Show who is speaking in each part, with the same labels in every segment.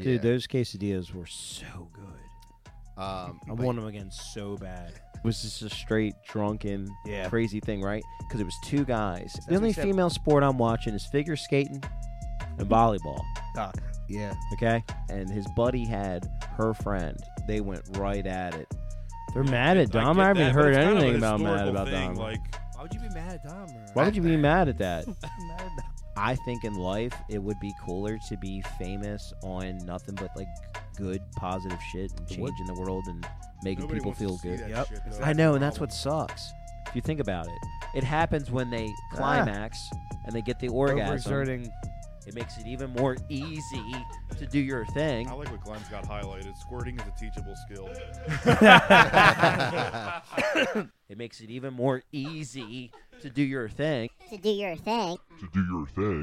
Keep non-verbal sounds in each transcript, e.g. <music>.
Speaker 1: Dude,
Speaker 2: yeah.
Speaker 1: those quesadillas were so good.
Speaker 2: Um,
Speaker 1: I
Speaker 2: but-
Speaker 1: want them again so bad.
Speaker 3: was just a straight drunken
Speaker 1: Yeah.
Speaker 3: crazy thing, right? Because it was two guys.
Speaker 2: what
Speaker 3: the only
Speaker 2: he said.
Speaker 3: female sport I'm watching is figure skating and volleyball.
Speaker 2: Yeah.
Speaker 3: Okay, and his buddy had her friend. They went right at it.
Speaker 1: They're mad at Dom. I,
Speaker 4: get
Speaker 3: haven't
Speaker 4: that, but
Speaker 3: heard
Speaker 4: it's kind of
Speaker 3: anything
Speaker 4: an
Speaker 3: about mad
Speaker 4: historical
Speaker 3: about
Speaker 4: thing,
Speaker 3: Dom.
Speaker 4: Like,
Speaker 1: Why would you be mad at Dom?
Speaker 3: Why would you be mad at that?
Speaker 1: <laughs>
Speaker 3: I think in life it would be cooler to be famous on nothing but like good, positive shit and
Speaker 1: The what?
Speaker 3: changing the world and making
Speaker 2: Nobody
Speaker 3: people
Speaker 2: wants to
Speaker 3: feel
Speaker 2: see
Speaker 3: good.
Speaker 2: that
Speaker 1: Yep.
Speaker 2: shit, though.
Speaker 3: I know, and that's what sucks. If you think about it, it happens when they climax and they get the orgasm.
Speaker 1: Overexerting.
Speaker 3: It makes it even more easy to do your thing.
Speaker 4: I like what Glenn's got highlighted. Squirting is a teachable skill. <laughs>
Speaker 3: <laughs> It makes it even more easy to do your thing.
Speaker 5: to do your thing.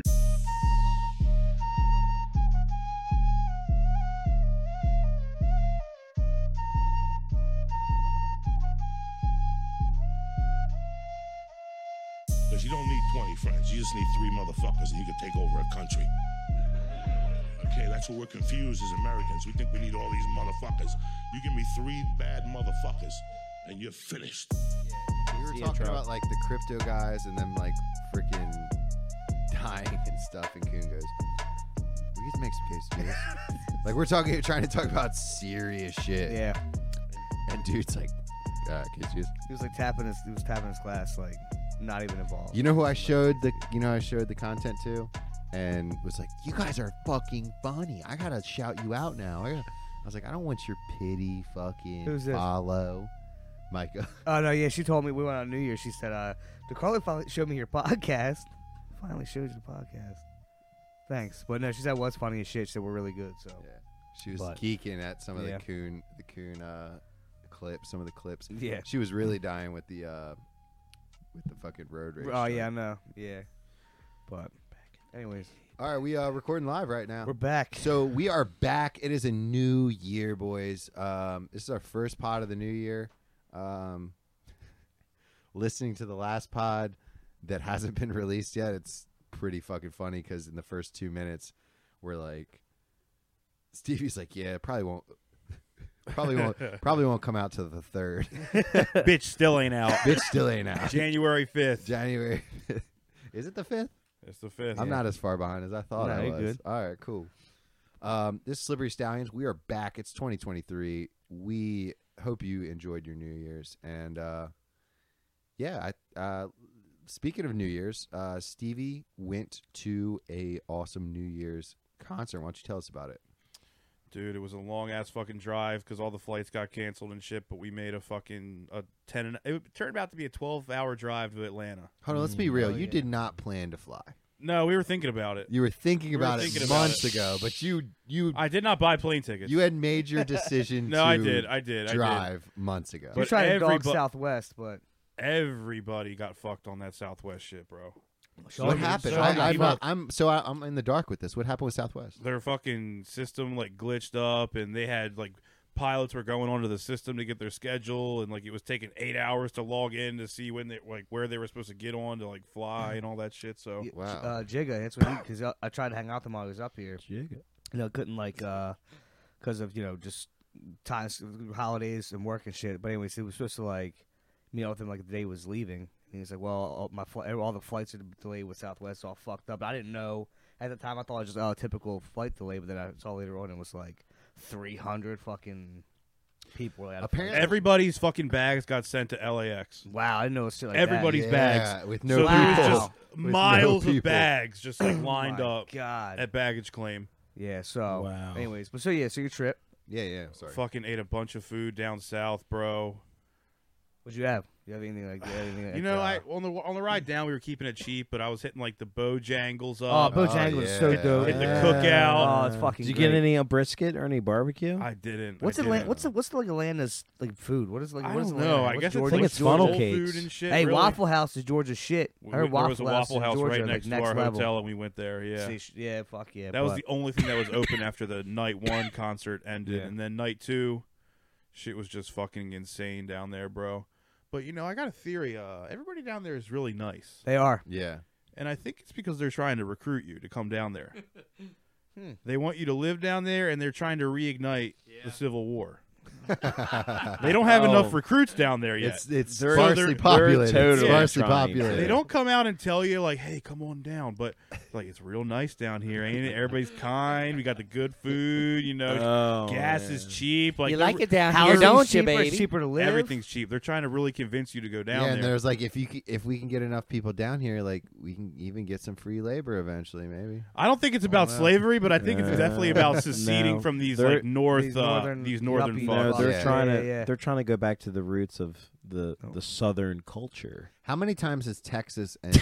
Speaker 6: Because you don't need 20 friends. You just need three motherfuckers and you can take over a country. Okay, that's what we're confused as Americans. We think we need all these motherfuckers. You give me three bad motherfuckers and you're finished.
Speaker 2: We were
Speaker 3: See ya,
Speaker 2: talking
Speaker 3: Trout.
Speaker 2: about like the crypto guys and them like freaking <laughs> dying and stuff. And Coon goes, "We get to make some
Speaker 1: <laughs>
Speaker 2: quesadillas." like we're talking, trying to talk about serious shit.
Speaker 7: Yeah.
Speaker 2: And dude's like, uh, quesadillas.
Speaker 7: He was like tapping his he was tapping his glass like not
Speaker 4: <laughs>
Speaker 7: even involved.
Speaker 2: You know who I showed the? You know I showed the content to, and was like, "You guys are fucking funny. I gotta shout you out now." I, gotta, I was like, "I don't want your pity fucking
Speaker 7: Who's this?
Speaker 2: follow." Micah. <laughs>
Speaker 7: Oh no, yeah, she told me we went on New Year. She said, uh, DeCarlo finally showed me your podcast. Finally showed you the podcast. Thanks. But no, she said what's funny as shit. She said we're really good, so
Speaker 2: She was
Speaker 7: But-
Speaker 2: geeking at some of
Speaker 7: Yeah.
Speaker 2: the coon, the coon uh, clips, some of the clips.
Speaker 7: Yeah.
Speaker 2: she was really dying with the uh, with the fucking road rage.
Speaker 7: Oh
Speaker 2: stuff.
Speaker 7: yeah, I know. Yeah. But anyways.
Speaker 2: All right, we are recording live right now.
Speaker 7: We're back.
Speaker 2: so we are back. It is a new year, boys. Um, this is our first pod of the new year. Um, <laughs> listening to the last pod that hasn't been <laughs> released yet, it's pretty fucking funny because in the first two minutes, we're like, Stevie's like, yeah, it probably won't. <laughs> probably won't probably won't come out to the third.
Speaker 8: Bitch still ain't out.
Speaker 2: Bitch still ain't out.
Speaker 8: January 5th.
Speaker 2: January. <laughs> is it the fifth?
Speaker 4: it's the fifth.
Speaker 2: I'm not as far behind as I thought
Speaker 7: No,
Speaker 2: I
Speaker 7: you're
Speaker 2: was.
Speaker 7: good.
Speaker 2: All right, cool. Um, this is Slippery Stallions. We are back. It's 2023. We hope you enjoyed your New Year's. And uh, yeah, I, uh, speaking of New Year's, uh, Stevie went to a awesome New Year's concert. Why don't you tell us about it?
Speaker 4: Dude, it was a long ass fucking drive because all the flights got canceled and shit. But we made a fucking a ten. And, it turned out to be a twelve hour drive to Atlanta.
Speaker 2: Hold on, let's
Speaker 4: Mm,
Speaker 2: be real. you did not plan to fly.
Speaker 4: No, we were thinking about it.
Speaker 2: You were thinking
Speaker 4: were
Speaker 2: about
Speaker 4: thinking
Speaker 2: it
Speaker 4: about
Speaker 2: months
Speaker 4: it.
Speaker 2: ago, but you you
Speaker 4: I did not buy plane tickets.
Speaker 2: you had made
Speaker 4: <laughs>
Speaker 2: your decision
Speaker 4: no,
Speaker 2: to
Speaker 4: I did. I did. I did.
Speaker 2: drive months ago.
Speaker 7: You're
Speaker 4: But
Speaker 7: trying to dog
Speaker 4: everybo-
Speaker 7: Southwest, but
Speaker 4: Everybody got fucked on that Southwest shit, bro.
Speaker 2: what happened?
Speaker 4: so
Speaker 2: I,
Speaker 4: many
Speaker 2: I'm,
Speaker 4: people-
Speaker 2: not- I'm so I, I'm in the dark with this. What happened with Southwest?
Speaker 4: Their fucking system like glitched up, and they had like pilots were going onto the system to get their schedule, and like it was taking eight hours to log in to see when they like where they were supposed to get on to like fly and all that shit. So
Speaker 7: Yeah,
Speaker 2: Wow.
Speaker 7: uh Jigga, that's what he cuz I, I tried to hang out with him while he was up here. You know, couldn't like uh cuz of, you know, just times holidays and work and shit. But anyways, he was supposed to like meet up with him like the day he was leaving. And he was like, "Well, all my fl- all the flights are delayed with Southwest, all fucked up." I didn't know at the time. I thought it was just oh, a typical flight delay, but then I saw later on it was like 300 fucking people. were out of
Speaker 2: Apparently-
Speaker 4: everybody's fucking bags got sent to LAX.
Speaker 7: wow, I didn't know it was shit like
Speaker 4: Everybody's
Speaker 2: Yeah,
Speaker 4: bags
Speaker 2: with no
Speaker 4: so there was
Speaker 7: people.
Speaker 4: just
Speaker 2: With no
Speaker 4: miles of
Speaker 2: people.
Speaker 4: bags just
Speaker 2: <clears throat>
Speaker 4: like
Speaker 7: that.
Speaker 4: lined
Speaker 7: My
Speaker 4: up
Speaker 7: God,
Speaker 4: at baggage claim.
Speaker 7: yeah. So,
Speaker 1: Wow.
Speaker 7: anyways, but so yeah, so your trip.
Speaker 2: yeah, yeah. Sorry.
Speaker 4: Fucking ate a bunch of food down south, bro.
Speaker 7: What'd you have? You have anything like anything?
Speaker 4: You
Speaker 7: like,
Speaker 4: know,
Speaker 7: uh,
Speaker 4: I on the on the ride down we were keeping it cheap, but I was hitting like the Bojangles
Speaker 7: Oh,
Speaker 4: up.
Speaker 7: Bojangles
Speaker 2: Oh,
Speaker 7: is
Speaker 2: yeah.
Speaker 7: so dope.
Speaker 4: Hit the cookout.
Speaker 7: Oh, it's fucking.
Speaker 3: Did you
Speaker 7: great.
Speaker 3: get any uh, brisket or any barbecue?
Speaker 4: I didn't.
Speaker 7: What's
Speaker 4: I
Speaker 7: Atlanta?
Speaker 4: didn't.
Speaker 7: What's the, what's the, like Atlanta's like food? What is like?
Speaker 4: I
Speaker 7: what
Speaker 4: don't
Speaker 7: is Atlanta?
Speaker 4: know. I
Speaker 7: What's
Speaker 4: guess
Speaker 7: Georgia-
Speaker 3: I
Speaker 4: it's
Speaker 3: think
Speaker 4: like
Speaker 3: it's funnel
Speaker 4: soul
Speaker 3: cakes.
Speaker 4: food and shit.
Speaker 7: Hey,
Speaker 4: really.
Speaker 7: Waffle House is Georgia's shit.
Speaker 4: We-
Speaker 7: Her
Speaker 4: there was a
Speaker 7: Waffle House
Speaker 4: Waffle
Speaker 7: in
Speaker 4: House
Speaker 7: Georgia,
Speaker 4: right
Speaker 7: like,
Speaker 4: next,
Speaker 7: next
Speaker 4: to our
Speaker 7: level.
Speaker 4: hotel, and we went there. Yeah,
Speaker 7: See, sh- yeah, fuck yeah.
Speaker 4: that was
Speaker 7: but-
Speaker 4: the only thing that was open after the night one concert ended,
Speaker 7: Yeah.
Speaker 4: and then night two, shit was just fucking insane down there, bro. But you know, I got a theory. Uh, everybody down there is really nice,
Speaker 7: They are.
Speaker 2: Yeah.
Speaker 4: and I think it's because they're trying to recruit you to come down there.
Speaker 7: Hmm.
Speaker 4: They want you to live down there, and they're trying to reignite the Civil War. They don't have
Speaker 3: Oh.
Speaker 4: enough recruits down there yet.
Speaker 2: It's it's
Speaker 3: They're-
Speaker 2: sparsely
Speaker 4: they're- they're
Speaker 2: populated.
Speaker 3: totally
Speaker 2: sparsely
Speaker 3: trying to.
Speaker 2: populated.
Speaker 4: they don't come out and tell you like, "Hey, come on down," but it's like it's real nice down here, ain't it? Everybody's kind. We got the good food, you know.
Speaker 3: Oh,
Speaker 4: gas is cheap. Like,
Speaker 5: you
Speaker 4: they're-
Speaker 5: like it down here,
Speaker 7: Housing's
Speaker 5: don't you,
Speaker 7: cheaper, it's
Speaker 5: baby?
Speaker 7: cheaper to live.
Speaker 4: everything's cheap. They're trying to really convince you to go down
Speaker 2: yeah, and
Speaker 4: there.
Speaker 2: there's like if you c- if we can get enough people down here, like we can even get some free labor eventually, maybe.
Speaker 4: I don't think it's about
Speaker 2: no.
Speaker 4: slavery, but I think it's
Speaker 3: No.
Speaker 4: definitely about seceding
Speaker 3: No.
Speaker 4: from these
Speaker 3: They're-
Speaker 4: like north
Speaker 7: These
Speaker 4: uh,
Speaker 7: northern
Speaker 4: these northern
Speaker 7: yuppie
Speaker 3: No,
Speaker 4: folks.
Speaker 3: they're
Speaker 2: Yeah.
Speaker 3: trying to
Speaker 7: Yeah, yeah.
Speaker 3: they're trying to go back to the roots of the
Speaker 7: Oh.
Speaker 3: the southern culture.
Speaker 2: How many times has Texas <laughs> and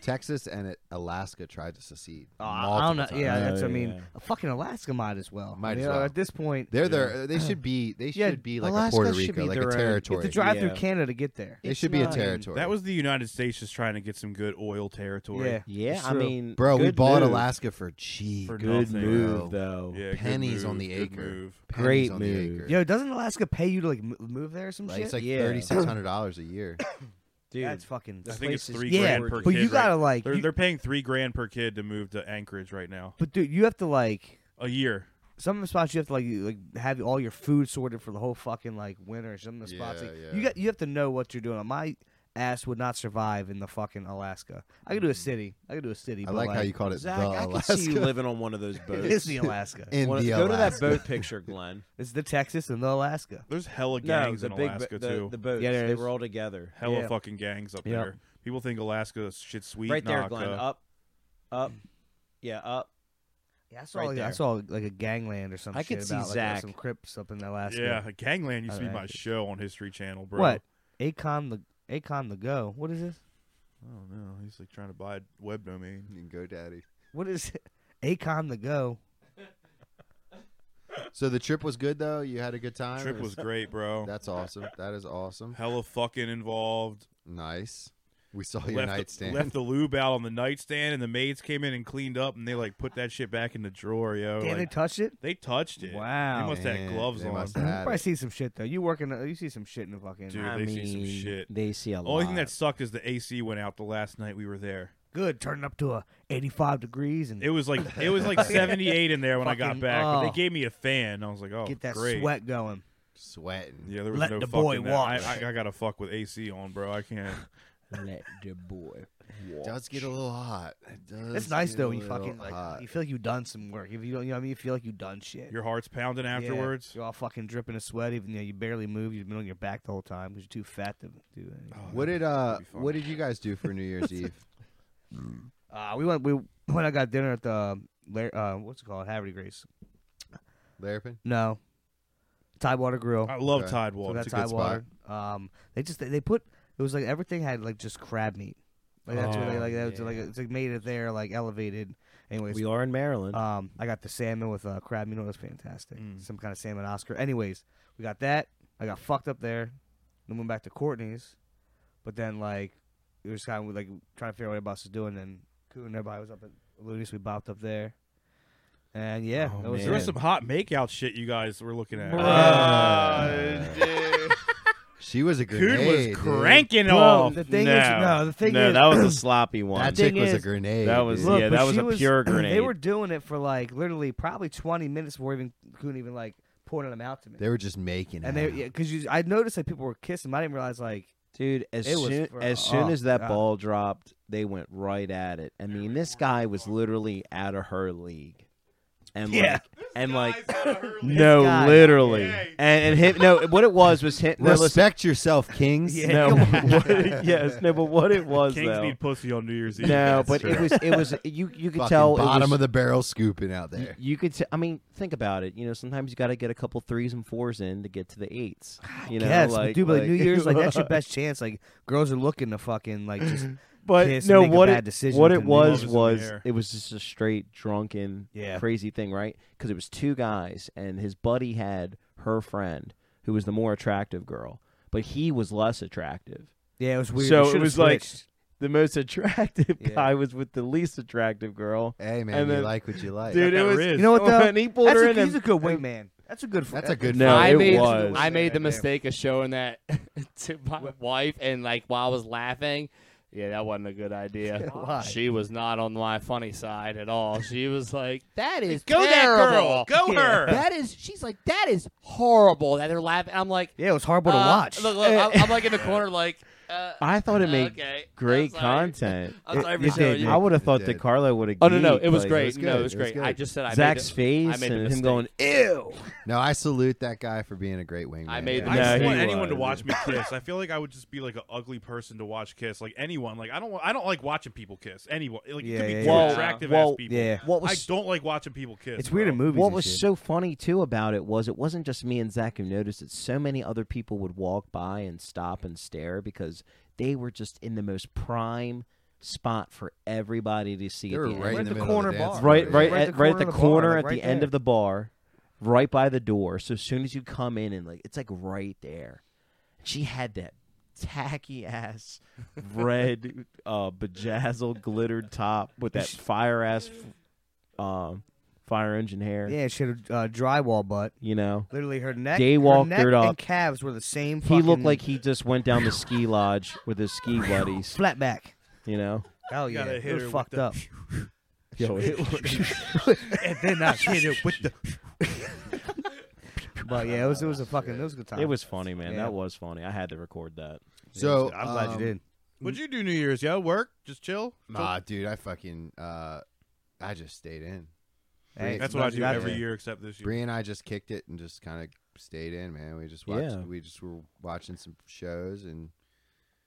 Speaker 2: Texas and Alaska tried to secede?
Speaker 7: Oh, I I don't know.
Speaker 2: Multiple
Speaker 7: Yeah,
Speaker 2: times.
Speaker 7: that's. I
Speaker 3: Yeah,
Speaker 7: mean,
Speaker 3: yeah.
Speaker 7: fucking Alaska might as well.
Speaker 2: Might
Speaker 7: I mean,
Speaker 2: as well.
Speaker 7: At this point,
Speaker 2: They're there. They should be. They should
Speaker 7: Yeah,
Speaker 2: be like
Speaker 3: Alaska
Speaker 2: a Puerto
Speaker 3: should
Speaker 2: Rico,
Speaker 3: be
Speaker 2: like
Speaker 3: their
Speaker 2: a
Speaker 3: own-
Speaker 7: you have
Speaker 2: territory.
Speaker 7: to drive through
Speaker 3: Yeah.
Speaker 7: Canada to get there.
Speaker 2: They
Speaker 5: It's
Speaker 2: should be a
Speaker 5: not-
Speaker 2: territory.
Speaker 4: That was the United States just trying to get some good oil territory.
Speaker 7: Yeah.
Speaker 3: Yeah,
Speaker 7: It's
Speaker 3: I
Speaker 7: true.
Speaker 3: mean,
Speaker 2: bro. We
Speaker 3: good
Speaker 2: bought
Speaker 3: move.
Speaker 2: Alaska for cheap.
Speaker 4: For
Speaker 3: Good
Speaker 4: nothing,
Speaker 3: move
Speaker 2: bro.
Speaker 3: though.
Speaker 4: Yeah, good
Speaker 2: Pennies on
Speaker 4: move,
Speaker 2: the
Speaker 4: good
Speaker 2: acre.
Speaker 4: move.
Speaker 2: Pennies
Speaker 3: Great
Speaker 2: on the
Speaker 3: move.
Speaker 2: acre.
Speaker 7: Yo, doesn't Alaska pay you to like mo- move there or some
Speaker 2: Like,
Speaker 7: shit?
Speaker 2: it's like
Speaker 3: Yeah.
Speaker 2: thirty six hundred dollars a year.
Speaker 3: Dude,
Speaker 7: That's fucking.
Speaker 4: I think it's
Speaker 3: place is
Speaker 4: three
Speaker 7: yeah,
Speaker 4: grand per
Speaker 7: but
Speaker 4: kid.
Speaker 7: you gotta
Speaker 4: right?
Speaker 7: like.
Speaker 4: they're,
Speaker 7: you-
Speaker 4: they're paying three grand per kid to move to Anchorage right now.
Speaker 7: but dude, you have to like.
Speaker 4: A year.
Speaker 7: Some of the spots you have to like, you, like have all your food sorted for the whole fucking like winter. Some of the spots
Speaker 2: Yeah,
Speaker 7: like,
Speaker 2: yeah.
Speaker 7: you got you have to know what you're doing. My ass would not survive in the fucking Alaska. I could do a city. I could do a city.
Speaker 2: Mm. I
Speaker 7: but,
Speaker 2: like how
Speaker 7: <laughs>
Speaker 2: you called it
Speaker 3: Zach,
Speaker 2: the
Speaker 3: I can
Speaker 2: Alaska.
Speaker 3: see you living on one of those boats.
Speaker 7: It is the Alaska.
Speaker 2: <laughs> in
Speaker 3: Wanna-
Speaker 2: the
Speaker 3: go to that
Speaker 2: Alaska. <laughs>
Speaker 3: boat picture,
Speaker 4: <laughs>
Speaker 3: Glenn.
Speaker 7: it's the Texas and the Alaska.
Speaker 4: There's hella
Speaker 3: no,
Speaker 4: gangs
Speaker 3: the
Speaker 4: in
Speaker 3: big
Speaker 4: Alaska
Speaker 3: bo-
Speaker 4: too.
Speaker 3: the, the boats.
Speaker 7: Yeah, there
Speaker 3: they
Speaker 7: is.
Speaker 3: were all together.
Speaker 4: hella
Speaker 7: Yeah.
Speaker 4: fucking gangs up
Speaker 7: Yep.
Speaker 4: there. People think Alaska is shit sweet.
Speaker 3: right there,
Speaker 4: nah,
Speaker 3: Glenn.
Speaker 4: cuh.
Speaker 3: Up, up. Yeah, up.
Speaker 7: Yeah, I saw
Speaker 3: Right
Speaker 7: like, I
Speaker 3: there.
Speaker 7: saw like a gangland or some
Speaker 3: I
Speaker 7: shit
Speaker 3: could see
Speaker 7: about like, uh,
Speaker 3: Zach.
Speaker 7: some Crips up in Alaska.
Speaker 4: Yeah, Gangland used to be
Speaker 7: Alright.
Speaker 4: my show on History Channel, bro.
Speaker 7: What? Acon the Acon the Go. What is this?
Speaker 4: I don't know. He's like trying to buy a web domain.
Speaker 2: Go daddy.
Speaker 7: What is it? <laughs> Acon the Go?
Speaker 2: So the trip was good though. You had a good time.
Speaker 4: Trip
Speaker 2: It
Speaker 4: was great, bro.
Speaker 2: That's awesome. That is awesome.
Speaker 4: Hella fucking involved.
Speaker 2: Nice. We saw your
Speaker 4: left,
Speaker 2: nightstand.
Speaker 4: The, left the lube out on the nightstand, and the maids came in and cleaned up, and they like put that shit back in the drawer, yo.
Speaker 7: Damn, they
Speaker 4: Like,
Speaker 7: touched it.
Speaker 4: they touched it. They
Speaker 7: Wow. <clears throat>
Speaker 4: must have
Speaker 2: <laughs>
Speaker 4: had
Speaker 2: Man,
Speaker 4: gloves
Speaker 2: they
Speaker 4: on.
Speaker 7: <laughs>
Speaker 2: must
Speaker 7: You
Speaker 2: have had
Speaker 7: probably
Speaker 2: it.
Speaker 7: see some shit though. You working? uh, You see some shit in the fucking.
Speaker 4: Dude,
Speaker 3: I
Speaker 4: they
Speaker 3: mean,
Speaker 4: see some shit.
Speaker 3: They see a lot.
Speaker 4: Only thing that sucked is the AC went out the last night we were there.
Speaker 7: Good. Turning up to a 85 degrees and
Speaker 4: It was
Speaker 7: <laughs>
Speaker 4: like it was like 78 in there when I got
Speaker 7: Fucking-
Speaker 4: back, but they
Speaker 7: oh.
Speaker 4: gave me a fan. I was like, oh,
Speaker 7: get that
Speaker 4: great.
Speaker 7: sweat going.
Speaker 2: sweating.
Speaker 4: Yeah, there was
Speaker 7: Let
Speaker 4: no
Speaker 7: the boy
Speaker 4: fucking that.
Speaker 7: walk.
Speaker 4: I, I, I gotta fuck with AC on, bro. I can't.
Speaker 3: let the
Speaker 7: <laughs>
Speaker 3: boy.
Speaker 2: It does get a little hot. It does
Speaker 7: It's nice
Speaker 2: get
Speaker 7: though
Speaker 2: a
Speaker 7: when you
Speaker 2: little
Speaker 7: fucking like
Speaker 2: hot.
Speaker 7: you feel like you've done some work. If you don't, you know what I mean. You feel like you've done shit.
Speaker 4: Your heart's pounding
Speaker 7: <laughs> Yeah,
Speaker 4: afterwards.
Speaker 7: you're all fucking dripping of sweat. Even though you barely move, you've been on your back the whole time because you're too fat to do
Speaker 4: Oh,
Speaker 7: anything.
Speaker 2: What did uh
Speaker 4: be fun.
Speaker 2: what did you guys do for
Speaker 7: <laughs>
Speaker 2: New Year's Eve?
Speaker 7: Uh, we went. We <laughs> when I got dinner at the Lar- uh, what's it called? Haverty Grace.
Speaker 2: Larrapin?
Speaker 7: No, Tidewater Grill.
Speaker 4: I love
Speaker 2: Okay.
Speaker 4: Tide
Speaker 7: Oh, so
Speaker 4: Water.
Speaker 7: that's
Speaker 2: a good
Speaker 7: Tidewater. Um, they just they, they put it was like everything had like just crab meat. Like that's what they
Speaker 3: Oh,
Speaker 7: like. That was like
Speaker 3: yeah.
Speaker 7: it's like made it there like elevated. Anyways,
Speaker 3: We are in Maryland.
Speaker 7: um, I got the salmon with uh, crab meat. It was fantastic.
Speaker 4: Mm.
Speaker 7: Some kind of salmon Oscar. Anyways, we got that. I got fucked up there. Then went back to Courtney's, but then like we was kind of like trying to figure out what everybody else was doing. And Coon and everybody was up at Looney's. We bopped up there, and yeah,
Speaker 3: Oh,
Speaker 7: that was
Speaker 3: man.
Speaker 4: there
Speaker 7: it.
Speaker 4: was some hot makeout shit you guys were looking at.
Speaker 2: She was a grenade.
Speaker 4: Dude was
Speaker 2: dude.
Speaker 4: cranking
Speaker 7: Bro,
Speaker 4: off.
Speaker 7: the thing
Speaker 3: no.
Speaker 7: is, no, the thing
Speaker 3: no,
Speaker 7: is,
Speaker 3: that was a sloppy one.
Speaker 2: That
Speaker 7: The
Speaker 2: chick
Speaker 7: thing
Speaker 2: was a
Speaker 7: is-
Speaker 2: grenade.
Speaker 3: That was-
Speaker 2: dude.
Speaker 7: Look,
Speaker 3: Yeah,
Speaker 7: but
Speaker 3: that was
Speaker 7: she
Speaker 3: a pure
Speaker 7: <clears throat> They
Speaker 3: grenade.
Speaker 7: were doing it for like literally probably 20 minutes before even Coon even like pouring them out to me.
Speaker 2: They were just making
Speaker 7: and
Speaker 2: out.
Speaker 7: they, yeah, because you, I noticed that people were kissing. But I didn't realize like
Speaker 3: Dude, as
Speaker 7: It was
Speaker 3: soon
Speaker 7: fr-
Speaker 3: as soon
Speaker 7: oh,
Speaker 3: as that
Speaker 7: God.
Speaker 3: ball dropped, they went right at it. I mean, this guy was literally out of her league, and
Speaker 7: Yeah.
Speaker 3: like, and like,
Speaker 7: This
Speaker 3: no,
Speaker 7: guy.
Speaker 3: literally, and and him. No, what it was was him. No, listen,
Speaker 2: Respect
Speaker 7: <laughs>
Speaker 2: yourself, kings.
Speaker 3: <laughs>
Speaker 7: Yeah.
Speaker 3: no,
Speaker 7: come on.
Speaker 3: what it- yes, no, but what it was
Speaker 4: Kings
Speaker 3: though.
Speaker 4: need pussy on New Year's Eve.
Speaker 3: No, but it was it was you you could
Speaker 2: Fucking
Speaker 3: tell it
Speaker 2: bottom
Speaker 3: was,
Speaker 2: of the barrel scooping out
Speaker 3: you-
Speaker 7: <laughs>
Speaker 2: there.
Speaker 3: You could, t- I mean, think about it. You know, sometimes you got to get a couple threes and fours in to get to the eights. You know,
Speaker 7: yes,
Speaker 3: like,
Speaker 7: but dude, but like, New Year's
Speaker 3: <laughs>
Speaker 7: like <laughs> that's your
Speaker 3: but-
Speaker 7: best chance. Like girls are looking to fucking like just
Speaker 3: But
Speaker 7: kiss
Speaker 3: no,
Speaker 7: and make a
Speaker 3: what
Speaker 7: bad
Speaker 3: it
Speaker 7: decision
Speaker 3: what
Speaker 7: to
Speaker 3: it
Speaker 7: leave
Speaker 3: was
Speaker 4: others in the
Speaker 3: was
Speaker 4: air.
Speaker 3: it was just a straight drunken,
Speaker 7: Yeah.
Speaker 3: crazy thing, right? Because it was two guys, and his buddy had her friend who was the more attractive girl, but he was less attractive.
Speaker 7: yeah, it was weird.
Speaker 3: So
Speaker 7: We
Speaker 3: it
Speaker 7: should've
Speaker 3: was like-
Speaker 7: switched.
Speaker 3: The most attractive
Speaker 7: Yeah.
Speaker 3: guy was with the least attractive girl.
Speaker 2: Hey man,
Speaker 3: And
Speaker 2: you
Speaker 3: then-
Speaker 2: like what you like.
Speaker 3: Dude, it
Speaker 4: that
Speaker 3: was
Speaker 4: Riz.
Speaker 7: you
Speaker 3: <laughs>
Speaker 7: know what though?
Speaker 3: and he pulled
Speaker 7: That's
Speaker 3: her
Speaker 7: a,
Speaker 3: in.
Speaker 7: he's
Speaker 3: and-
Speaker 7: a good
Speaker 5: <laughs>
Speaker 7: wingman. That's a good.
Speaker 2: That's a good
Speaker 3: No,
Speaker 2: fight.
Speaker 5: I
Speaker 3: it
Speaker 5: made
Speaker 3: was.
Speaker 5: I made
Speaker 7: Yeah,
Speaker 5: the
Speaker 7: yeah.
Speaker 5: mistake of showing that to my wife, and like while I was laughing, Yeah, that wasn't a good idea.
Speaker 7: Why?
Speaker 5: She was not on my funny side at all. She was like,
Speaker 3: That is
Speaker 5: Go that girl.
Speaker 3: terrible.
Speaker 5: Go her.
Speaker 3: That is. She's like that is horrible. That they're laughing. I'm like,
Speaker 7: Yeah, it was horrible to
Speaker 5: uh,
Speaker 7: watch.
Speaker 5: Look, look, I'm, I'm like <laughs> in the corner, like, uh,
Speaker 3: I thought it made
Speaker 5: okay, I'm
Speaker 3: great
Speaker 5: sorry.
Speaker 3: content.
Speaker 5: I'm sorry for
Speaker 3: It
Speaker 5: showing
Speaker 3: did.
Speaker 5: you.
Speaker 3: I would have
Speaker 2: It
Speaker 3: thought
Speaker 2: did.
Speaker 3: that Carlo would have.
Speaker 5: Oh no, no, it was great.
Speaker 2: was
Speaker 5: no,
Speaker 2: good.
Speaker 5: it was
Speaker 2: It was
Speaker 5: great. I
Speaker 2: good.
Speaker 5: just said I
Speaker 3: Zach's
Speaker 5: made a,
Speaker 3: face
Speaker 5: I made a
Speaker 3: and him
Speaker 5: mistake.
Speaker 3: going, "Ew."
Speaker 2: No, I salute that guy for being a great wingman.
Speaker 5: I made the
Speaker 4: I
Speaker 5: No,
Speaker 4: just
Speaker 5: he
Speaker 4: want anyone to
Speaker 3: was.
Speaker 4: watch me kiss. I feel like I would just be like an ugly person to watch kiss. Like anyone. Like I don't. wa- I don't like watching people kiss. Anyone. Like
Speaker 7: Yeah,
Speaker 4: it could be
Speaker 7: yeah,
Speaker 4: two
Speaker 3: yeah.
Speaker 4: attractive
Speaker 3: Well,
Speaker 4: ass people.
Speaker 7: yeah.
Speaker 3: What
Speaker 4: I
Speaker 3: was
Speaker 4: don't like watching people kiss.
Speaker 7: <laughs> It's weird in
Speaker 4: bro.
Speaker 7: movies.
Speaker 3: what
Speaker 7: and
Speaker 3: was
Speaker 7: shit.
Speaker 3: so funny too about it was it wasn't just me and Zach who noticed it. So many other people would walk by and stop and stare because they were just in the most prime spot for everybody to see.
Speaker 2: They
Speaker 3: at
Speaker 2: were
Speaker 3: the end.
Speaker 2: right in
Speaker 7: Right
Speaker 2: the
Speaker 7: at the
Speaker 2: middle
Speaker 7: corner
Speaker 2: of the dance
Speaker 7: bar.
Speaker 2: floor,
Speaker 3: right,
Speaker 2: yeah.
Speaker 3: right,
Speaker 7: Right at
Speaker 3: at,
Speaker 7: the
Speaker 3: right at the
Speaker 7: corner of the bar,
Speaker 3: corner,
Speaker 7: like
Speaker 3: at
Speaker 7: right
Speaker 3: the end
Speaker 7: there.
Speaker 3: of the bar, right by the door. So as soon as you come in, and like it's like right there. She had that tacky ass
Speaker 7: <laughs>
Speaker 3: red, uh, bejazzled, glittered top with that fire ass, um, fire engine hair.
Speaker 7: Yeah, she had a uh, drywall butt.
Speaker 3: You know,
Speaker 7: Literally, her neck,
Speaker 3: Jay
Speaker 7: her
Speaker 3: walked
Speaker 7: neck
Speaker 3: her up.
Speaker 7: and calves were the same.
Speaker 3: he looked
Speaker 7: fucking
Speaker 3: like he just went down the ski lodge with his ski buddies.
Speaker 7: flat back.
Speaker 3: You know,
Speaker 7: Oh
Speaker 4: You
Speaker 7: yeah,
Speaker 4: gotta hit
Speaker 7: it was
Speaker 4: her with
Speaker 7: fucked
Speaker 4: the- <laughs>
Speaker 7: <laughs> up.
Speaker 3: yo,
Speaker 7: <laughs>
Speaker 3: it,
Speaker 7: and then I hit it with the. <laughs> but yeah, it was it was a fucking it was a good time.
Speaker 3: it was funny, man.
Speaker 7: Yeah.
Speaker 3: That was funny. I had to record that.
Speaker 2: So
Speaker 7: I'm glad
Speaker 2: um,
Speaker 7: you did.
Speaker 4: What'd you do New Year's? Yo, work. Just chill.
Speaker 2: Nah, dude, I fucking, uh, I just stayed in.
Speaker 7: Hey,
Speaker 4: That's what I do
Speaker 7: that's
Speaker 4: every
Speaker 7: it.
Speaker 4: year except this year.
Speaker 2: Bree and I just kicked it and just kind of stayed in, man. We just watched,
Speaker 3: Yeah.
Speaker 2: we just were watching some shows and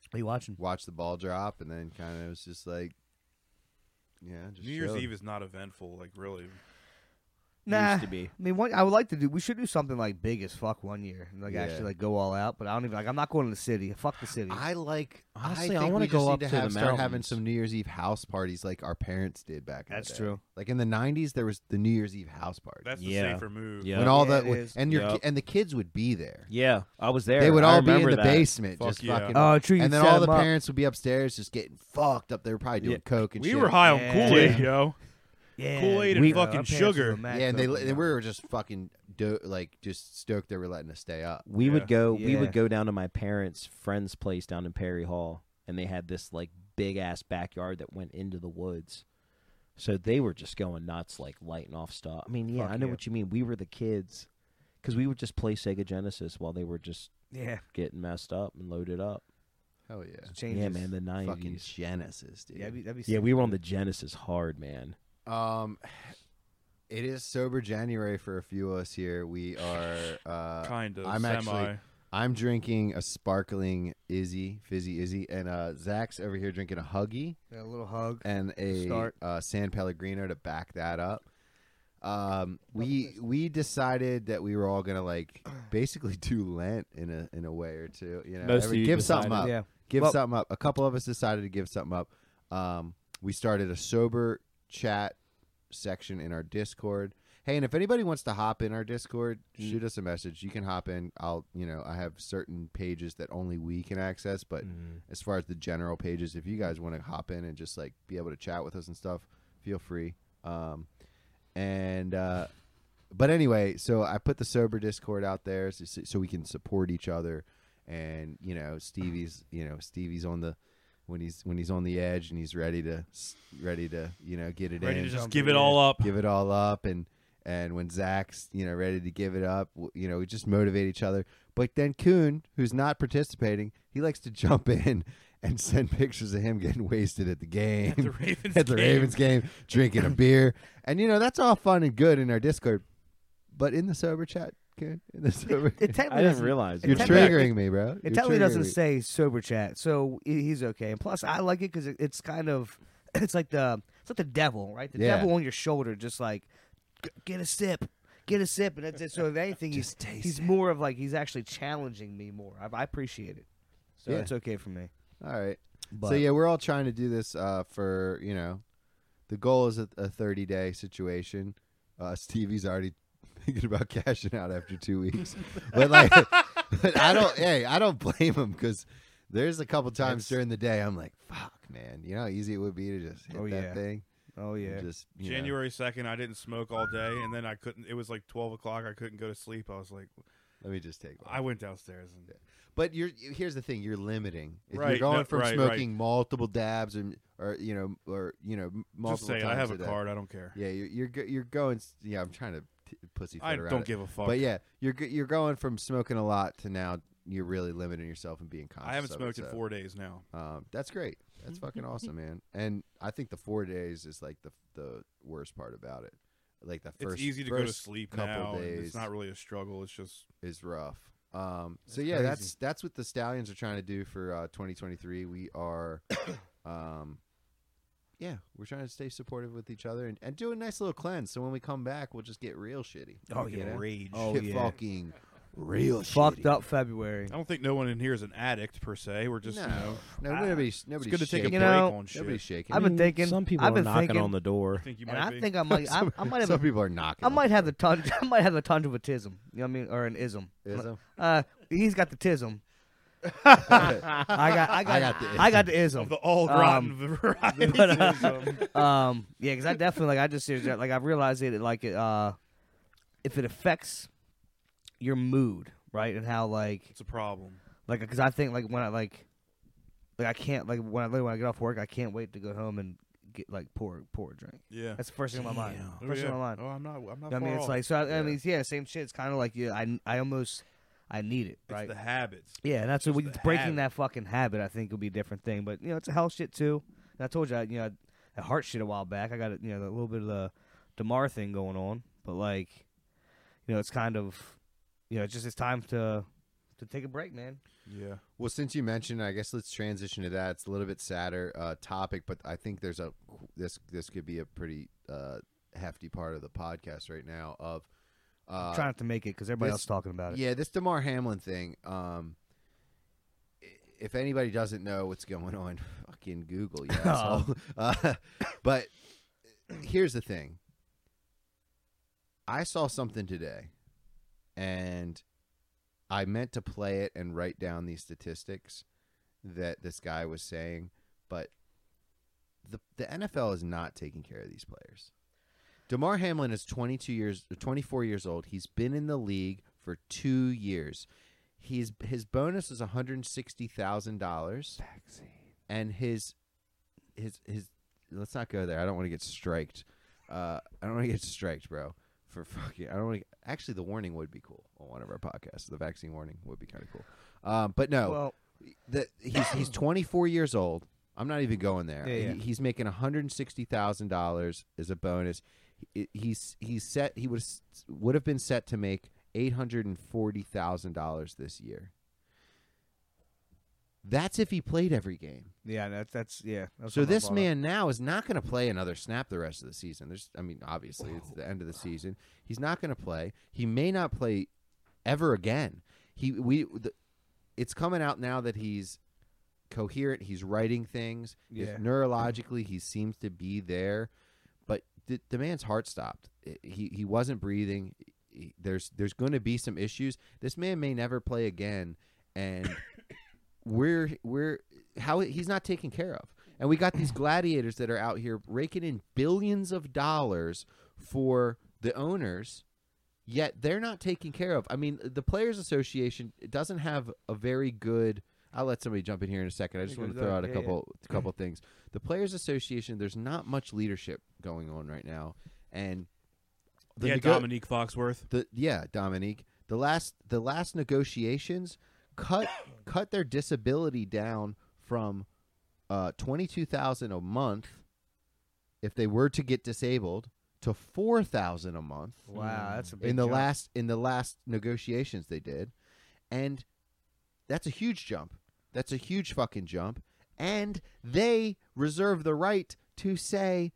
Speaker 7: What are you watching?
Speaker 2: watched the ball drop, and then kind of was just like, yeah, just
Speaker 4: New Year's
Speaker 2: chilled.
Speaker 4: Eve is not eventful. Like really.
Speaker 7: Nah,
Speaker 3: Used to be.
Speaker 7: I mean, one, I would like to do. We should do something like big as fuck one year, and like
Speaker 2: Yeah.
Speaker 7: actually like go all out. But I don't even like. I'm not going to the city. Fuck the city.
Speaker 2: I like.
Speaker 3: Honestly, I
Speaker 2: I, think
Speaker 3: wanna
Speaker 2: we just
Speaker 3: go
Speaker 2: need
Speaker 3: up
Speaker 2: to
Speaker 3: to the
Speaker 2: have, start having
Speaker 3: mountains.
Speaker 2: some New Year's Eve house parties like our parents did back. in the
Speaker 7: That's
Speaker 2: day.
Speaker 7: true.
Speaker 2: Like in the '90s, there was the New Year's Eve house party.
Speaker 4: That's the
Speaker 3: Yeah.
Speaker 4: safer move.
Speaker 3: Yeah.
Speaker 2: when all
Speaker 7: Yeah,
Speaker 2: the
Speaker 7: it is.
Speaker 2: and your
Speaker 3: Yep.
Speaker 2: ki- and the kids would be there.
Speaker 3: Yeah, I was there.
Speaker 2: They would
Speaker 3: I
Speaker 2: all be in
Speaker 3: remember
Speaker 2: the
Speaker 3: that.
Speaker 2: basement,
Speaker 4: Fuck
Speaker 2: just
Speaker 4: yeah.
Speaker 2: fucking.
Speaker 7: Oh, true. you
Speaker 2: and then
Speaker 7: set
Speaker 2: all the
Speaker 7: them up.
Speaker 2: parents would be upstairs just getting fucked up. They were probably doing coke and
Speaker 4: We
Speaker 2: shit.
Speaker 4: were high on
Speaker 7: Yeah.
Speaker 4: Kool Aid, yo.
Speaker 7: yeah,
Speaker 4: Kool-Aid and
Speaker 7: we-
Speaker 4: fucking
Speaker 7: our parents
Speaker 4: sugar.
Speaker 7: were mad
Speaker 2: Yeah, and they
Speaker 7: coke,
Speaker 2: let-
Speaker 7: yeah.
Speaker 2: and we were just fucking do, like just stoked they were letting us stay up.
Speaker 3: We
Speaker 4: Yeah.
Speaker 3: would go. We
Speaker 7: Yeah.
Speaker 3: would go down to my parents' friend's place down in Perry Hall, and they had this like big ass backyard that went into the woods. So they were just going nuts, like lighting off stuff. I mean, yeah,
Speaker 7: Fuck
Speaker 3: I know
Speaker 7: yeah.
Speaker 3: what you mean. We were the kids, because we would just play Sega Genesis while they were just
Speaker 7: Yeah,
Speaker 3: getting messed up and loaded up.
Speaker 2: Hell yeah,
Speaker 7: changes.
Speaker 3: Yeah, man, the
Speaker 2: fucking
Speaker 3: nineties.
Speaker 2: Genesis, dude.
Speaker 7: Yeah, that'd be, that'd be
Speaker 3: Yeah,
Speaker 7: sick.
Speaker 3: we were on the Genesis hard, man.
Speaker 2: Um, <sighs> it is sober January for a few of us here. We <sighs> are uh,
Speaker 4: Kind of.
Speaker 2: I'm
Speaker 4: semi.
Speaker 2: actually I'm drinking a sparkling Izzy, fizzy Izzy, and uh, Zach's over here drinking a Huggy
Speaker 7: Yeah, a little hug.
Speaker 2: and a
Speaker 7: Start.
Speaker 2: uh, San Pellegrino to back that up. Um, we we decided that we were all gonna like basically <laughs> do Lent in a in a way or two. You know,
Speaker 5: Most of you
Speaker 2: give something
Speaker 5: decided.
Speaker 2: up
Speaker 7: Yeah,
Speaker 2: give
Speaker 7: Well-
Speaker 2: something up. A couple of us decided to give something up. Um, we started a sober chat section in our Discord. Hey, and if anybody wants to hop in our Discord,
Speaker 5: Mm.
Speaker 2: shoot us a message. You can hop in. I'll, you know, I have certain pages that only we can access, but
Speaker 5: Mm-hmm.
Speaker 2: as far as the general pages, if you guys want to hop in and just like be able to chat with us and stuff, feel free. Um, and uh, but anyway, so I put the sober Discord out there so, so we can support each other. And you know, Stevie's you know Stevie's on the when he's when he's on the edge and he's ready to ready to you know get it
Speaker 4: Ready
Speaker 2: in,
Speaker 4: to just give it all up.
Speaker 2: give it all up, and and when Zach's you know ready to give it up, w- you know we just motivate each other. But then Kuhn, who's not participating, he likes to jump <laughs> in and send pictures of him getting wasted <laughs> at the game
Speaker 4: At the Ravens.
Speaker 2: at the
Speaker 4: game.
Speaker 2: Ravens game, drinking a beer, and you know that's all fun and good in our Discord, but in the sober chat, kid, in the sober,
Speaker 7: it technically
Speaker 3: I didn't
Speaker 7: doesn't-
Speaker 3: realize
Speaker 2: <laughs>
Speaker 7: it
Speaker 2: you're
Speaker 7: technically-
Speaker 2: triggering me, bro. You're
Speaker 7: It technically doesn't
Speaker 2: triggering me.
Speaker 7: say sober chat, so he- he's okay. And plus, I like it because it, it's kind of <clears throat> it's like the it's like the devil, right? The
Speaker 2: Yeah.
Speaker 7: devil on your shoulder, just like "G- get a sip, get a sip, and that's it.
Speaker 2: <laughs>
Speaker 7: So if anything, he's he's more of like he's actually challenging me more. I, I appreciate it, so
Speaker 2: Yeah.
Speaker 7: it's okay for me.
Speaker 2: All right.
Speaker 7: But
Speaker 2: so yeah, we're all trying to do this uh, for you know, the goal is a, a 30 day situation. Uh, Stevie's already <laughs> thinking about cashing out after two weeks, but like, <laughs> but I don't. Hey, I don't blame him because there's a couple times
Speaker 7: That's-
Speaker 2: during the day I'm like, fuck, man, you know how easy it would be to just hit
Speaker 7: Oh,
Speaker 2: that
Speaker 7: yeah.
Speaker 2: thing.
Speaker 7: oh yeah,
Speaker 2: and Just you know.
Speaker 4: January second, I didn't smoke all day, and then I couldn't. It was like twelve o'clock. I couldn't go to sleep. I was like,
Speaker 2: Let me just take.
Speaker 4: I went downstairs and
Speaker 2: But you're here's the thing: you're limiting. If you're
Speaker 4: Right,
Speaker 2: going
Speaker 4: no,
Speaker 2: from
Speaker 4: right, right.
Speaker 2: smoking multiple dabs and or you know or you know m-
Speaker 4: just
Speaker 2: multiple
Speaker 4: say it,
Speaker 2: times
Speaker 4: I have a
Speaker 2: a day-
Speaker 4: card. I don't care.
Speaker 2: Yeah, you're you're, go- you're going. s- Yeah, I'm trying to t- pussyfoot
Speaker 4: I
Speaker 2: around.
Speaker 4: don't
Speaker 2: it.
Speaker 4: give a fuck.
Speaker 2: But yeah, you're go- you're going from smoking a lot to now you're really limiting yourself and being conscious.
Speaker 4: I haven't
Speaker 2: of
Speaker 4: smoked
Speaker 2: it,
Speaker 4: in
Speaker 2: so,
Speaker 4: four days now.
Speaker 2: Um, that's great. That's
Speaker 4: <laughs>
Speaker 2: fucking awesome, man. And I think the four days is like the the worst part about it. Like the first,
Speaker 4: it's easy to go to
Speaker 2: first
Speaker 4: sleep
Speaker 2: couple
Speaker 4: now. and
Speaker 2: Days
Speaker 4: It's not really a struggle. It's just
Speaker 2: is rough. Um, so yeah, that's that's what the Stallions are trying to do for uh, 2023. We are, <coughs> um, yeah, we're trying to stay supportive with each other and, and do a nice little cleanse. So when we come back, we'll just get real shitty.
Speaker 7: Oh,
Speaker 2: You
Speaker 7: yeah.
Speaker 2: know?
Speaker 1: Rage.
Speaker 2: <laughs> Get fucking real
Speaker 7: Fucked
Speaker 2: shitty.
Speaker 7: up February.
Speaker 4: I don't think no one in here is an addict per se. We're just you
Speaker 2: no,
Speaker 4: know,
Speaker 2: no, nobody's
Speaker 4: Ah, it's
Speaker 2: nobody's
Speaker 4: good to take a
Speaker 2: shaking.
Speaker 4: break
Speaker 7: know,
Speaker 4: on shit.
Speaker 2: Nobody's shaking.
Speaker 7: I've been thinking.
Speaker 3: Some people
Speaker 7: I've
Speaker 3: are
Speaker 7: been
Speaker 3: knocking
Speaker 7: thinking,
Speaker 3: on the
Speaker 4: I
Speaker 3: door.
Speaker 4: think you
Speaker 7: and
Speaker 4: might
Speaker 7: I
Speaker 4: be.
Speaker 7: think I might. I,
Speaker 2: some, <laughs>
Speaker 7: I might have.
Speaker 2: some
Speaker 7: A,
Speaker 2: people are knocking.
Speaker 7: I might have the ton. <laughs> I might have the ton of a tism. You know what I mean, or an ism. <laughs>
Speaker 2: Ism?
Speaker 7: Uh, he's got
Speaker 4: <laughs>
Speaker 7: the tism.
Speaker 2: I
Speaker 7: I got. I got.
Speaker 2: got
Speaker 7: I got
Speaker 2: the
Speaker 7: the. I got the ism.
Speaker 4: the old
Speaker 7: Um,
Speaker 4: rotten <laughs> variety.
Speaker 7: But, uh, um, yeah, because I definitely like I just like I realized it like it uh, if it affects your mood, right, and how like
Speaker 4: it's a problem.
Speaker 7: like because I think like when I like like I can't like when I like, when I get off work, I can't wait to go home and get like pour pour a drink.
Speaker 4: Yeah.
Speaker 7: That's the first thing on my mind.
Speaker 4: Oh,
Speaker 7: First
Speaker 4: yeah.
Speaker 7: thing on my mind.
Speaker 4: Oh, I'm not. I'm not.
Speaker 7: I mean,
Speaker 4: far
Speaker 7: it's
Speaker 4: off.
Speaker 7: like so. I, I mean, it's- yeah, same shit. It's kind of like yeah, I I almost I need it,
Speaker 4: It's
Speaker 7: right?
Speaker 4: the habits.
Speaker 7: yeah, and that's what
Speaker 4: the
Speaker 7: it's breaking
Speaker 4: habit.
Speaker 7: that fucking habit. I think would be a different thing, but you know, it's a health shit too. And I told you, I, you know, I heart shit a while back. I got a, you know a little bit of the Demar thing going on, but like, you know, it's kind of you know, it's just it's time to to take a break, man.
Speaker 4: Yeah.
Speaker 2: Well, since you mentioned, I guess let's transition to that. It's a little bit sadder uh, topic, but I think there's a this this could be a pretty uh, hefty part of the podcast right now. Of uh,
Speaker 7: Try not to make it because everybody
Speaker 2: this-
Speaker 7: else is talking about it.
Speaker 2: yeah, this Demar Hamlin thing. Um, i- if anybody doesn't know what's going on, <laughs> fucking Google,
Speaker 7: <laughs>
Speaker 2: you asshole. <laughs> Uh, but here's the thing. I saw something today, and I meant to play it and write down these statistics that this guy was saying, but the the NFL is not taking care of these players. Damar Hamlin is 22 years, 24 years old. He's been in the league for two years. He's his bonus is 160 thousand dollars, and his his his. Let's not go there. I don't want to get striked. Uh, I don't want to get striked, bro. For fucking, I don't want to. Actually, the warning would be cool on one of our podcasts. The vaccine warning would be kind of cool. Um, but no,
Speaker 7: Well,
Speaker 2: that he's
Speaker 7: <coughs>
Speaker 2: he's 24 years old. I'm not even going there.
Speaker 7: Yeah, yeah.
Speaker 2: He- he's making 160 thousand dollars as a bonus. He- He's he's set. He was would have been set to make 840 thousand dollars this year. That's if he played every game.
Speaker 7: yeah, that's that's yeah. That's
Speaker 2: So
Speaker 7: what I
Speaker 2: this
Speaker 7: brought up.
Speaker 2: man now is not going to play another snap the rest of the season. There's, I mean, obviously it's the end of the season. He's not going to play. He may not play ever again. He we, the, it's coming out now that he's coherent. He's writing things. If
Speaker 7: Yeah.
Speaker 2: neurologically, he seems to be there, but the, the man's heart stopped. I- He he wasn't breathing. He- There's there's going to be some issues. This man may never play again, and <coughs> we're we're how he's not taken care of. And we got
Speaker 7: <clears throat>
Speaker 2: these gladiators that are out here raking in billions of dollars for the owners, yet they're not taken care of. I mean, the Players Association doesn't have a very good. I'll let somebody jump in here in a second. I just
Speaker 7: go,
Speaker 2: want to
Speaker 7: go,
Speaker 2: throw out a
Speaker 7: yeah, yeah.
Speaker 2: couple couple things. The Players Association, there's not much leadership going on right now, and the
Speaker 4: yeah,
Speaker 2: nego-
Speaker 4: Dominique Foxworth.
Speaker 2: the yeah Dominique the last the last negotiations cut <coughs> cut their disability down from uh, twenty two thousand a month if they were to get disabled to four thousand a month
Speaker 7: Wow, that's a big
Speaker 2: in the
Speaker 7: jump.
Speaker 2: last in the last negotiations they did, and that's a huge jump. That's a huge fucking jump, and they reserve the right to say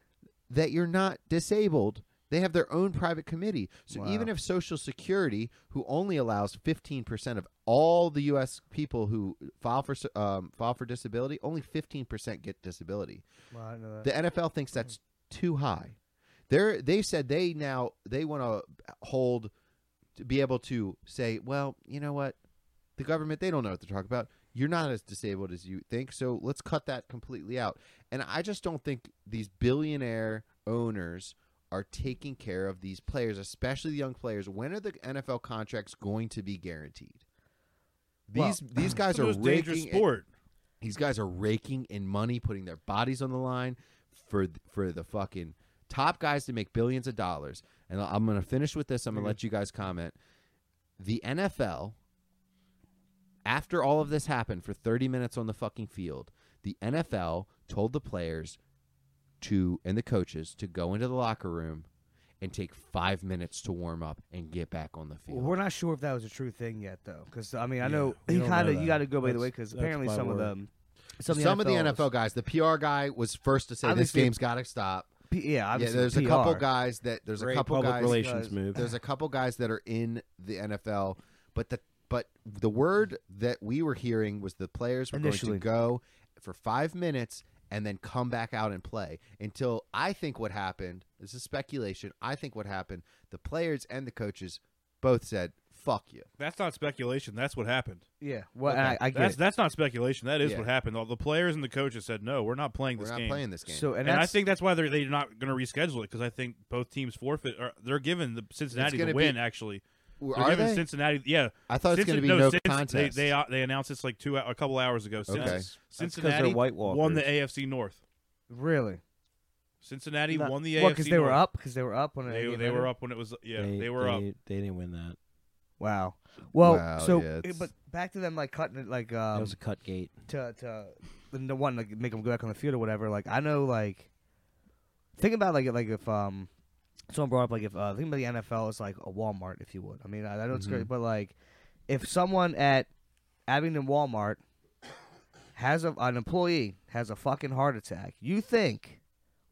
Speaker 2: that you're not disabled. They have their own private committee. So even
Speaker 7: Wow.
Speaker 2: if Social Security, who only allows 15% of all the U.S. people who file for s- um, file for disability, only 15% get disability.
Speaker 7: Well, I know that.
Speaker 2: The NFL thinks that's too high. They're, they said they now they want to hold to be able to say, well, you know what, the government they don't know what they're talking about. You're not as disabled as you think, so let's cut that completely out. And I just don't think these billionaire owners are taking care of these players, especially the young players? When are the NFL contracts going to be guaranteed? These these guys
Speaker 4: the
Speaker 2: are
Speaker 4: most dangerous
Speaker 2: raking in-
Speaker 4: sport.
Speaker 2: these guys are raking in money, putting their bodies on the line for for the fucking top guys to make billions of dollars. And I'm going to finish with this. I'm going to let you guys comment. The NFL after all of this happened for 30 minutes on the fucking field, the NFL told the players to and the coaches to go into the locker room and take 5 minutes to warm up and get back on the
Speaker 7: Well,
Speaker 2: field.
Speaker 7: we're not sure if that was a true thing yet, though, because I mean, I
Speaker 1: Yeah,
Speaker 7: know
Speaker 1: we
Speaker 7: you
Speaker 1: don't
Speaker 7: kind of
Speaker 1: know
Speaker 7: you
Speaker 1: that.
Speaker 7: got to go by the
Speaker 1: That's-
Speaker 7: way, because
Speaker 1: that's
Speaker 7: apparently
Speaker 1: my
Speaker 7: some of
Speaker 1: word.
Speaker 7: them, some,
Speaker 2: some of the
Speaker 7: NFLs
Speaker 2: NFL guys, the PR guy was first to say this
Speaker 7: Obviously-
Speaker 2: game's got to stop.
Speaker 7: P- yeah,
Speaker 2: Yeah,
Speaker 7: obviously
Speaker 2: there's a
Speaker 7: PR.
Speaker 2: couple guys that there's a
Speaker 1: Great
Speaker 2: couple
Speaker 1: public
Speaker 2: guys
Speaker 1: relations
Speaker 7: guys-
Speaker 1: move.
Speaker 2: there's a couple guys that are in the NFL, but the but the word that we were hearing was the players were going
Speaker 7: Initially.
Speaker 2: to go for five minutes and then come back out and play until I think what happened. This is speculation. I think what happened. The players and the coaches both said, "Fuck you."
Speaker 4: That's not speculation. That's what happened.
Speaker 7: Yeah, well, and I, I get
Speaker 4: That's
Speaker 7: it.
Speaker 4: that's not speculation. That is
Speaker 2: Yeah.
Speaker 4: what happened. All the players and the coaches said, "No, we're not playing
Speaker 2: We're
Speaker 4: this
Speaker 2: not
Speaker 4: game."
Speaker 2: playing this game.
Speaker 7: So and,
Speaker 4: and I
Speaker 7: that's-
Speaker 4: think that's why they're they're not going to reschedule it because I think both teams forfeit. Or they're giving the Cincinnati the
Speaker 2: gonna be-
Speaker 4: win. actually,
Speaker 2: Were-
Speaker 4: they're
Speaker 2: are
Speaker 4: giving
Speaker 2: they?
Speaker 4: Cincinnati. Yeah,
Speaker 2: I thought it's going to
Speaker 4: Cincin-
Speaker 2: be
Speaker 4: no,
Speaker 2: no,
Speaker 4: Cinc-
Speaker 2: contest.
Speaker 4: They, they uh, they announced this like two hou- a couple hours ago. Cinc-
Speaker 2: Okay.
Speaker 4: Cincinnati
Speaker 3: White
Speaker 4: won the AFC North.
Speaker 7: really,
Speaker 4: Cincinnati
Speaker 3: Not-
Speaker 4: won the
Speaker 7: well,
Speaker 4: AFC
Speaker 7: because they were
Speaker 4: North.
Speaker 7: up, because they were up when
Speaker 4: They, they were up when it was yeah they, were up.
Speaker 1: They didn't win that.
Speaker 7: Wow. Well,
Speaker 2: Wow,
Speaker 7: so
Speaker 2: yeah,
Speaker 7: eh,
Speaker 2: it's-
Speaker 7: but back to them like cutting it like
Speaker 1: That
Speaker 7: um
Speaker 1: was a cut gate.
Speaker 7: to to the one like make them go back on the field or whatever. Like I know like think about like like if um someone brought up like if uh think about the NFL is like a Walmart if you would. I mean I, I know it's great, but like if someone at Abingdon Walmart has a, an employee has a fucking heart attack, you think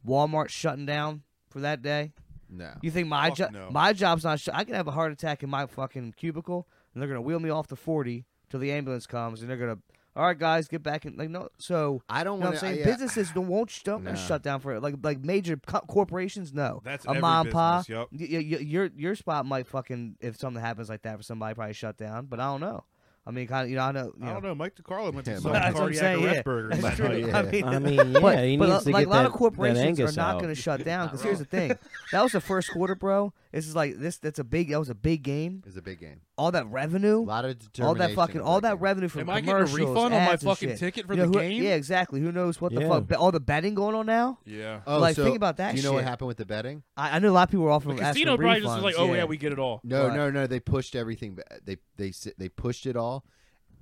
Speaker 7: Walmart shutting down for that day?
Speaker 2: no.
Speaker 7: You think my
Speaker 4: Fuck
Speaker 7: job,
Speaker 4: no.
Speaker 7: my job's not? Sh- I can have a heart attack in my fucking cubicle, and they're gonna wheel me off the forty till the ambulance comes, and they're gonna, all right, guys, get back in. Like no, so
Speaker 2: I
Speaker 7: you
Speaker 2: don't
Speaker 7: know what
Speaker 2: want
Speaker 7: I'm
Speaker 2: to.
Speaker 7: saying
Speaker 2: yeah,
Speaker 7: businesses don't won't sh- don't
Speaker 2: Nah.
Speaker 7: shut down for it. Like like major co- corporations, no.
Speaker 4: That's
Speaker 7: a
Speaker 4: every
Speaker 7: mom pa.
Speaker 4: business, yup.
Speaker 7: Y- y- y- your your spot might fucking if something happens like that for somebody probably shut down, but I don't know. I mean, kind of you know I know. You
Speaker 4: I don't know. Mike DiCarlo went
Speaker 2: Yeah,
Speaker 4: to some
Speaker 2: Mike-
Speaker 7: <laughs> That's what I'm
Speaker 4: cardiac
Speaker 7: saying, yeah.
Speaker 4: arrest burger.
Speaker 7: That's
Speaker 4: last
Speaker 7: true.
Speaker 4: night.
Speaker 2: yeah.
Speaker 7: I mean,
Speaker 3: I mean, yeah,
Speaker 7: <laughs> but,
Speaker 3: he
Speaker 7: but
Speaker 3: needs to
Speaker 7: like
Speaker 3: get
Speaker 7: a lot
Speaker 3: that-
Speaker 7: of
Speaker 3: that
Speaker 7: corporations are
Speaker 3: Angus
Speaker 7: not
Speaker 3: out.
Speaker 7: going to shut down. Because
Speaker 2: <laughs>
Speaker 7: here's the thing: that was the first quarter, bro. This is like this. That's a big. That was a big game.
Speaker 2: It's a big game.
Speaker 7: All that
Speaker 2: A
Speaker 7: revenue.
Speaker 2: lot of
Speaker 7: All
Speaker 2: determination.
Speaker 7: that fucking,
Speaker 2: of
Speaker 7: all that
Speaker 2: game.
Speaker 7: revenue from
Speaker 8: Am I getting a
Speaker 7: commercials.
Speaker 8: refund on my
Speaker 7: ads and
Speaker 8: fucking
Speaker 7: shit.
Speaker 8: ticket for
Speaker 7: You know,
Speaker 8: the
Speaker 7: who-
Speaker 8: game?
Speaker 7: Yeah, exactly. Who knows what the
Speaker 1: Yeah.
Speaker 7: fuck? But All the betting going on now.
Speaker 4: Yeah.
Speaker 2: Oh,
Speaker 7: Like,
Speaker 2: so
Speaker 7: think about that
Speaker 2: Do you know what
Speaker 7: shit.
Speaker 2: happened with the betting?
Speaker 7: I, I know a lot of people were offering
Speaker 4: The
Speaker 7: asking
Speaker 4: casino
Speaker 7: for
Speaker 4: probably just was
Speaker 7: refunds,
Speaker 4: like, oh yeah, we get it all.
Speaker 2: No,
Speaker 7: But-
Speaker 2: no, no. They pushed everything. ba- They they s- they pushed it all.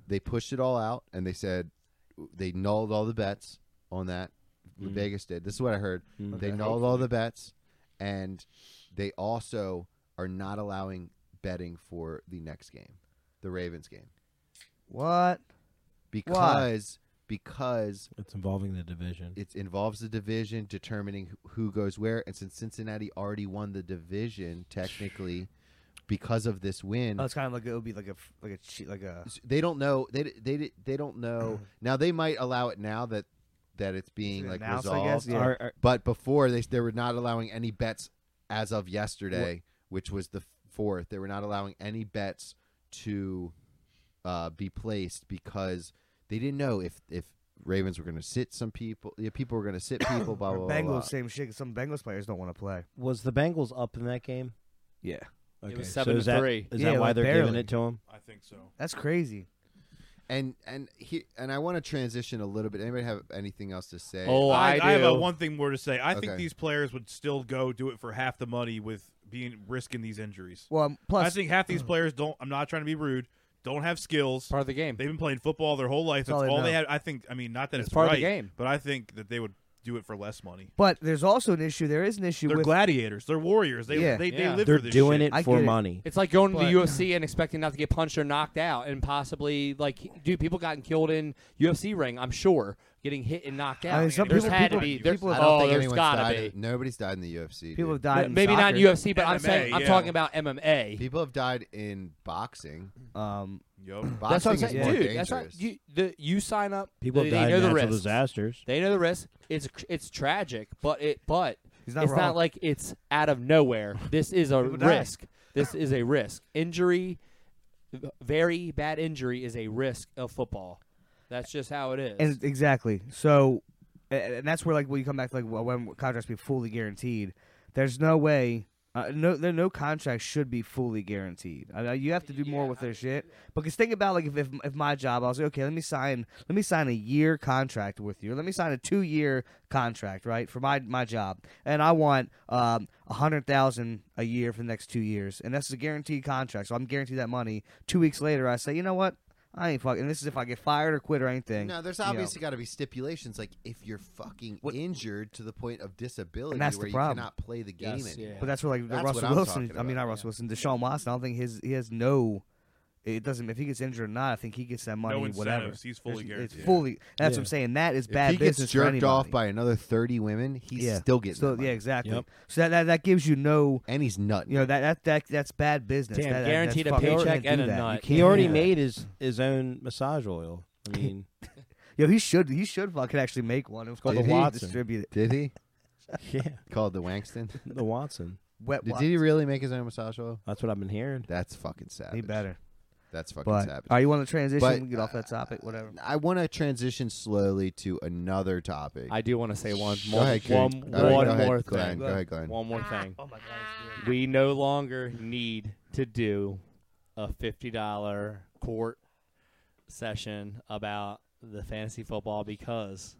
Speaker 2: They pushed it all out, and they said they nulled all the bets on that.
Speaker 7: Hmm.
Speaker 2: Vegas did. This is what I heard. They nulled all the bets, and they also are not allowing betting for the next game, the Ravens game,
Speaker 7: what?
Speaker 2: because because
Speaker 1: It's involving the division.
Speaker 2: it involves the division determining wh- who goes where, and since Cincinnati already won the division technically because of this win,
Speaker 7: Oh, it's kind of like it would be like a f- like a cheat like a
Speaker 2: s- they don't know they d- they d- they don't
Speaker 7: <clears throat>
Speaker 2: know now they might allow it now that that it's being like
Speaker 7: announced, I
Speaker 2: resolved
Speaker 7: guess. Yeah.
Speaker 1: Are- are-
Speaker 2: but before they they were not allowing any bets as of yesterday which was the 4th they were not allowing any bets to uh, be placed because they didn't know if if Ravens were going to sit some people yeah, people were going to
Speaker 7: <coughs>
Speaker 2: sit people blah
Speaker 7: or
Speaker 2: blah blah,
Speaker 7: Bengals
Speaker 2: blah.
Speaker 7: same shit. 'cause Some Bengals players don't want to play.
Speaker 1: was the Bengals up in that game?
Speaker 7: Yeah,
Speaker 1: Okay.
Speaker 5: was seven
Speaker 1: so is
Speaker 5: to
Speaker 1: that-
Speaker 5: three.
Speaker 1: Is
Speaker 7: Yeah,
Speaker 1: that why
Speaker 7: like,
Speaker 1: they're giving
Speaker 7: barely.
Speaker 1: it to him?
Speaker 4: I think so.
Speaker 7: that's crazy.
Speaker 2: and and he and I want to transition a little bit anybody have anything else to say
Speaker 5: Oh,
Speaker 4: I,
Speaker 5: I, do.
Speaker 4: have a one thing more to say. I think
Speaker 2: Okay.
Speaker 4: these players would still go do it for half the money with being risking these injuries.
Speaker 7: Well, um, plus
Speaker 4: I think half these players don't. I'm not trying to be rude. Don't have skills.
Speaker 5: part of the game.
Speaker 4: They've been playing football their whole life. That's all, they,
Speaker 7: know.
Speaker 4: had. I think. I mean, not that
Speaker 5: It's
Speaker 4: it's,
Speaker 5: part of the
Speaker 4: right,
Speaker 5: game.
Speaker 4: but I think that they would do it for less money.
Speaker 7: but there's also an issue. There is an issue
Speaker 4: They're
Speaker 7: with
Speaker 4: gladiators. They're warriors. They
Speaker 7: Yeah.
Speaker 4: they, they
Speaker 5: Yeah.
Speaker 4: live.
Speaker 1: They're
Speaker 4: for this
Speaker 1: doing
Speaker 4: shit.
Speaker 1: it
Speaker 7: I
Speaker 1: for
Speaker 7: get it.
Speaker 1: money.
Speaker 5: It's like going to
Speaker 7: But-
Speaker 5: the UFC and expecting not to get punched or knocked out, and possibly like, dude, people gotten killed in UFC ring. I'm sure getting hit and knocked
Speaker 7: I
Speaker 5: out.
Speaker 7: mean, some
Speaker 5: there's
Speaker 7: people-
Speaker 5: had
Speaker 7: people-
Speaker 5: to be. There's,
Speaker 7: people-
Speaker 2: I don't
Speaker 5: oh,
Speaker 2: think
Speaker 5: there's
Speaker 2: anyone's
Speaker 5: gotta
Speaker 2: died
Speaker 5: be.
Speaker 2: in- nobody's died in the UFC
Speaker 7: people
Speaker 2: dude.
Speaker 7: have died. in
Speaker 5: Maybe not
Speaker 7: soccer.
Speaker 5: in UFC, but I'm
Speaker 4: MMA,
Speaker 5: saying I'm
Speaker 4: yeah.
Speaker 5: talking about MMA.
Speaker 2: People have died in boxing.
Speaker 7: Um,
Speaker 4: Yup.
Speaker 2: Boxing
Speaker 5: That's what I'm
Speaker 2: is
Speaker 5: saying,
Speaker 2: more
Speaker 5: dude.
Speaker 2: dangerous.
Speaker 5: That's not, you, the, you sign up.
Speaker 1: People
Speaker 5: they,
Speaker 1: have died
Speaker 5: they know
Speaker 1: in
Speaker 5: the
Speaker 1: natural
Speaker 5: risk.
Speaker 1: disasters.
Speaker 5: They know the risk. It's it's tragic, but it but
Speaker 7: He's not
Speaker 5: it's
Speaker 7: wrong.
Speaker 5: not like it's out of nowhere. This is a
Speaker 7: People die.
Speaker 5: risk. This is a risk. Injury, v- very bad injury, is a risk of football. That's just how it is.
Speaker 7: And exactly. So, a- and that's where like when you come back to like well, when contracts be fully guaranteed, There's no way. Uh, no, there no contract should be fully guaranteed. I mean, you have to do more with their shit. Because think about like if, if if my job, I was like, okay, let me sign, let me sign a year contract with you. Let me sign a two year contract, right, for my my job, and I want um a hundred thousand a year for the next two years, and that's a guaranteed contract. So I'm guaranteed that money. Two weeks later, I say, you know what, I ain't fucking. And this is if I get fired or quit or anything.
Speaker 2: No, there's
Speaker 7: you know.
Speaker 2: obviously got to be stipulations. Like if you're fucking injured to the point of disability,
Speaker 7: And that's the
Speaker 2: where you
Speaker 7: problem.
Speaker 2: cannot play the game
Speaker 5: Yes,
Speaker 2: anymore.
Speaker 5: yeah.
Speaker 7: But that's where like the
Speaker 2: That's what
Speaker 7: Russell
Speaker 2: I'm
Speaker 7: Wilson.
Speaker 2: talking
Speaker 7: I mean,
Speaker 2: about.
Speaker 7: not Russell Wilson, Deshaun Watson. I don't think his he has no. It doesn't if he gets injured or not. I think he gets that money.
Speaker 4: No
Speaker 7: whatever.
Speaker 4: incentives. He's fully
Speaker 7: There's-
Speaker 4: guaranteed.
Speaker 7: It's fully. That's what
Speaker 1: Yeah.
Speaker 7: I'm saying. That is
Speaker 2: If
Speaker 7: bad
Speaker 2: he gets
Speaker 7: business. for
Speaker 2: jerked off
Speaker 7: anybody.
Speaker 2: by another 30 women, he's
Speaker 7: yeah.
Speaker 2: still getting
Speaker 7: So
Speaker 2: that money.
Speaker 7: yeah, exactly.
Speaker 1: Yep.
Speaker 7: So that, that that gives you no.
Speaker 2: and he's nutting.
Speaker 7: You know that that, that that's bad business. That-
Speaker 5: Damn,
Speaker 7: that- that's
Speaker 5: guaranteed a
Speaker 7: fucking- you
Speaker 5: paycheck
Speaker 7: can't
Speaker 5: and
Speaker 7: do
Speaker 5: a
Speaker 7: that. You
Speaker 5: nut.
Speaker 7: can't
Speaker 1: He already
Speaker 7: do that.
Speaker 1: made his his own massage oil. I mean,
Speaker 7: Yo, he should he should fucking actually make one. It was called
Speaker 2: Did
Speaker 7: the
Speaker 2: he?
Speaker 7: Watson. Distribute it.
Speaker 2: Did he?
Speaker 1: yeah,
Speaker 2: Called the
Speaker 7: <laughs>
Speaker 2: Wangston.
Speaker 1: the Watson.
Speaker 7: Wet
Speaker 2: Did,
Speaker 7: Watson.
Speaker 2: did he really make his own massage oil?
Speaker 1: That's what I've been hearing.
Speaker 2: That's fucking savage.
Speaker 7: He better.
Speaker 2: That's fucking
Speaker 7: But
Speaker 2: savage.
Speaker 7: are you on the transition?
Speaker 2: But,
Speaker 7: we can get off that topic. Whatever.
Speaker 2: I want to transition slowly to another topic.
Speaker 5: I do want to say one
Speaker 2: Go
Speaker 5: more,
Speaker 2: ahead, Kurt.
Speaker 5: one,
Speaker 2: All right,
Speaker 5: one
Speaker 2: go ahead,
Speaker 5: more
Speaker 2: Glenn.
Speaker 5: thing.
Speaker 2: Go ahead, Glenn.
Speaker 5: One more thing.
Speaker 7: Oh my god.
Speaker 5: We no longer need to do a fifty dollar court session about the fantasy football because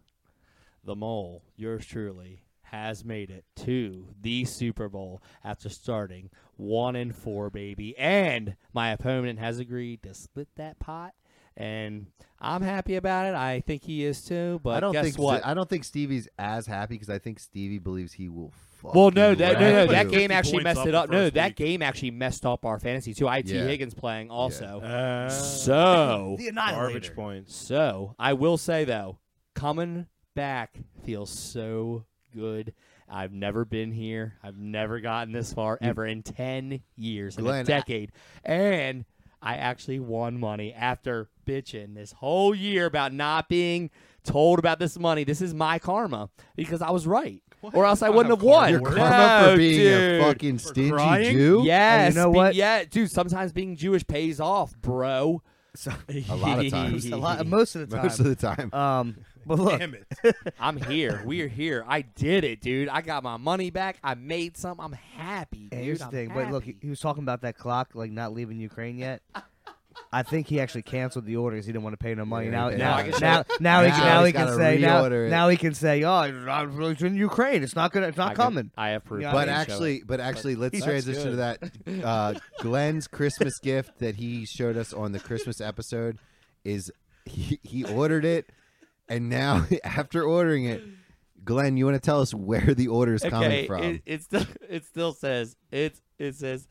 Speaker 5: the mole, yours truly, has made it to the Super Bowl after starting one and four, baby. And my opponent has agreed to split that pot. And I'm happy about it. I think he is too. But
Speaker 2: I don't
Speaker 5: guess
Speaker 2: think
Speaker 5: what?
Speaker 2: I don't think Stevie's as happy because I think Stevie believes he will.
Speaker 5: Well, no,
Speaker 2: fucking
Speaker 5: that, no, no,
Speaker 2: wreck
Speaker 5: that
Speaker 2: you.
Speaker 5: game
Speaker 4: 50
Speaker 5: actually
Speaker 4: points
Speaker 5: messed
Speaker 4: up
Speaker 5: it
Speaker 4: the
Speaker 5: up. No,
Speaker 4: first
Speaker 5: that
Speaker 4: week.
Speaker 5: game actually messed up our fantasy too. It
Speaker 2: Yeah.
Speaker 5: Higgins playing also.
Speaker 1: Uh,
Speaker 7: <laughs>
Speaker 5: Uh, so,
Speaker 8: Garbage
Speaker 7: The annihilator.
Speaker 8: points.
Speaker 5: so I will say though, coming back feels so good. I've never been here. I've never gotten this far ever in ten years, in
Speaker 2: Glenn, I-
Speaker 5: a decade, and I actually won money after bitching this whole year about not being told about this money. This is my karma because I was right, or else I wouldn't have won.
Speaker 2: Your karma
Speaker 5: No,
Speaker 2: for being
Speaker 5: dude.
Speaker 2: a fucking stingy
Speaker 4: crying?
Speaker 2: Jew.
Speaker 5: Yes,
Speaker 7: And you know
Speaker 5: be-
Speaker 7: what?
Speaker 5: Yeah, dude. Sometimes being Jewish pays off, bro.
Speaker 7: So, <laughs>
Speaker 2: A lot of times.
Speaker 7: a lot, most of the
Speaker 2: <laughs>
Speaker 7: time.
Speaker 2: Most of the time. <laughs>
Speaker 7: um, but look,
Speaker 4: Damn it.
Speaker 5: I'm here. We're here. I did it, dude. I got my money back. I made some. I'm
Speaker 7: And
Speaker 5: happy. dude.
Speaker 7: here's the
Speaker 5: I'm
Speaker 7: thing. Wait, look, he
Speaker 5: happy.
Speaker 7: he was talking about that clock, like not leaving Ukraine yet. I think he actually canceled the orders. He didn't want to pay no money.
Speaker 2: Yeah,
Speaker 7: Now,
Speaker 2: yeah.
Speaker 7: now,
Speaker 2: I
Speaker 7: now,
Speaker 2: can
Speaker 7: now, he
Speaker 2: Now
Speaker 7: can, now
Speaker 2: he's
Speaker 7: he can
Speaker 2: gotta
Speaker 7: say now,
Speaker 2: reorder it.
Speaker 7: now he can say, "Oh, I- it's in Ukraine. It's not gonna. It's
Speaker 5: I
Speaker 7: not
Speaker 5: can-
Speaker 7: coming."
Speaker 5: I have proof.
Speaker 7: Yeah,
Speaker 5: I
Speaker 2: But
Speaker 5: can show
Speaker 2: actually, but actually, let's
Speaker 7: That's
Speaker 2: transition to that. Uh, Glenn's Christmas gift that he showed us on the Christmas episode is he, he ordered it, and now <laughs> after ordering it, Glenn, you want to tell us where the order is
Speaker 5: it.
Speaker 2: coming
Speaker 5: okay,
Speaker 2: from?
Speaker 5: It, it still <laughs> it still says it it says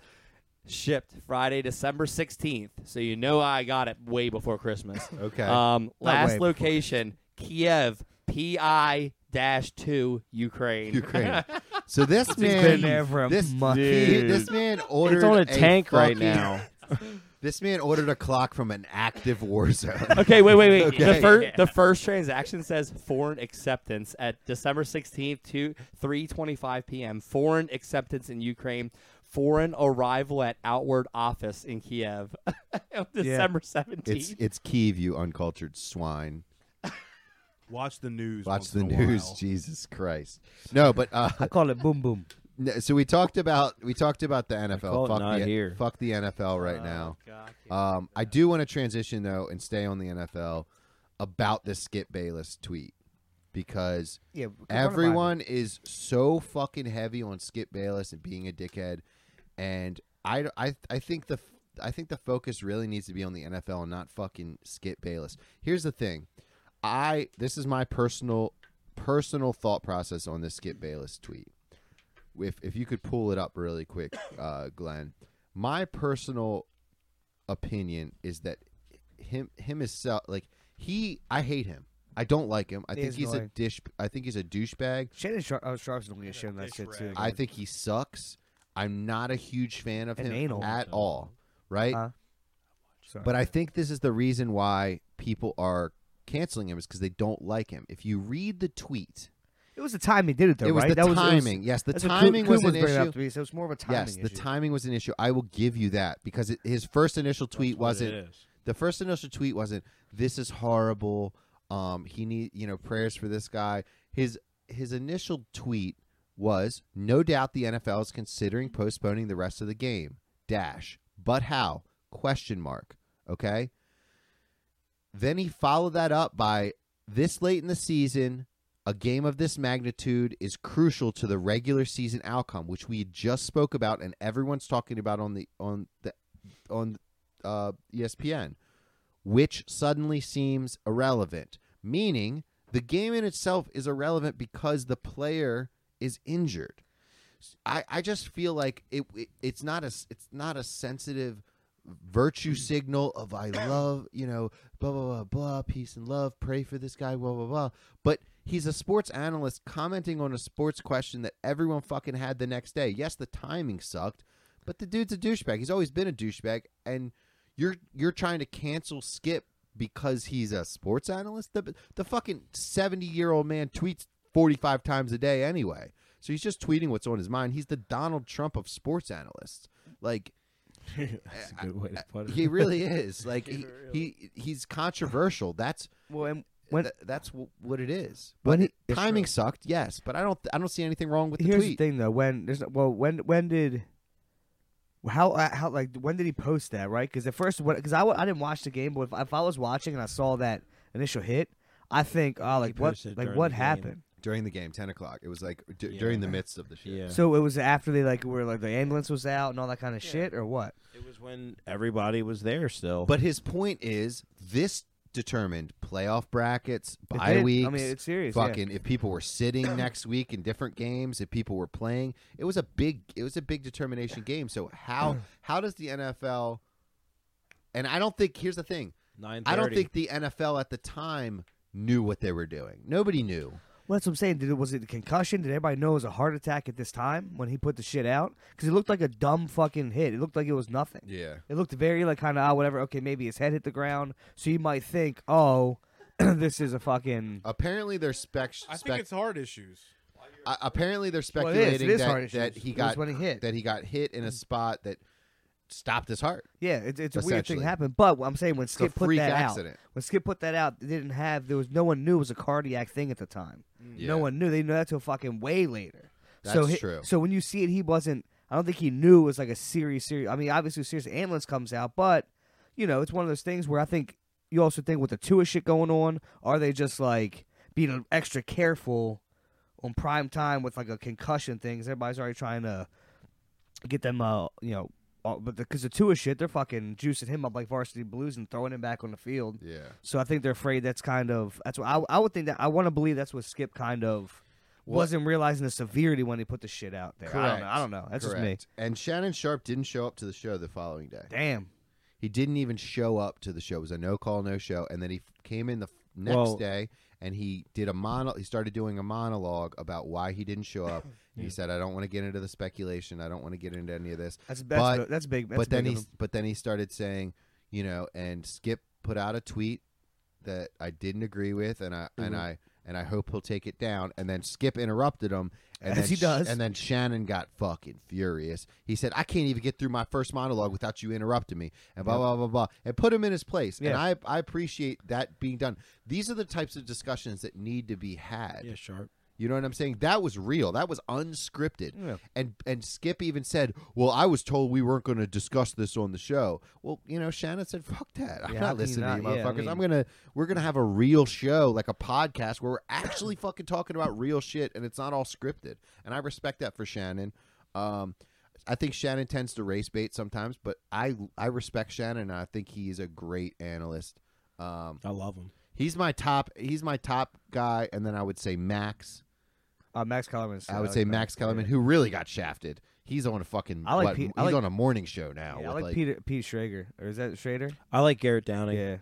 Speaker 5: shipped Friday, December sixteenth. So you know I got it way
Speaker 7: <laughs>
Speaker 5: before Christmas.
Speaker 2: okay,
Speaker 5: Um,
Speaker 7: Not way
Speaker 5: last
Speaker 7: before
Speaker 5: location, Kiev, PI dash two,
Speaker 2: <laughs>
Speaker 5: Ukraine.
Speaker 2: Ukraine. So this man
Speaker 7: been there for a
Speaker 2: this
Speaker 7: month.
Speaker 2: he- this man ordered
Speaker 3: It's on a tank right
Speaker 2: fucking-
Speaker 3: now.
Speaker 2: <laughs> This man ordered a clock from an active war zone.
Speaker 5: Okay, wait, wait,
Speaker 2: <laughs>
Speaker 5: wait. The,
Speaker 2: Okay.
Speaker 5: fir- the first transaction says foreign acceptance at December 16th to 3:25 p.m. Foreign acceptance in Ukraine. Foreign arrival at outward office in Kiev, <laughs> on December 17th.
Speaker 2: It's it's Kiev, you uncultured swine.
Speaker 4: Watch the news.
Speaker 2: Watch
Speaker 4: once
Speaker 2: the
Speaker 4: in a
Speaker 2: news,
Speaker 4: while.
Speaker 2: Jesus Christ. No, but <laughs> uh,
Speaker 7: I call it boom boom.
Speaker 2: n- so we talked about we talked about the
Speaker 3: call
Speaker 2: NFL.
Speaker 3: it
Speaker 2: Fuck
Speaker 3: not
Speaker 2: the
Speaker 3: here.
Speaker 2: fuck the NFL right now. Um, Oh, I do want to transition though and stay on the NFL about this Skip Bayless tweet because
Speaker 7: Yeah, come on, Bible.
Speaker 2: everyone is so fucking heavy on Skip Bayless and being a dickhead, and I I I think the I think the focus really needs to be on the NFL and not fucking Skip Bayless. Here's the thing, I this is my personal personal thought process on this Skip Bayless tweet. If if you could pull it up really quick, uh, Glenn, my personal opinion is that him him is so, like he I hate him. I don't like him. I
Speaker 7: He
Speaker 2: think
Speaker 7: is
Speaker 2: he's a
Speaker 7: annoying.
Speaker 2: dish. I think he's a douchebag.
Speaker 7: Shannon Sharp, oh, Sharp's gonna get shit on that shit too.
Speaker 2: I think he sucks. I'm not a huge fan of
Speaker 7: An
Speaker 2: him
Speaker 7: anal. Uh-huh.
Speaker 2: at all, right?
Speaker 7: Huh? Sorry.
Speaker 2: But I think this is the reason why people are canceling him is because they don't like him. If you read the tweet,
Speaker 7: it was the time he did it though.
Speaker 2: it was
Speaker 7: right?
Speaker 2: the
Speaker 7: that was, it was-
Speaker 2: timing. yes, the
Speaker 7: that's what
Speaker 2: timing
Speaker 7: Coon-
Speaker 2: was
Speaker 7: Coon
Speaker 2: an
Speaker 7: bringing
Speaker 2: issue.
Speaker 7: Up to me, so it was more of a timing
Speaker 2: Yes, the
Speaker 7: issue.
Speaker 2: timing was an issue. I will give you that because it, his first initial tweet wasn't the first initial tweet wasn't this is horrible um he need you know prayers for this guy his his initial tweet was no doubt the NFL is considering postponing the rest of the game. Dash. But how? Question mark. Okay. Then he followed that up by this late in the season, a game of this magnitude is crucial to the regular season outcome, which we just spoke about and everyone's talking about on the on the on uh, ESPN, which suddenly seems irrelevant. Meaning the game in itself is irrelevant because the player is injured. I, I just feel like it, it it's not a it's not a sensitive virtue signal of I love you know blah blah blah blah peace and love pray for this guy blah blah blah but he's a sports analyst commenting on a sports question that everyone fucking had the next day yes the timing sucked but the dude's a douchebag he's always been a douchebag and you're you're trying to cancel skip because he's a sports analyst the the fucking 70 year old man tweets 45 times a day anyway so he's just tweeting what's on his mind he's the Donald Trump of sports analysts like
Speaker 1: That's a good way to put it.
Speaker 2: he <laughs> really is. Like he, he he's controversial. That's
Speaker 7: Well, and when
Speaker 2: th- that's w- what it is.
Speaker 7: When
Speaker 2: But
Speaker 7: he-
Speaker 2: it-
Speaker 7: it's
Speaker 2: timing
Speaker 7: true.
Speaker 2: sucked, yes, but I don't I don't see anything wrong with the
Speaker 7: here's
Speaker 2: tweet.
Speaker 7: the thing though, when there's no, well, when when did how uh, how like when did he post that right? Because at first, because I, wa- I didn't watch the game, but if, if I was watching and I saw that initial hit, I think, oh, like what
Speaker 1: posted it
Speaker 7: like
Speaker 1: during
Speaker 7: what
Speaker 1: the game.
Speaker 7: happened?
Speaker 2: During the game, ten o'clock. It was like d- during the midst of the shit.
Speaker 1: Yeah.
Speaker 7: So it was after they like were like the ambulance was out and all that kind of shit, or what?
Speaker 1: it was when everybody was there still.
Speaker 2: But his point is this determined playoff brackets,
Speaker 7: It
Speaker 2: bye
Speaker 7: did.
Speaker 2: weeks.
Speaker 7: I mean, it's serious. yeah.
Speaker 2: fucking if people were
Speaker 7: <clears throat>
Speaker 2: sitting next week in different games, if people were playing, it was a big it was a big determination game. So
Speaker 7: <clears throat>
Speaker 2: how how does the NFL and I don't think here's the thing.
Speaker 1: nine thirty.
Speaker 2: I don't think the NFL at the time knew what they were doing. Nobody knew.
Speaker 7: Well, that's what I'm saying. Did it was it a concussion? Did everybody know it was a heart attack at this time when he put the shit out? Because it looked like a dumb fucking hit. It looked like it was nothing.
Speaker 2: Yeah.
Speaker 7: It looked very like kind of ah whatever. Okay, maybe his head hit the ground, so you might think, oh, <clears throat> this is a fucking.
Speaker 2: Apparently they're spec.
Speaker 4: I
Speaker 2: spec-
Speaker 4: think it's heart issues.
Speaker 2: uh, apparently they're
Speaker 7: Well, it is. It
Speaker 2: speculating
Speaker 7: is heart
Speaker 2: that, that
Speaker 7: issues.
Speaker 2: he
Speaker 7: It was
Speaker 2: got
Speaker 7: when he hit.
Speaker 2: that he got hit in a spot that stopped his heart.
Speaker 7: Yeah, it's, it's a weird thing
Speaker 2: Essentially.
Speaker 7: that happened. But what I'm saying when
Speaker 2: a
Speaker 7: Skip put
Speaker 2: freak
Speaker 7: that
Speaker 2: accident.
Speaker 7: out, when Skip put that out, they didn't have there was no one knew it was a cardiac thing at the time. No
Speaker 2: Yeah.
Speaker 7: one knew. They know that till fucking way later. so
Speaker 2: That's
Speaker 7: he-
Speaker 2: true.
Speaker 7: So when you see it, he wasn't. I don't think he knew it was like a serious, serious. I mean, obviously, a serious ambulance comes out, but you know, it's one of those things where I think you also think with the Tua shit going on, are they just like being extra careful on prime time with like a concussion thing? 'cause everybody's already trying to get them, uh, you know, all, but because the, Tua shit, they're fucking juicing him up like varsity blues and throwing him back on the field.
Speaker 2: Yeah.
Speaker 7: So I think they're afraid that's kind of that's what I, I would think that I want to believe that's what Skip kind of wasn't realizing the severity when he put the shit out there. I don't know. I don't know. That's just
Speaker 2: Correct. And Shannon Sharp didn't show up to the show the following day.
Speaker 7: me. Damn.
Speaker 2: He didn't even show up to the show. It was a no call, no show. And then he f- came in the f- next
Speaker 1: Well-
Speaker 2: day and he did a mono. He started doing a monologue about why he didn't show
Speaker 7: <coughs>
Speaker 2: up. He said, "I don't want to get into the speculation. I don't want to get into any of this."
Speaker 7: That's that's,
Speaker 2: But-
Speaker 7: big- that's big. That's
Speaker 2: but then
Speaker 7: big
Speaker 2: he
Speaker 7: of him.
Speaker 2: but then he started saying, you know, and Skip put out a tweet that I didn't agree with, and I
Speaker 7: Mm-hmm.
Speaker 2: and I and I hope he'll take it down. And then Skip interrupted him, and
Speaker 7: As
Speaker 2: then
Speaker 7: he
Speaker 2: Sh-
Speaker 7: does.
Speaker 2: And then Shannon got fucking furious. He said, "I can't even get through my first monologue without you interrupting me," and blah blah blah blah, and put him in his place. And
Speaker 7: Yeah.
Speaker 2: I I appreciate that being done. These are the types of discussions that need to be had.
Speaker 1: Yeah, sharp.
Speaker 2: You know what I'm saying? That was real. That was unscripted.
Speaker 7: Yeah.
Speaker 2: And and Skip even said, "Well, I was told we weren't going to discuss this on the show." Well, you know, Shannon said, "Fuck that. I'm
Speaker 7: Yeah, how
Speaker 2: not
Speaker 7: can you
Speaker 2: listening to you,
Speaker 7: not-
Speaker 2: motherfuckers.
Speaker 7: yeah, I mean-
Speaker 2: I'm gonna we're gonna have a real show, like a podcast, where we're actually fucking talking about real shit, and it's not all scripted." And I respect that for Shannon. Um, I think Shannon tends to race bait sometimes, but I I respect Shannon, and I think he is a great analyst. Um,
Speaker 1: I love him.
Speaker 2: he's my top. He's my top guy, and then I would say Max.
Speaker 7: Uh, Max Kellerman.
Speaker 2: I would say Max Kellerman, who really got shafted. He's on a fucking.
Speaker 7: I like
Speaker 2: what,
Speaker 7: Pete-
Speaker 2: he's
Speaker 7: I like-
Speaker 2: on a morning show now.
Speaker 7: Yeah, I
Speaker 2: with,
Speaker 7: like, Peter Pete Schrager, or is that Schrader?
Speaker 1: I like Garrett Downing.
Speaker 7: Yeah.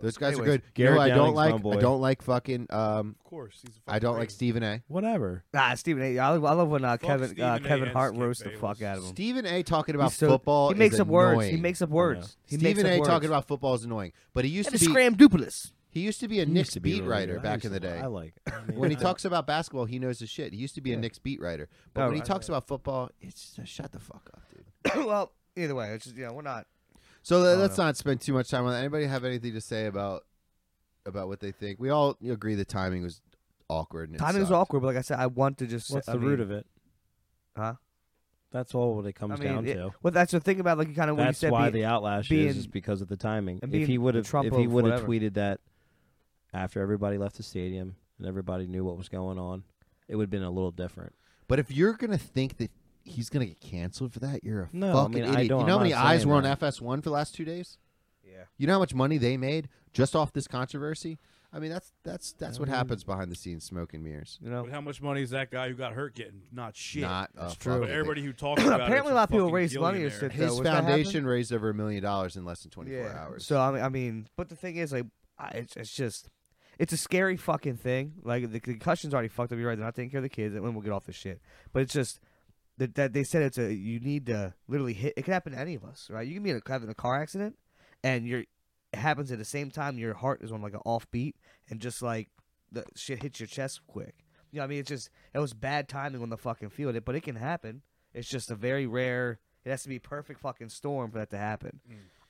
Speaker 2: Those guys
Speaker 7: Anyways,
Speaker 2: are good. You know
Speaker 1: Garrett
Speaker 2: who I don't
Speaker 1: Downing's my
Speaker 2: like. I
Speaker 1: boy.
Speaker 2: don't like fucking. Um,
Speaker 4: Of course, he's. A fucking
Speaker 2: I don't like
Speaker 4: Ravens.
Speaker 2: Stephen A.
Speaker 1: Whatever.
Speaker 7: Nah, Stephen A. I love, I love when uh,
Speaker 4: Fuck
Speaker 7: Kevin uh,
Speaker 4: Stephen A.
Speaker 7: Kevin
Speaker 4: and
Speaker 7: Hart
Speaker 4: Skip
Speaker 7: roasts the
Speaker 4: Bayless.
Speaker 7: fuck out of him.
Speaker 2: Stephen A. talking about
Speaker 7: He's so-
Speaker 2: football.
Speaker 7: He makes
Speaker 2: is
Speaker 7: up
Speaker 2: annoying.
Speaker 7: words. He makes up words. He makes
Speaker 2: Stephen
Speaker 7: up
Speaker 2: A.
Speaker 7: words.
Speaker 2: talking about football is annoying, but he used
Speaker 7: and
Speaker 2: to
Speaker 7: a
Speaker 2: be.
Speaker 7: scram dupless.
Speaker 2: he used to be a
Speaker 1: He
Speaker 2: Knicks
Speaker 1: used to be a
Speaker 2: beat
Speaker 1: really
Speaker 2: writer
Speaker 1: good- I
Speaker 2: back
Speaker 1: used
Speaker 2: in the
Speaker 1: to-
Speaker 2: day.
Speaker 1: I like. I mean,
Speaker 2: when he
Speaker 1: I-
Speaker 2: talks about basketball, he knows his shit. He used to be a Knicks beat writer, but
Speaker 7: Oh,
Speaker 2: when he
Speaker 7: right.
Speaker 2: talks about football, it's just a shut the fuck up, dude.
Speaker 7: <coughs> well, either way, it's just you know we're not.
Speaker 2: So
Speaker 7: don't
Speaker 2: let's not spend too much time on that. Anybody have anything to say about about what they think? We all agree the timing was awkward. And it
Speaker 7: Timing's
Speaker 2: sucked.
Speaker 7: awkward, but like I said, I want to just.
Speaker 1: What's
Speaker 7: I
Speaker 1: the root
Speaker 7: mean-
Speaker 1: of it?
Speaker 7: Huh?
Speaker 1: That's all what it comes
Speaker 7: I mean,
Speaker 1: down
Speaker 7: it-
Speaker 1: to.
Speaker 7: Well, that's the thing about like you kind of what you
Speaker 1: That's
Speaker 7: said.
Speaker 1: why
Speaker 7: be-
Speaker 1: the outlash is, is
Speaker 7: being-
Speaker 1: because of the timing.
Speaker 7: and
Speaker 1: If he
Speaker 7: being
Speaker 1: would have,
Speaker 7: Trump
Speaker 1: if he
Speaker 7: of
Speaker 1: would have
Speaker 7: whatever.
Speaker 1: tweeted that after everybody left the stadium and everybody knew what was going on, it would have been a little different.
Speaker 2: But if you're gonna think that he's gonna get canceled for that, you're a
Speaker 1: No, I
Speaker 2: fucking
Speaker 1: mean, I
Speaker 2: idiot.
Speaker 1: don't-
Speaker 2: you know how
Speaker 1: I'm
Speaker 2: many
Speaker 1: not
Speaker 2: eyes
Speaker 1: saying
Speaker 2: were on
Speaker 1: that.
Speaker 2: FS1 for the last two days?
Speaker 7: Yeah.
Speaker 2: You know how much money they made just off this controversy? I mean, that's that's that's what happens behind the scenes, smoke and mirrors.
Speaker 7: you know.
Speaker 4: But how much money is that guy who got hurt getting? Not shit.
Speaker 2: Not a
Speaker 4: That's
Speaker 2: true.
Speaker 4: But
Speaker 2: <clears throat>
Speaker 4: everybody who talks about it
Speaker 7: Apparently
Speaker 4: is
Speaker 7: a lot of people
Speaker 4: fucking
Speaker 7: raised money or
Speaker 4: billionaire.
Speaker 7: shit.
Speaker 2: His
Speaker 7: So, was that
Speaker 2: foundation raised over a million dollars in less than 24
Speaker 7: yeah.
Speaker 2: hours.
Speaker 7: So I mean, I mean, but the thing is, like, I, it's, it's just, it's a scary fucking thing. Like the concussion's already fucked up. You're right. They're not taking care of the kids, and we'll get off this shit. But it's just that, that they said it's a you need to literally hit. It could happen to any of us, right? You can be in a, having a car accident, and you're it happens at the same time. Your heart is on like an off beat, and just like the shit hits your chest quick. You know, what I mean, it's just it was bad timing on the fucking field, but it can happen. It's just a very rare. It has to be perfect fucking storm for that to happen.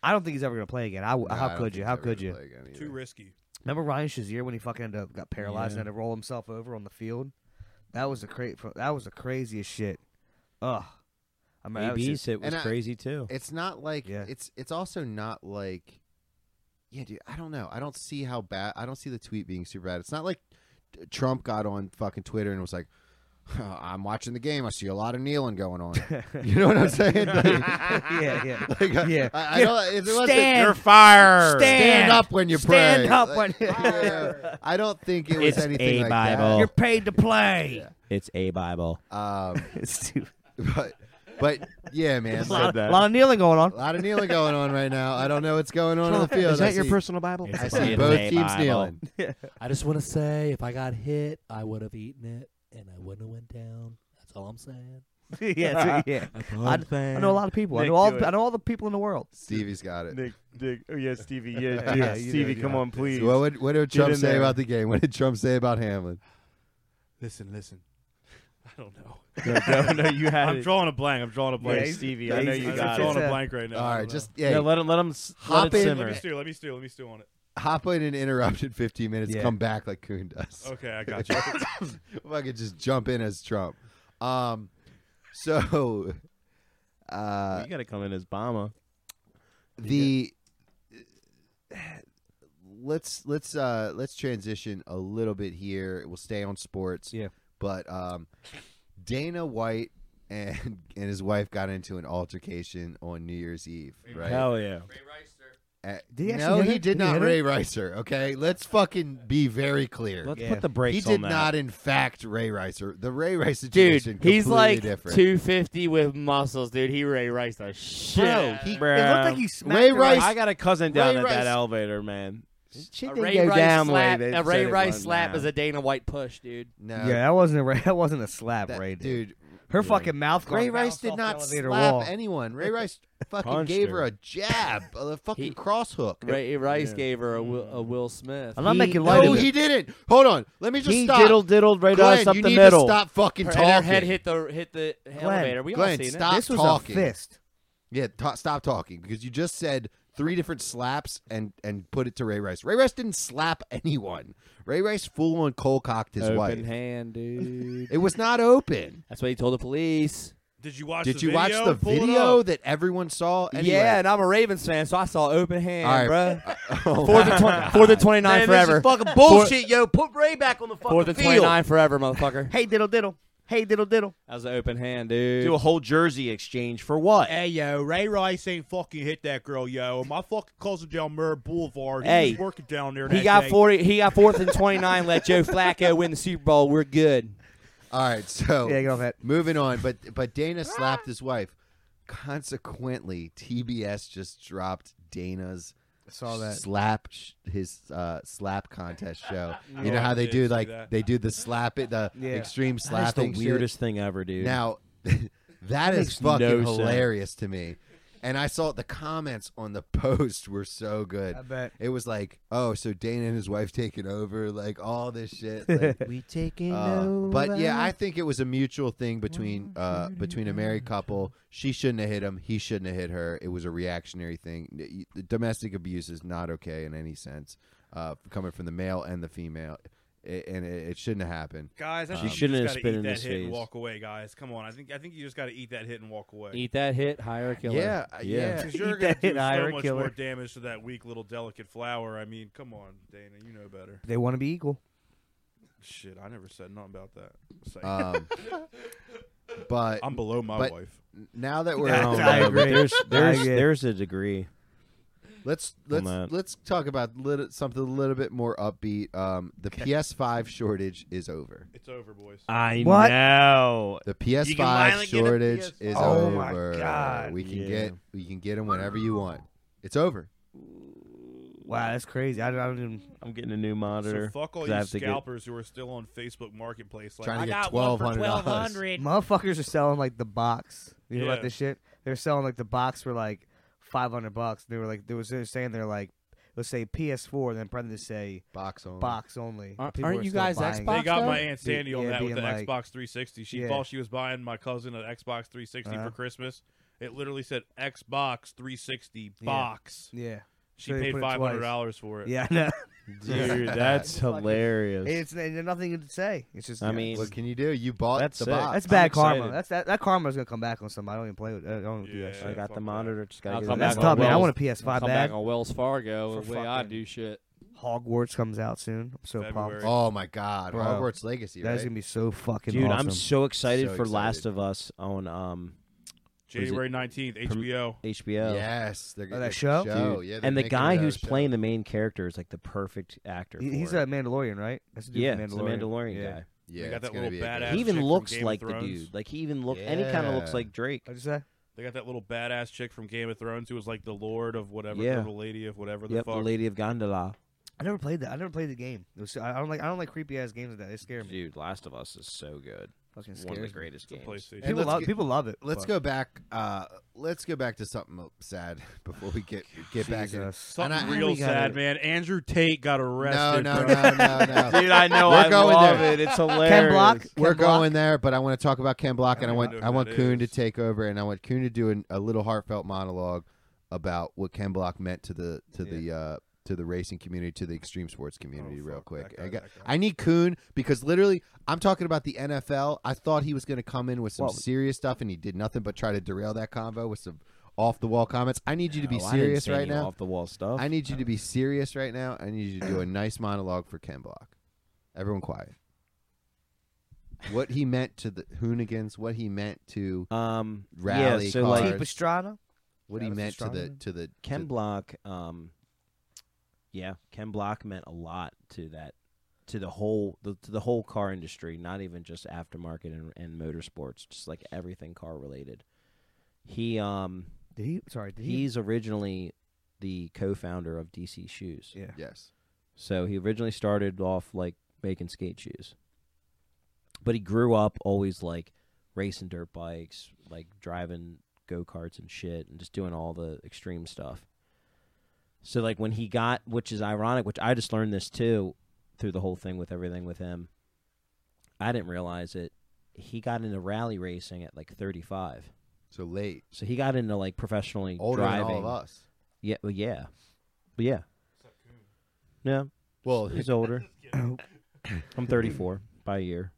Speaker 7: I don't think he's ever gonna play again. I, w-
Speaker 2: Mm. Nah, I
Speaker 7: how
Speaker 2: don't
Speaker 7: could
Speaker 2: think
Speaker 7: you?
Speaker 2: he's
Speaker 7: How
Speaker 2: ever
Speaker 7: could
Speaker 2: gonna
Speaker 7: you?
Speaker 2: play again
Speaker 4: Too
Speaker 2: either.
Speaker 4: risky.
Speaker 7: Remember Ryan Shazier when he fucking ended up got paralyzed and had to roll himself over on the field? That was a cra- fro- that was the craziest shit. Ugh. I mean, that was
Speaker 1: AB's
Speaker 7: just-
Speaker 1: hit was
Speaker 2: and I-
Speaker 1: crazy too.
Speaker 2: It's not like
Speaker 7: Yeah.
Speaker 2: it's it's also not like Yeah, dude, I don't know. I don't see how bad I don't see the tweet being super bad. It's not like t- Trump got on fucking Twitter and was like <laughs> I'm watching the game. I see a lot of kneeling going
Speaker 7: <laughs>
Speaker 2: on. You know what I'm saying? Like-
Speaker 7: yeah, yeah.
Speaker 2: <laughs> like, I-
Speaker 7: Yeah.
Speaker 2: I, I don't, it wasn't,
Speaker 7: Stand.
Speaker 2: you're fired. Stand,
Speaker 7: Stand.
Speaker 2: up when you pray.
Speaker 7: Stand up
Speaker 2: Like,
Speaker 7: when you-
Speaker 2: yeah, <laughs> I don't think it was
Speaker 1: It's
Speaker 2: anything
Speaker 1: a
Speaker 2: like
Speaker 1: Bible.
Speaker 7: You're paid to play.
Speaker 1: It's a Bible.
Speaker 2: that.
Speaker 7: <laughs>
Speaker 2: Um,
Speaker 7: Stupid.
Speaker 2: <laughs> but, but yeah, man,
Speaker 7: a, lot,
Speaker 2: like,
Speaker 7: a lot of kneeling
Speaker 2: <laughs>
Speaker 7: going on.
Speaker 2: a lot of kneeling going on right now. I don't know what's going on in the field.
Speaker 3: Is that
Speaker 2: I
Speaker 3: your
Speaker 2: see-
Speaker 3: personal Bible?
Speaker 2: I
Speaker 5: It's
Speaker 2: see
Speaker 5: a
Speaker 2: both
Speaker 3: Bible.
Speaker 2: teams kneeling.
Speaker 1: <laughs>
Speaker 5: I just want to say, if I got hit, I would have eaten it, and I wouldn't have went down. That's all I'm saying.
Speaker 7: <laughs> yeah,
Speaker 2: <laughs>
Speaker 7: that's- yeah. I, I know a lot of people. I
Speaker 3: Nick,
Speaker 7: know all.
Speaker 3: do
Speaker 7: The,
Speaker 3: it.
Speaker 7: I know all the people in the world.
Speaker 2: Stevie's got it.
Speaker 3: Nick, Dick. Oh yeah,
Speaker 1: <laughs>
Speaker 3: Stevie. Yeah,
Speaker 7: Yeah,
Speaker 3: dude.
Speaker 7: yeah, you
Speaker 3: Stevie,
Speaker 7: do,
Speaker 3: come
Speaker 7: yeah.
Speaker 3: on, please.
Speaker 2: So what <laughs> would what did Trump
Speaker 3: in
Speaker 2: say
Speaker 3: there.
Speaker 2: about the game? What did Trump say about Hamlin?
Speaker 4: Listen, listen. I don't know.
Speaker 3: no, no, no, you had
Speaker 4: I'm
Speaker 3: it.
Speaker 4: drawing a blank. I'm drawing a
Speaker 3: Play
Speaker 4: blank.
Speaker 3: Stevie.
Speaker 7: yeah,
Speaker 3: I know
Speaker 7: he's-
Speaker 3: you
Speaker 4: I'm
Speaker 7: he's
Speaker 3: got
Speaker 4: drawing
Speaker 7: just
Speaker 3: it.
Speaker 4: a
Speaker 7: uh,
Speaker 4: blank right now.
Speaker 2: All
Speaker 4: I
Speaker 2: right,
Speaker 4: don't
Speaker 2: just
Speaker 4: know.
Speaker 2: yeah.
Speaker 3: No, let him let him s-
Speaker 2: Hop
Speaker 3: let it
Speaker 2: in.
Speaker 4: let
Speaker 3: simmer.
Speaker 4: me stew. Let me stew. Let me stew on it.
Speaker 2: hop in and interrupted 15 minutes.
Speaker 7: Yeah.
Speaker 2: Come back like Kuhn does. <laughs>
Speaker 4: Okay, I got you.
Speaker 2: if I could just jump in as Trump. Um, so uh,
Speaker 1: you got to come in as Bama.
Speaker 2: the let's let's uh, let's transition a little bit here. We'll stay on sports.
Speaker 7: Yeah.
Speaker 2: But um, Dana White and <laughs> and his wife got into an altercation on New Year's Eve. Right.
Speaker 1: Hell yeah.
Speaker 2: Uh,
Speaker 7: Did he
Speaker 2: no,
Speaker 7: actually hit
Speaker 2: he
Speaker 7: her?
Speaker 2: did
Speaker 7: Did he
Speaker 2: not.
Speaker 7: hit her?
Speaker 2: Ray Ricer. Okay. Let's fucking be very clear.
Speaker 1: Let's
Speaker 7: Yeah.
Speaker 1: put the brakes
Speaker 2: He
Speaker 1: on
Speaker 2: did
Speaker 1: that.
Speaker 2: not, in fact, Ray Ricer. The Ray Rice
Speaker 5: Dude,
Speaker 2: situation
Speaker 5: he's
Speaker 2: completely
Speaker 5: like
Speaker 2: different.
Speaker 5: 250 with muscles, dude. He Ray Rice the shit.
Speaker 2: Bro, he-
Speaker 7: It
Speaker 1: Bruh.
Speaker 7: looked like he smacked
Speaker 2: Ray
Speaker 7: her
Speaker 2: Rice-
Speaker 7: right-
Speaker 1: I got a cousin
Speaker 2: Ray
Speaker 1: down at
Speaker 2: Rice-
Speaker 1: that elevator, man. She
Speaker 5: a
Speaker 1: didn't
Speaker 5: Ray
Speaker 1: go
Speaker 5: Rice
Speaker 1: down the way
Speaker 5: slap.
Speaker 1: they
Speaker 5: A Ray
Speaker 1: said it
Speaker 5: Rice
Speaker 1: was
Speaker 5: slap
Speaker 1: down.
Speaker 5: is a Dana White push, dude.
Speaker 2: no,
Speaker 7: Yeah, that wasn't a ra- that wasn't a slap,
Speaker 2: that-
Speaker 7: Ray. Dude,
Speaker 2: dude.
Speaker 7: her fucking mouth.
Speaker 2: Ray
Speaker 7: got
Speaker 2: Rice
Speaker 7: bounced
Speaker 2: did
Speaker 7: off
Speaker 2: not
Speaker 7: the elevator
Speaker 2: slap
Speaker 7: wall.
Speaker 2: anyone. Ray Rice fucking
Speaker 1: Punched
Speaker 2: gave
Speaker 1: her.
Speaker 2: her a jab, a fucking
Speaker 5: He-
Speaker 2: cross hook.
Speaker 5: Ray Rice gave her a Will, a Will Smith.
Speaker 7: I'm not making light
Speaker 2: No,
Speaker 7: of it.
Speaker 2: Mm. he didn't. Hold on. Let me just
Speaker 1: He
Speaker 2: stop.
Speaker 1: diddled diddled right
Speaker 2: Glenn,
Speaker 1: us up
Speaker 2: you
Speaker 1: the
Speaker 2: need to
Speaker 1: middle.
Speaker 2: stop fucking
Speaker 5: her,
Speaker 2: talking.
Speaker 5: and her head hit the hit the elevator. We
Speaker 2: Glenn,
Speaker 5: all seen
Speaker 2: stop
Speaker 7: this was
Speaker 2: talking.
Speaker 7: a fist.
Speaker 2: Yeah, ta stop talking because you just said three different slaps and and put it to Ray Rice. Ray Rice didn't slap <laughs> anyone. Ray Rice full on cold cocked his
Speaker 5: it. Open
Speaker 2: wife.
Speaker 5: hand, dude.
Speaker 2: It was not open.
Speaker 5: <laughs> That's what he told the police.
Speaker 4: Did you watch?
Speaker 2: Did
Speaker 4: the
Speaker 2: you watch
Speaker 4: video?
Speaker 2: the
Speaker 4: Pull it
Speaker 2: video
Speaker 4: up.
Speaker 2: that everyone saw? Anyway,
Speaker 5: Yeah, and I'm a Ravens fan, so I saw open hand,
Speaker 2: All
Speaker 5: <laughs> bruh.
Speaker 2: Oh,
Speaker 5: Fourth and, twen- fourth and 29 forever.
Speaker 3: fucking bullshit, yo. Put Ray back on the fucking
Speaker 5: Fourth and 29 forever, motherfucker.
Speaker 7: Hey diddle diddle. Hey diddle diddle.
Speaker 5: <laughs> That was an open hand, dude.
Speaker 3: Do a whole jersey exchange for what?
Speaker 1: Eh,
Speaker 4: Hey yo, Ray Rice ain't fucking hit that girl, yo. My fucking cousin down Murray Boulevard.
Speaker 5: Hey.
Speaker 4: he was working down there.
Speaker 5: He
Speaker 4: that
Speaker 5: got
Speaker 4: day.
Speaker 5: forty. He got <laughs> fourth and twenty nine. let Joe Flacco win the Super Bowl. We're good.
Speaker 2: All right, so
Speaker 7: Yeah, get off that.
Speaker 2: moving on. But but
Speaker 4: Ah.
Speaker 2: Dana slapped his wife. Consequently, TBS just dropped Dana's
Speaker 7: I saw that.
Speaker 2: slap sh- his uh, slap contest
Speaker 4: <laughs>
Speaker 2: show. you
Speaker 4: Oh,
Speaker 2: know
Speaker 4: I
Speaker 2: how they
Speaker 4: did
Speaker 2: do
Speaker 4: see
Speaker 2: like
Speaker 4: that.
Speaker 2: they do the slap it
Speaker 1: <laughs>
Speaker 2: the
Speaker 7: Yeah.
Speaker 2: extreme
Speaker 1: That's the
Speaker 2: slapping. shit.
Speaker 1: weirdest thing ever, dude.
Speaker 2: Now, <laughs> that is
Speaker 1: makes
Speaker 2: fucking
Speaker 1: no sense.
Speaker 2: hilarious to me. And I saw the comments on the <laughs> post were so good.
Speaker 7: I bet.
Speaker 2: It was like, oh, so Dana and his wife taking over, like all this
Speaker 1: <laughs>
Speaker 2: shit. like,
Speaker 1: we taking
Speaker 2: uh, but yeah, I think it was a mutual thing between uh, between a married couple. She shouldn't have hit him. He shouldn't have hit her. It was a reactionary thing. N- y- Domestic abuse is not okay in any sense, uh, coming from the male and the female. a- and it, it shouldn't have happened.
Speaker 4: Guys, I
Speaker 2: She
Speaker 4: think you
Speaker 1: shouldn't have
Speaker 4: just gotta
Speaker 1: spit
Speaker 4: eat
Speaker 1: in
Speaker 4: that
Speaker 1: his
Speaker 4: hit and
Speaker 1: face.
Speaker 4: walk away, guys. Come on, I think I think you just got to eat that hit and walk away.
Speaker 3: Eat that hit, hire a killer.
Speaker 2: Yeah, uh, yeah.
Speaker 4: Because you're going
Speaker 7: Eat that
Speaker 4: to do
Speaker 7: hit, Ira
Speaker 4: so much
Speaker 7: Killer.
Speaker 4: more damage to that weak little delicate flower. I mean, come on, Dana, you know better.
Speaker 7: They want to be equal.
Speaker 4: Shit, I never said nothing about that. Psych.
Speaker 7: Uh,
Speaker 2: Um, but
Speaker 4: I'm below my
Speaker 2: but-
Speaker 4: wife.
Speaker 2: now that we're
Speaker 7: I
Speaker 2: home,
Speaker 7: agree.
Speaker 2: though,
Speaker 1: There's there's
Speaker 7: agree.
Speaker 1: there's a degree.
Speaker 2: let's let's
Speaker 1: that.
Speaker 2: let's talk about little, something a little bit more upbeat. Um, the PS5 shortage is over.
Speaker 4: It's over, boys.
Speaker 3: I
Speaker 7: What?
Speaker 3: know.
Speaker 2: The
Speaker 3: You can finally
Speaker 2: PS5
Speaker 3: get a
Speaker 2: shortage
Speaker 3: PS5.
Speaker 2: is
Speaker 7: Oh
Speaker 2: over.
Speaker 7: my God.
Speaker 2: We can
Speaker 3: Yeah.
Speaker 2: get we can get them whenever you want. It's over.
Speaker 7: Wow, that's crazy. I, don't- I don't even.
Speaker 3: I'm getting a new
Speaker 4: So
Speaker 3: monitor.
Speaker 4: fuck all
Speaker 3: 'cause I
Speaker 4: you
Speaker 3: have to get-
Speaker 4: scalpers who are still on Facebook Marketplace. Like,
Speaker 2: Trying to
Speaker 4: I
Speaker 2: get
Speaker 4: got
Speaker 2: twelve
Speaker 4: one for
Speaker 2: hundred
Speaker 4: twelve
Speaker 2: dollars.
Speaker 4: hundred.
Speaker 7: Motherfuckers are selling like the box. You know
Speaker 4: Yeah.
Speaker 7: about this shit? They're selling like the box for like five hundred bucks. They were like, they were saying they're like, let's say PS4, then probably say
Speaker 2: Box on.
Speaker 7: box only.
Speaker 5: Aren't-
Speaker 7: People
Speaker 5: aren't
Speaker 7: are
Speaker 5: you
Speaker 7: still
Speaker 5: guys
Speaker 7: buying it.
Speaker 5: Xbox?
Speaker 4: They got
Speaker 5: though?
Speaker 4: my aunt Sandy on
Speaker 7: Yeah,
Speaker 4: that with the
Speaker 7: being like-
Speaker 4: Xbox 360. She
Speaker 7: Yeah.
Speaker 4: thought she was buying my cousin an Xbox 360
Speaker 7: Uh-huh.
Speaker 4: for Christmas. It literally said Xbox 360
Speaker 7: Yeah.
Speaker 4: box.
Speaker 7: Yeah,
Speaker 4: She
Speaker 7: So they
Speaker 4: paid
Speaker 7: put it
Speaker 4: five hundred
Speaker 7: twice.
Speaker 4: dollars for it.
Speaker 7: <laughs> yeah, I know.
Speaker 3: Dude,
Speaker 7: <laughs>
Speaker 3: that's hilarious.
Speaker 7: It's there's nothing to say. It's just.
Speaker 3: I
Speaker 7: yeah.
Speaker 3: mean,
Speaker 2: What can you do? You bought
Speaker 3: That's
Speaker 2: the
Speaker 3: sick.
Speaker 2: box.
Speaker 7: That's bad
Speaker 3: I'm
Speaker 7: karma.
Speaker 3: excited.
Speaker 7: That's that, that karma's gonna come back on somebody. I don't even play with. I don't do
Speaker 4: Yeah.
Speaker 7: that shit.
Speaker 1: I got
Speaker 4: fuck
Speaker 1: the
Speaker 4: that.
Speaker 1: monitor. Just
Speaker 5: I'll
Speaker 1: gotta
Speaker 5: come
Speaker 1: get
Speaker 7: That's
Speaker 5: back on
Speaker 7: tough, man. I
Speaker 5: Wells.
Speaker 7: want a PS5
Speaker 5: Come
Speaker 7: bad.
Speaker 5: back on Wells Fargo.
Speaker 7: For
Speaker 5: The way I
Speaker 7: fucking-
Speaker 5: do shit.
Speaker 7: Hogwarts comes out soon. I'm so
Speaker 4: February.
Speaker 7: pumped.
Speaker 2: Oh my God!
Speaker 7: Bro.
Speaker 2: Hogwarts Legacy.
Speaker 7: That's
Speaker 2: right?
Speaker 7: gonna be so fucking
Speaker 1: Dude,
Speaker 7: awesome.
Speaker 1: I'm so excited
Speaker 2: So
Speaker 1: for
Speaker 2: excited.
Speaker 1: Last of Us on um
Speaker 4: January nineteenth, HBO.
Speaker 1: HBO.
Speaker 2: Yes, they're
Speaker 7: that
Speaker 2: the
Speaker 7: show?
Speaker 1: Dude.
Speaker 2: Yeah, they're
Speaker 1: and the
Speaker 2: making
Speaker 1: guy
Speaker 2: another
Speaker 1: who's
Speaker 2: show.
Speaker 1: playing the main character is like the perfect actor.
Speaker 7: He-
Speaker 1: for
Speaker 7: he's
Speaker 1: it.
Speaker 7: a Mandalorian, right? That's the dude
Speaker 1: yeah,
Speaker 7: from
Speaker 1: it's the
Speaker 7: Mandalorian.
Speaker 1: Mandalorian
Speaker 7: Yeah.
Speaker 1: guy.
Speaker 2: Yeah,
Speaker 4: They got
Speaker 2: it's
Speaker 4: that
Speaker 2: gonna
Speaker 4: little
Speaker 2: be a good
Speaker 4: badass
Speaker 2: show.
Speaker 4: That
Speaker 1: he
Speaker 4: chick
Speaker 1: even
Speaker 4: from
Speaker 1: looks
Speaker 4: Game of
Speaker 1: like the
Speaker 4: Thrones.
Speaker 1: dude. Like he even look, and he kind of looks
Speaker 2: Yeah.
Speaker 1: like Drake.
Speaker 7: What'd you say?
Speaker 4: They got that little badass chick from Game of Thrones who was like the Lord of whatever,
Speaker 1: Yeah.
Speaker 4: the lady of whatever the
Speaker 1: Yep, the
Speaker 4: fuck.
Speaker 1: Lady of Gondola.
Speaker 7: I never played that. I never played the game. It was, I I don't like. I don't like creepy ass games like that. They scare me.
Speaker 1: Dude, Last of Us is so good.
Speaker 7: Fucking
Speaker 1: One of the
Speaker 7: scares me.
Speaker 1: greatest games.
Speaker 4: PlayStation.
Speaker 2: And
Speaker 7: People
Speaker 2: let's
Speaker 7: love.
Speaker 2: get-
Speaker 7: People love it.
Speaker 2: Let's
Speaker 7: but-
Speaker 2: go back. Uh, let's go back to something sad <laughs> before we get get back. In.
Speaker 7: Jesus.
Speaker 4: Something
Speaker 2: And I-
Speaker 4: real
Speaker 2: we gotta-
Speaker 4: sad, man. Andrew Tate got
Speaker 2: No,
Speaker 4: arrested.
Speaker 2: no,
Speaker 4: <laughs> bro.
Speaker 2: no, no, no.
Speaker 3: Dude, I know.
Speaker 2: We're
Speaker 3: I
Speaker 2: going
Speaker 3: love
Speaker 2: there.
Speaker 3: it. It's hilarious.
Speaker 7: Ken Block. Ken
Speaker 2: We're
Speaker 7: Block.
Speaker 2: going there, but I want to talk about Ken Block, and I
Speaker 4: don't
Speaker 2: want
Speaker 4: know who
Speaker 2: I want
Speaker 4: that
Speaker 2: Kuhn to
Speaker 4: is.
Speaker 2: take over, and I want Kuhn to do an, a little heartfelt monologue about what Ken Block meant to the to the uh, to the racing community, to the extreme sports community, real
Speaker 4: Oh, fuck, that
Speaker 2: quick.
Speaker 4: guy,
Speaker 2: I, got,
Speaker 4: that guy.
Speaker 2: I need Kuhn because literally, I'm talking about the NFL. I thought he was going to come in with some serious stuff, and he did nothing but try to derail that convo with some off the wall comments. I need you to be
Speaker 1: Oh, I didn't
Speaker 2: serious
Speaker 1: say
Speaker 2: right
Speaker 1: any
Speaker 2: now.
Speaker 1: Off the wall stuff.
Speaker 2: I need you to be serious right now. I need you to do a nice monologue for Ken Block. Everyone quiet. What he meant to the Hoonigans, what he meant to
Speaker 1: um
Speaker 2: Rally
Speaker 1: yeah, so
Speaker 2: cars.
Speaker 1: like
Speaker 7: Team Pastrana.
Speaker 2: what he
Speaker 7: That was
Speaker 2: meant to the
Speaker 7: astronomy.
Speaker 2: to the
Speaker 1: Ken
Speaker 2: to-
Speaker 1: Block, um, yeah, Ken Block meant a lot to that, to the whole, the, to the whole car industry, not even just aftermarket and, and motorsports, just like everything car related. He, um,
Speaker 7: Did he? Sorry. Did he?
Speaker 1: he's originally the co-founder of DC Shoes,
Speaker 7: Yeah.
Speaker 2: Yes.
Speaker 1: so he originally started off like making skate shoes, but he grew up always like racing dirt bikes, like driving go karts and shit, and just doing all the extreme stuff. So like when he got, which is ironic, which I just learned this too through the whole thing with everything with him. I didn't realize it. He got into rally racing at like 35.
Speaker 2: So late.
Speaker 1: So he got into like professionally
Speaker 2: Older
Speaker 1: driving.
Speaker 2: than all of us.
Speaker 1: Yeah, well, yeah, but yeah. No,
Speaker 2: Well
Speaker 1: he's <laughs> older. <coughs> I'm 34 by a year,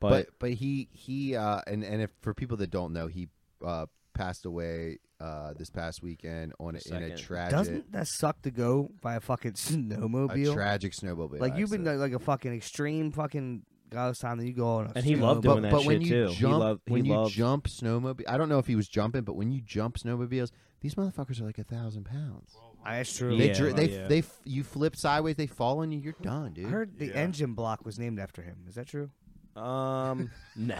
Speaker 1: but,
Speaker 2: but but he he uh and, and if for people that don't know, he uh passed away uh this past weekend on a, in a
Speaker 1: Second.
Speaker 2: tragic
Speaker 7: Doesn't that suck to go by a fucking <laughs> snowmobile?
Speaker 2: a tragic snowmobile.
Speaker 7: like you've been
Speaker 2: accident.
Speaker 7: like, like a fucking extreme fucking guy's time that you go on. A
Speaker 1: And he loved
Speaker 7: snowmobile.
Speaker 2: but,
Speaker 1: doing that
Speaker 2: but when
Speaker 1: shit,
Speaker 2: you
Speaker 1: too. He
Speaker 2: jump,
Speaker 1: loved- he
Speaker 2: when you
Speaker 1: loved-
Speaker 2: jump snowmobile, I don't know if he was jumping, but when you jump snowmobiles, these motherfuckers are like a thousand pounds.
Speaker 7: Ah, That's true.
Speaker 2: They
Speaker 1: Yeah.
Speaker 2: dri- they
Speaker 4: yeah.
Speaker 2: they f- you flip sideways, they fall on you, you're done, dude.
Speaker 7: I heard the
Speaker 4: Yeah.
Speaker 7: engine block was named after him. Is that true?
Speaker 1: <laughs> um, no,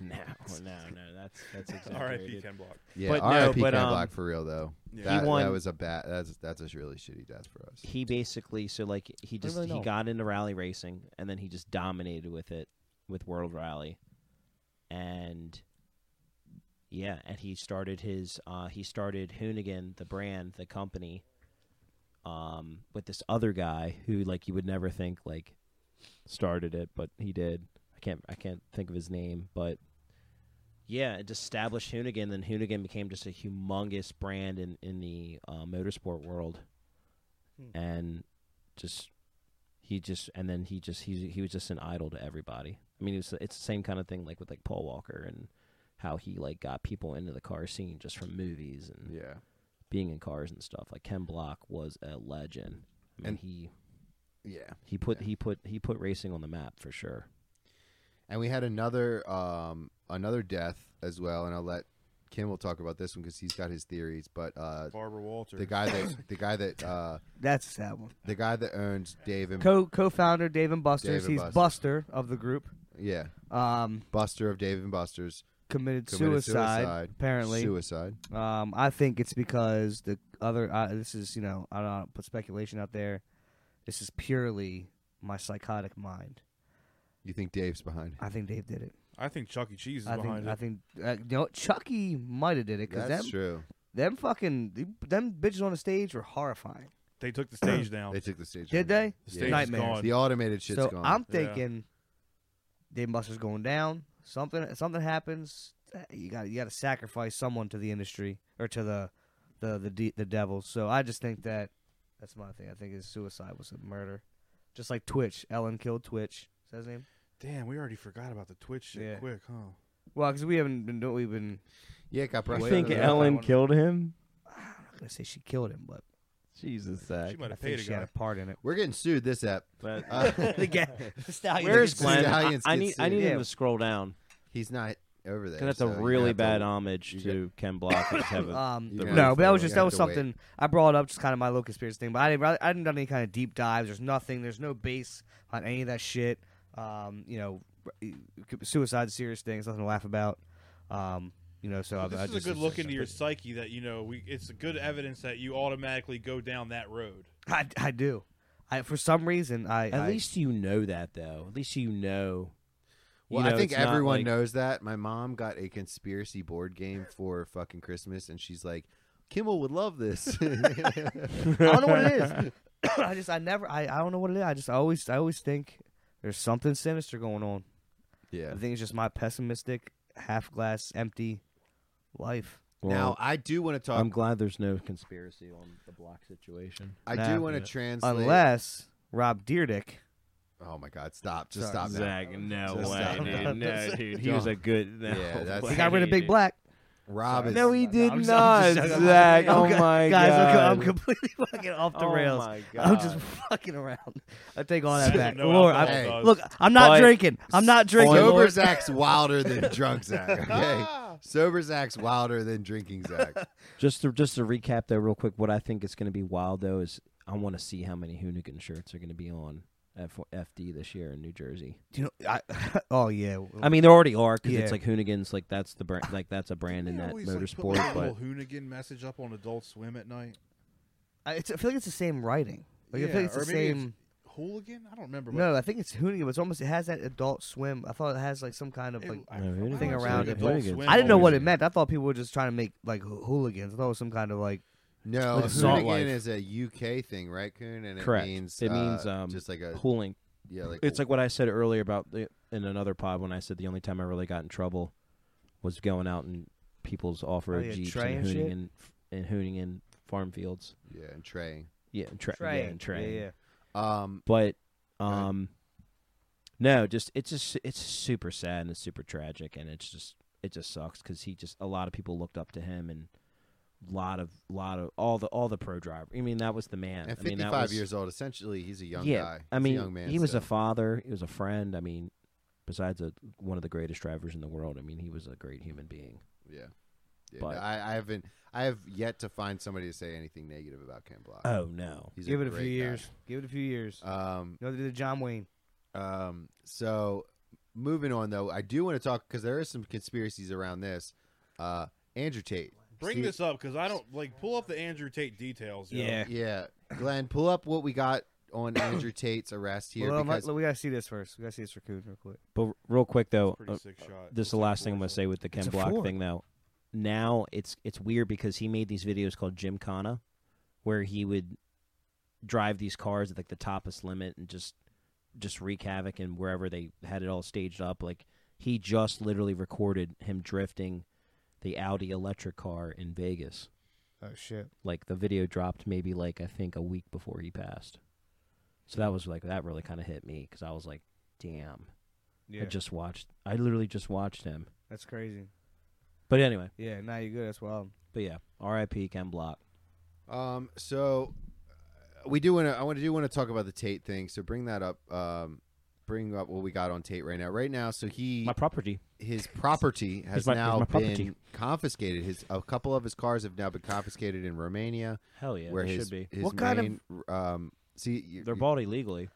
Speaker 1: no, no, no. That's that's <laughs>
Speaker 4: R.I.P.
Speaker 1: exaggerated.
Speaker 4: Ken Block.
Speaker 2: yeah,
Speaker 1: but no,
Speaker 2: R.I.P.
Speaker 1: but,
Speaker 2: Ken
Speaker 1: um,
Speaker 2: Block for real though.
Speaker 4: Yeah.
Speaker 2: That, that
Speaker 1: won-
Speaker 2: was a bad. That's that's a really shitty death for us.
Speaker 1: He basically so like he just
Speaker 7: really
Speaker 1: he
Speaker 7: know.
Speaker 1: got into rally racing and then he just dominated with it with World Rally, and yeah, and he started his uh he started Hoonigan the brand the company, um with this other guy who like you would never think like started it, but he did. I can't I can't think of his name, but yeah, it established Hoonigan. Then Hoonigan became just a humongous brand
Speaker 2: Hmm.
Speaker 1: in in the uh, motorsport world, and just he just and then he just he he was just an idol to everybody. I mean, it's it's the same kind of thing like with like Paul Walker and how he like got people into the car scene just from movies and
Speaker 2: Yeah.
Speaker 1: being in cars and stuff. Like Ken Block was a legend. I mean,
Speaker 2: And-
Speaker 1: he
Speaker 2: Yeah.
Speaker 1: he put
Speaker 2: yeah.
Speaker 1: he put he put racing on the map for sure.
Speaker 2: And we had another um another death as well, and I'll let Kim will talk about this one because he's got his theories. But uh,
Speaker 4: Barbara Walters.
Speaker 2: the guy that the guy that uh,
Speaker 7: That's a sad one.
Speaker 2: the guy that owns Dave and
Speaker 7: Co co-founder Dave and Buster's.
Speaker 2: Dave and
Speaker 7: He's
Speaker 2: Buster's.
Speaker 7: Buster of the group.
Speaker 2: yeah
Speaker 7: Um,
Speaker 2: Buster of Dave and Buster's
Speaker 7: committed,
Speaker 2: Committed
Speaker 7: suicide,
Speaker 2: suicide.
Speaker 7: Apparently,
Speaker 2: suicide.
Speaker 7: um, I think it's because the other. Uh, this is you know I don't put speculation out there. This is purely my psychotic mind.
Speaker 2: You think Dave's behind? it?
Speaker 7: I think Dave did it.
Speaker 4: I think Chuck E. Cheese is
Speaker 7: I
Speaker 4: behind
Speaker 7: think
Speaker 4: it.
Speaker 7: I think uh, you know Chucky might have did it because
Speaker 2: That's
Speaker 7: them
Speaker 2: true.
Speaker 7: them fucking them bitches on the stage were horrifying.
Speaker 4: they took the stage down.
Speaker 2: They took the stage.
Speaker 7: Did they?
Speaker 4: The stage
Speaker 2: Yeah.
Speaker 4: is
Speaker 7: Nightmares.
Speaker 4: gone.
Speaker 2: The automated shit's
Speaker 7: so
Speaker 2: gone.
Speaker 7: I'm
Speaker 4: Yeah.
Speaker 7: thinking Dave Buster's going down. Something something happens. uh, You got you got to sacrifice someone to the industry or to the the the de- the devil. So I just think that that's my thing. I think his suicide was a murder, just like Twitch. Ellen killed Twitch. Is that his name?
Speaker 4: Damn, we already forgot about the Twitch shit
Speaker 7: Yeah.
Speaker 4: quick, huh?
Speaker 7: Well, because we haven't been doing. We've been.
Speaker 2: yeah, it got brushed
Speaker 3: You
Speaker 2: under
Speaker 3: think
Speaker 2: the-
Speaker 3: Ellen killed him?
Speaker 7: I'm not gonna say she killed him, but
Speaker 3: Jesus, Zach.
Speaker 4: She might
Speaker 7: I
Speaker 4: have
Speaker 7: think
Speaker 4: paid a
Speaker 7: she had
Speaker 4: guy.
Speaker 7: a
Speaker 4: <laughs>
Speaker 7: part in it.
Speaker 2: We're getting sued this
Speaker 7: <laughs>
Speaker 2: app.
Speaker 1: But
Speaker 2: <laughs> Uh,
Speaker 7: the <laughs> guy, the stallion.
Speaker 1: where's
Speaker 2: the
Speaker 1: Glenn? I,
Speaker 2: Italians
Speaker 1: I
Speaker 2: get
Speaker 1: need I
Speaker 2: sued.
Speaker 1: need
Speaker 7: Yeah.
Speaker 1: him to scroll down.
Speaker 2: he's not over there.
Speaker 1: Cause that's
Speaker 2: so
Speaker 1: a
Speaker 2: you're gonna
Speaker 1: really
Speaker 2: have to-
Speaker 1: bad um, homage
Speaker 2: you
Speaker 1: to Ken Block. and Kevin.
Speaker 7: <laughs>
Speaker 5: <coughs>
Speaker 7: Um,
Speaker 2: You
Speaker 7: no,
Speaker 2: got-
Speaker 7: but that was
Speaker 2: you
Speaker 7: just that
Speaker 2: got
Speaker 7: was
Speaker 2: to wait.
Speaker 7: something I brought up, just kind of my low conspiracy thing. But I didn't, I didn't done any kind of deep dives. There's nothing. There's no base on any of that shit. Um, you know, suicide, serious things, nothing to laugh about. Um, you know, so I,
Speaker 4: this
Speaker 7: I
Speaker 4: is
Speaker 7: just
Speaker 4: a good look into your psyche that you know we. It's a good evidence that you automatically go down that road.
Speaker 7: <laughs> I, I do. I for some reason I
Speaker 1: At
Speaker 7: I-
Speaker 1: least you know that, though. At least you know.
Speaker 2: Well,
Speaker 1: you know,
Speaker 2: I think
Speaker 1: it's not
Speaker 2: everyone
Speaker 1: like-
Speaker 2: knows that. My mom got a conspiracy board game for fucking Christmas, and she's like, "Kimmel would love this."
Speaker 7: <laughs>
Speaker 2: <laughs>
Speaker 7: I don't know what it is. <coughs> I just I never I, I don't know what it is. I just I always I always think there's something sinister going on.
Speaker 2: yeah.
Speaker 7: I think it's just my pessimistic, half glass empty life.
Speaker 2: Now
Speaker 1: Well,
Speaker 2: I do want to talk.
Speaker 1: I'm glad there's no conspiracy on the Block situation.
Speaker 2: I
Speaker 7: Nah.
Speaker 2: do want to translate.
Speaker 7: Unless Rob Deerdick
Speaker 2: oh my God! Stop! Just
Speaker 7: Sorry.
Speaker 2: stop now.
Speaker 3: Zach, no
Speaker 2: Just
Speaker 3: way,
Speaker 2: stop.
Speaker 3: dude. No, dude. He was a good. No
Speaker 2: Yeah, that's-
Speaker 7: He got rid of Big Black.
Speaker 2: Rob is.
Speaker 3: No, he
Speaker 7: No,
Speaker 3: did
Speaker 7: I'm just-
Speaker 3: not,
Speaker 7: I'm just- I'm
Speaker 3: Zach.
Speaker 5: <laughs>
Speaker 7: just-
Speaker 3: Oh
Speaker 7: I'm-
Speaker 3: my
Speaker 7: guys, I'm co-
Speaker 3: god,
Speaker 7: I'm completely <laughs> fucking off the
Speaker 3: Oh
Speaker 7: rails.
Speaker 3: my god.
Speaker 7: I'm just fucking around. I take all
Speaker 4: <laughs>
Speaker 7: that
Speaker 4: She
Speaker 7: back.
Speaker 4: doesn't know
Speaker 7: Lord,
Speaker 4: alcohol
Speaker 7: I,
Speaker 2: Hey,
Speaker 4: does.
Speaker 7: look, I'm not
Speaker 3: But-
Speaker 7: drinking. I'm not drinking.
Speaker 2: Sober <laughs>
Speaker 7: Lord.
Speaker 2: Zach's wilder than drunk
Speaker 1: <laughs>
Speaker 2: Zach. Okay, sober Zach's wilder than drinking Zach.
Speaker 1: Just to just to recap though, real quick, what I think is going to be wild though is I want to see how many Hoonigan shirts are going to be on F- FD this year in New Jersey.
Speaker 7: You know, I, <laughs> oh yeah.
Speaker 1: I mean, there already are because
Speaker 7: Yeah.
Speaker 1: it's like Hoonigans, like that's the brand, like that's a brand in that motorsport. <laughs> but
Speaker 4: Hoonigan message up on Adult Swim at night.
Speaker 7: I, it's, I feel like it's the same writing. Like I
Speaker 4: Yeah,
Speaker 7: feel like it's
Speaker 4: or
Speaker 7: the
Speaker 4: maybe it's-
Speaker 7: same.
Speaker 4: Hooligan? I don't remember.
Speaker 7: no, I think it's Hoonigan. but It's almost it has that Adult Swim. I thought it has like some kind of
Speaker 4: It-
Speaker 7: like.
Speaker 4: I-
Speaker 1: No,
Speaker 4: I
Speaker 1: Hoonigan.
Speaker 7: Thing
Speaker 4: thought
Speaker 7: around
Speaker 4: it.
Speaker 7: it.
Speaker 4: was Adult
Speaker 1: Hoonigan.
Speaker 4: Swim
Speaker 7: I didn't know what it
Speaker 4: always-
Speaker 7: meant. I thought people were just trying to make like hoo- hooligans. I thought it was some kind of like
Speaker 2: No,
Speaker 1: Like
Speaker 2: a
Speaker 1: a salt
Speaker 2: hooligan
Speaker 1: life.
Speaker 2: is a UK thing, right, Coon? And it
Speaker 1: Correct.
Speaker 2: means
Speaker 1: It
Speaker 2: uh,
Speaker 1: means, um,
Speaker 2: just like a
Speaker 1: Hooling.
Speaker 2: yeah, like
Speaker 1: It's like what I said earlier about the, in another pod when I said the only time I really got in trouble was going out in people's off-road
Speaker 7: Oh, yeah,
Speaker 1: jeeps
Speaker 7: Trey
Speaker 1: and
Speaker 7: and shit?
Speaker 1: Hoonigan and Hoonigan farm fields.
Speaker 2: yeah, and Trey.
Speaker 1: Yeah, and tra-
Speaker 7: train.
Speaker 1: Yeah, and train.
Speaker 7: Yeah, yeah.
Speaker 2: Um,
Speaker 1: but
Speaker 2: ahead.
Speaker 1: um no just it's just it's super sad and it's super tragic and it's just it just sucks because he just a lot of people looked up to him and lot of lot of all the all the pro driver i mean that was the man
Speaker 2: and
Speaker 1: I mean, that
Speaker 2: fifty-five
Speaker 1: was-
Speaker 2: years old. Essentially, he's a young
Speaker 1: yeah
Speaker 2: guy.
Speaker 1: i
Speaker 2: He's a
Speaker 1: mean
Speaker 2: young man
Speaker 1: he was
Speaker 2: still.
Speaker 1: a father he was a friend i mean besides a, one of the greatest drivers in the world i mean he was a great human being
Speaker 2: Yeah. yeah
Speaker 1: But-
Speaker 2: no, I, I haven't. I have yet to find somebody to say anything negative about Ken Block.
Speaker 1: oh no
Speaker 2: He's
Speaker 7: Give it a
Speaker 2: great
Speaker 7: few
Speaker 2: guy.
Speaker 7: years. Give it a few years.
Speaker 4: Uh,
Speaker 2: Um,
Speaker 7: No, they did John Wayne.
Speaker 2: um. So moving on though, I do want to talk because there are some conspiracies around this. Uh, Andrew Tate.
Speaker 4: Bring
Speaker 2: See-
Speaker 4: this up because I don't like pull up the Andrew Tate details. yo.
Speaker 2: Yeah, Glenn, pull up what we got
Speaker 1: <coughs>
Speaker 2: on Andrew Tate's arrest here.
Speaker 7: Well,
Speaker 2: because,
Speaker 7: let- we gotta see this first. We gotta see this for Coon real quick.
Speaker 1: but real quick though
Speaker 4: Pretty
Speaker 1: uh,
Speaker 4: sick shot.
Speaker 1: this is the last thing I'm gonna say with the Ken
Speaker 7: It's a
Speaker 1: Block
Speaker 7: four.
Speaker 1: thing though. Now it's it's weird because he made these videos called Gymkhana, where he would drive these cars at like the toppest limit and just just wreak havoc and wherever they had it all staged up. Like he just literally recorded him drifting the Audi electric car in Vegas.
Speaker 7: Oh shit!
Speaker 1: Like the video dropped maybe like I think a week before he passed. So that was like that really kind of hit me because I was like, damn,
Speaker 7: Yeah,
Speaker 1: I just watched. I literally just watched him.
Speaker 7: that's crazy.
Speaker 1: But anyway,
Speaker 7: Yeah, now you're good. That's wild.
Speaker 1: but yeah, R.I.P. Ken Block.
Speaker 2: Um, so uh, we do want to. I want to do want to talk about the Tate thing. So bring that up. Um, bring up what we got on Tate right now. Right now, so he
Speaker 1: My property.
Speaker 2: his property has
Speaker 1: my- here's
Speaker 2: now
Speaker 1: my property.
Speaker 2: been confiscated. His a couple of his cars have now been confiscated in Romania,
Speaker 1: Hell yeah,
Speaker 2: where
Speaker 1: it
Speaker 2: his
Speaker 1: should be.
Speaker 2: his
Speaker 7: What kind of-
Speaker 2: main, um. See, you,
Speaker 1: They're bought <laughs> illegally.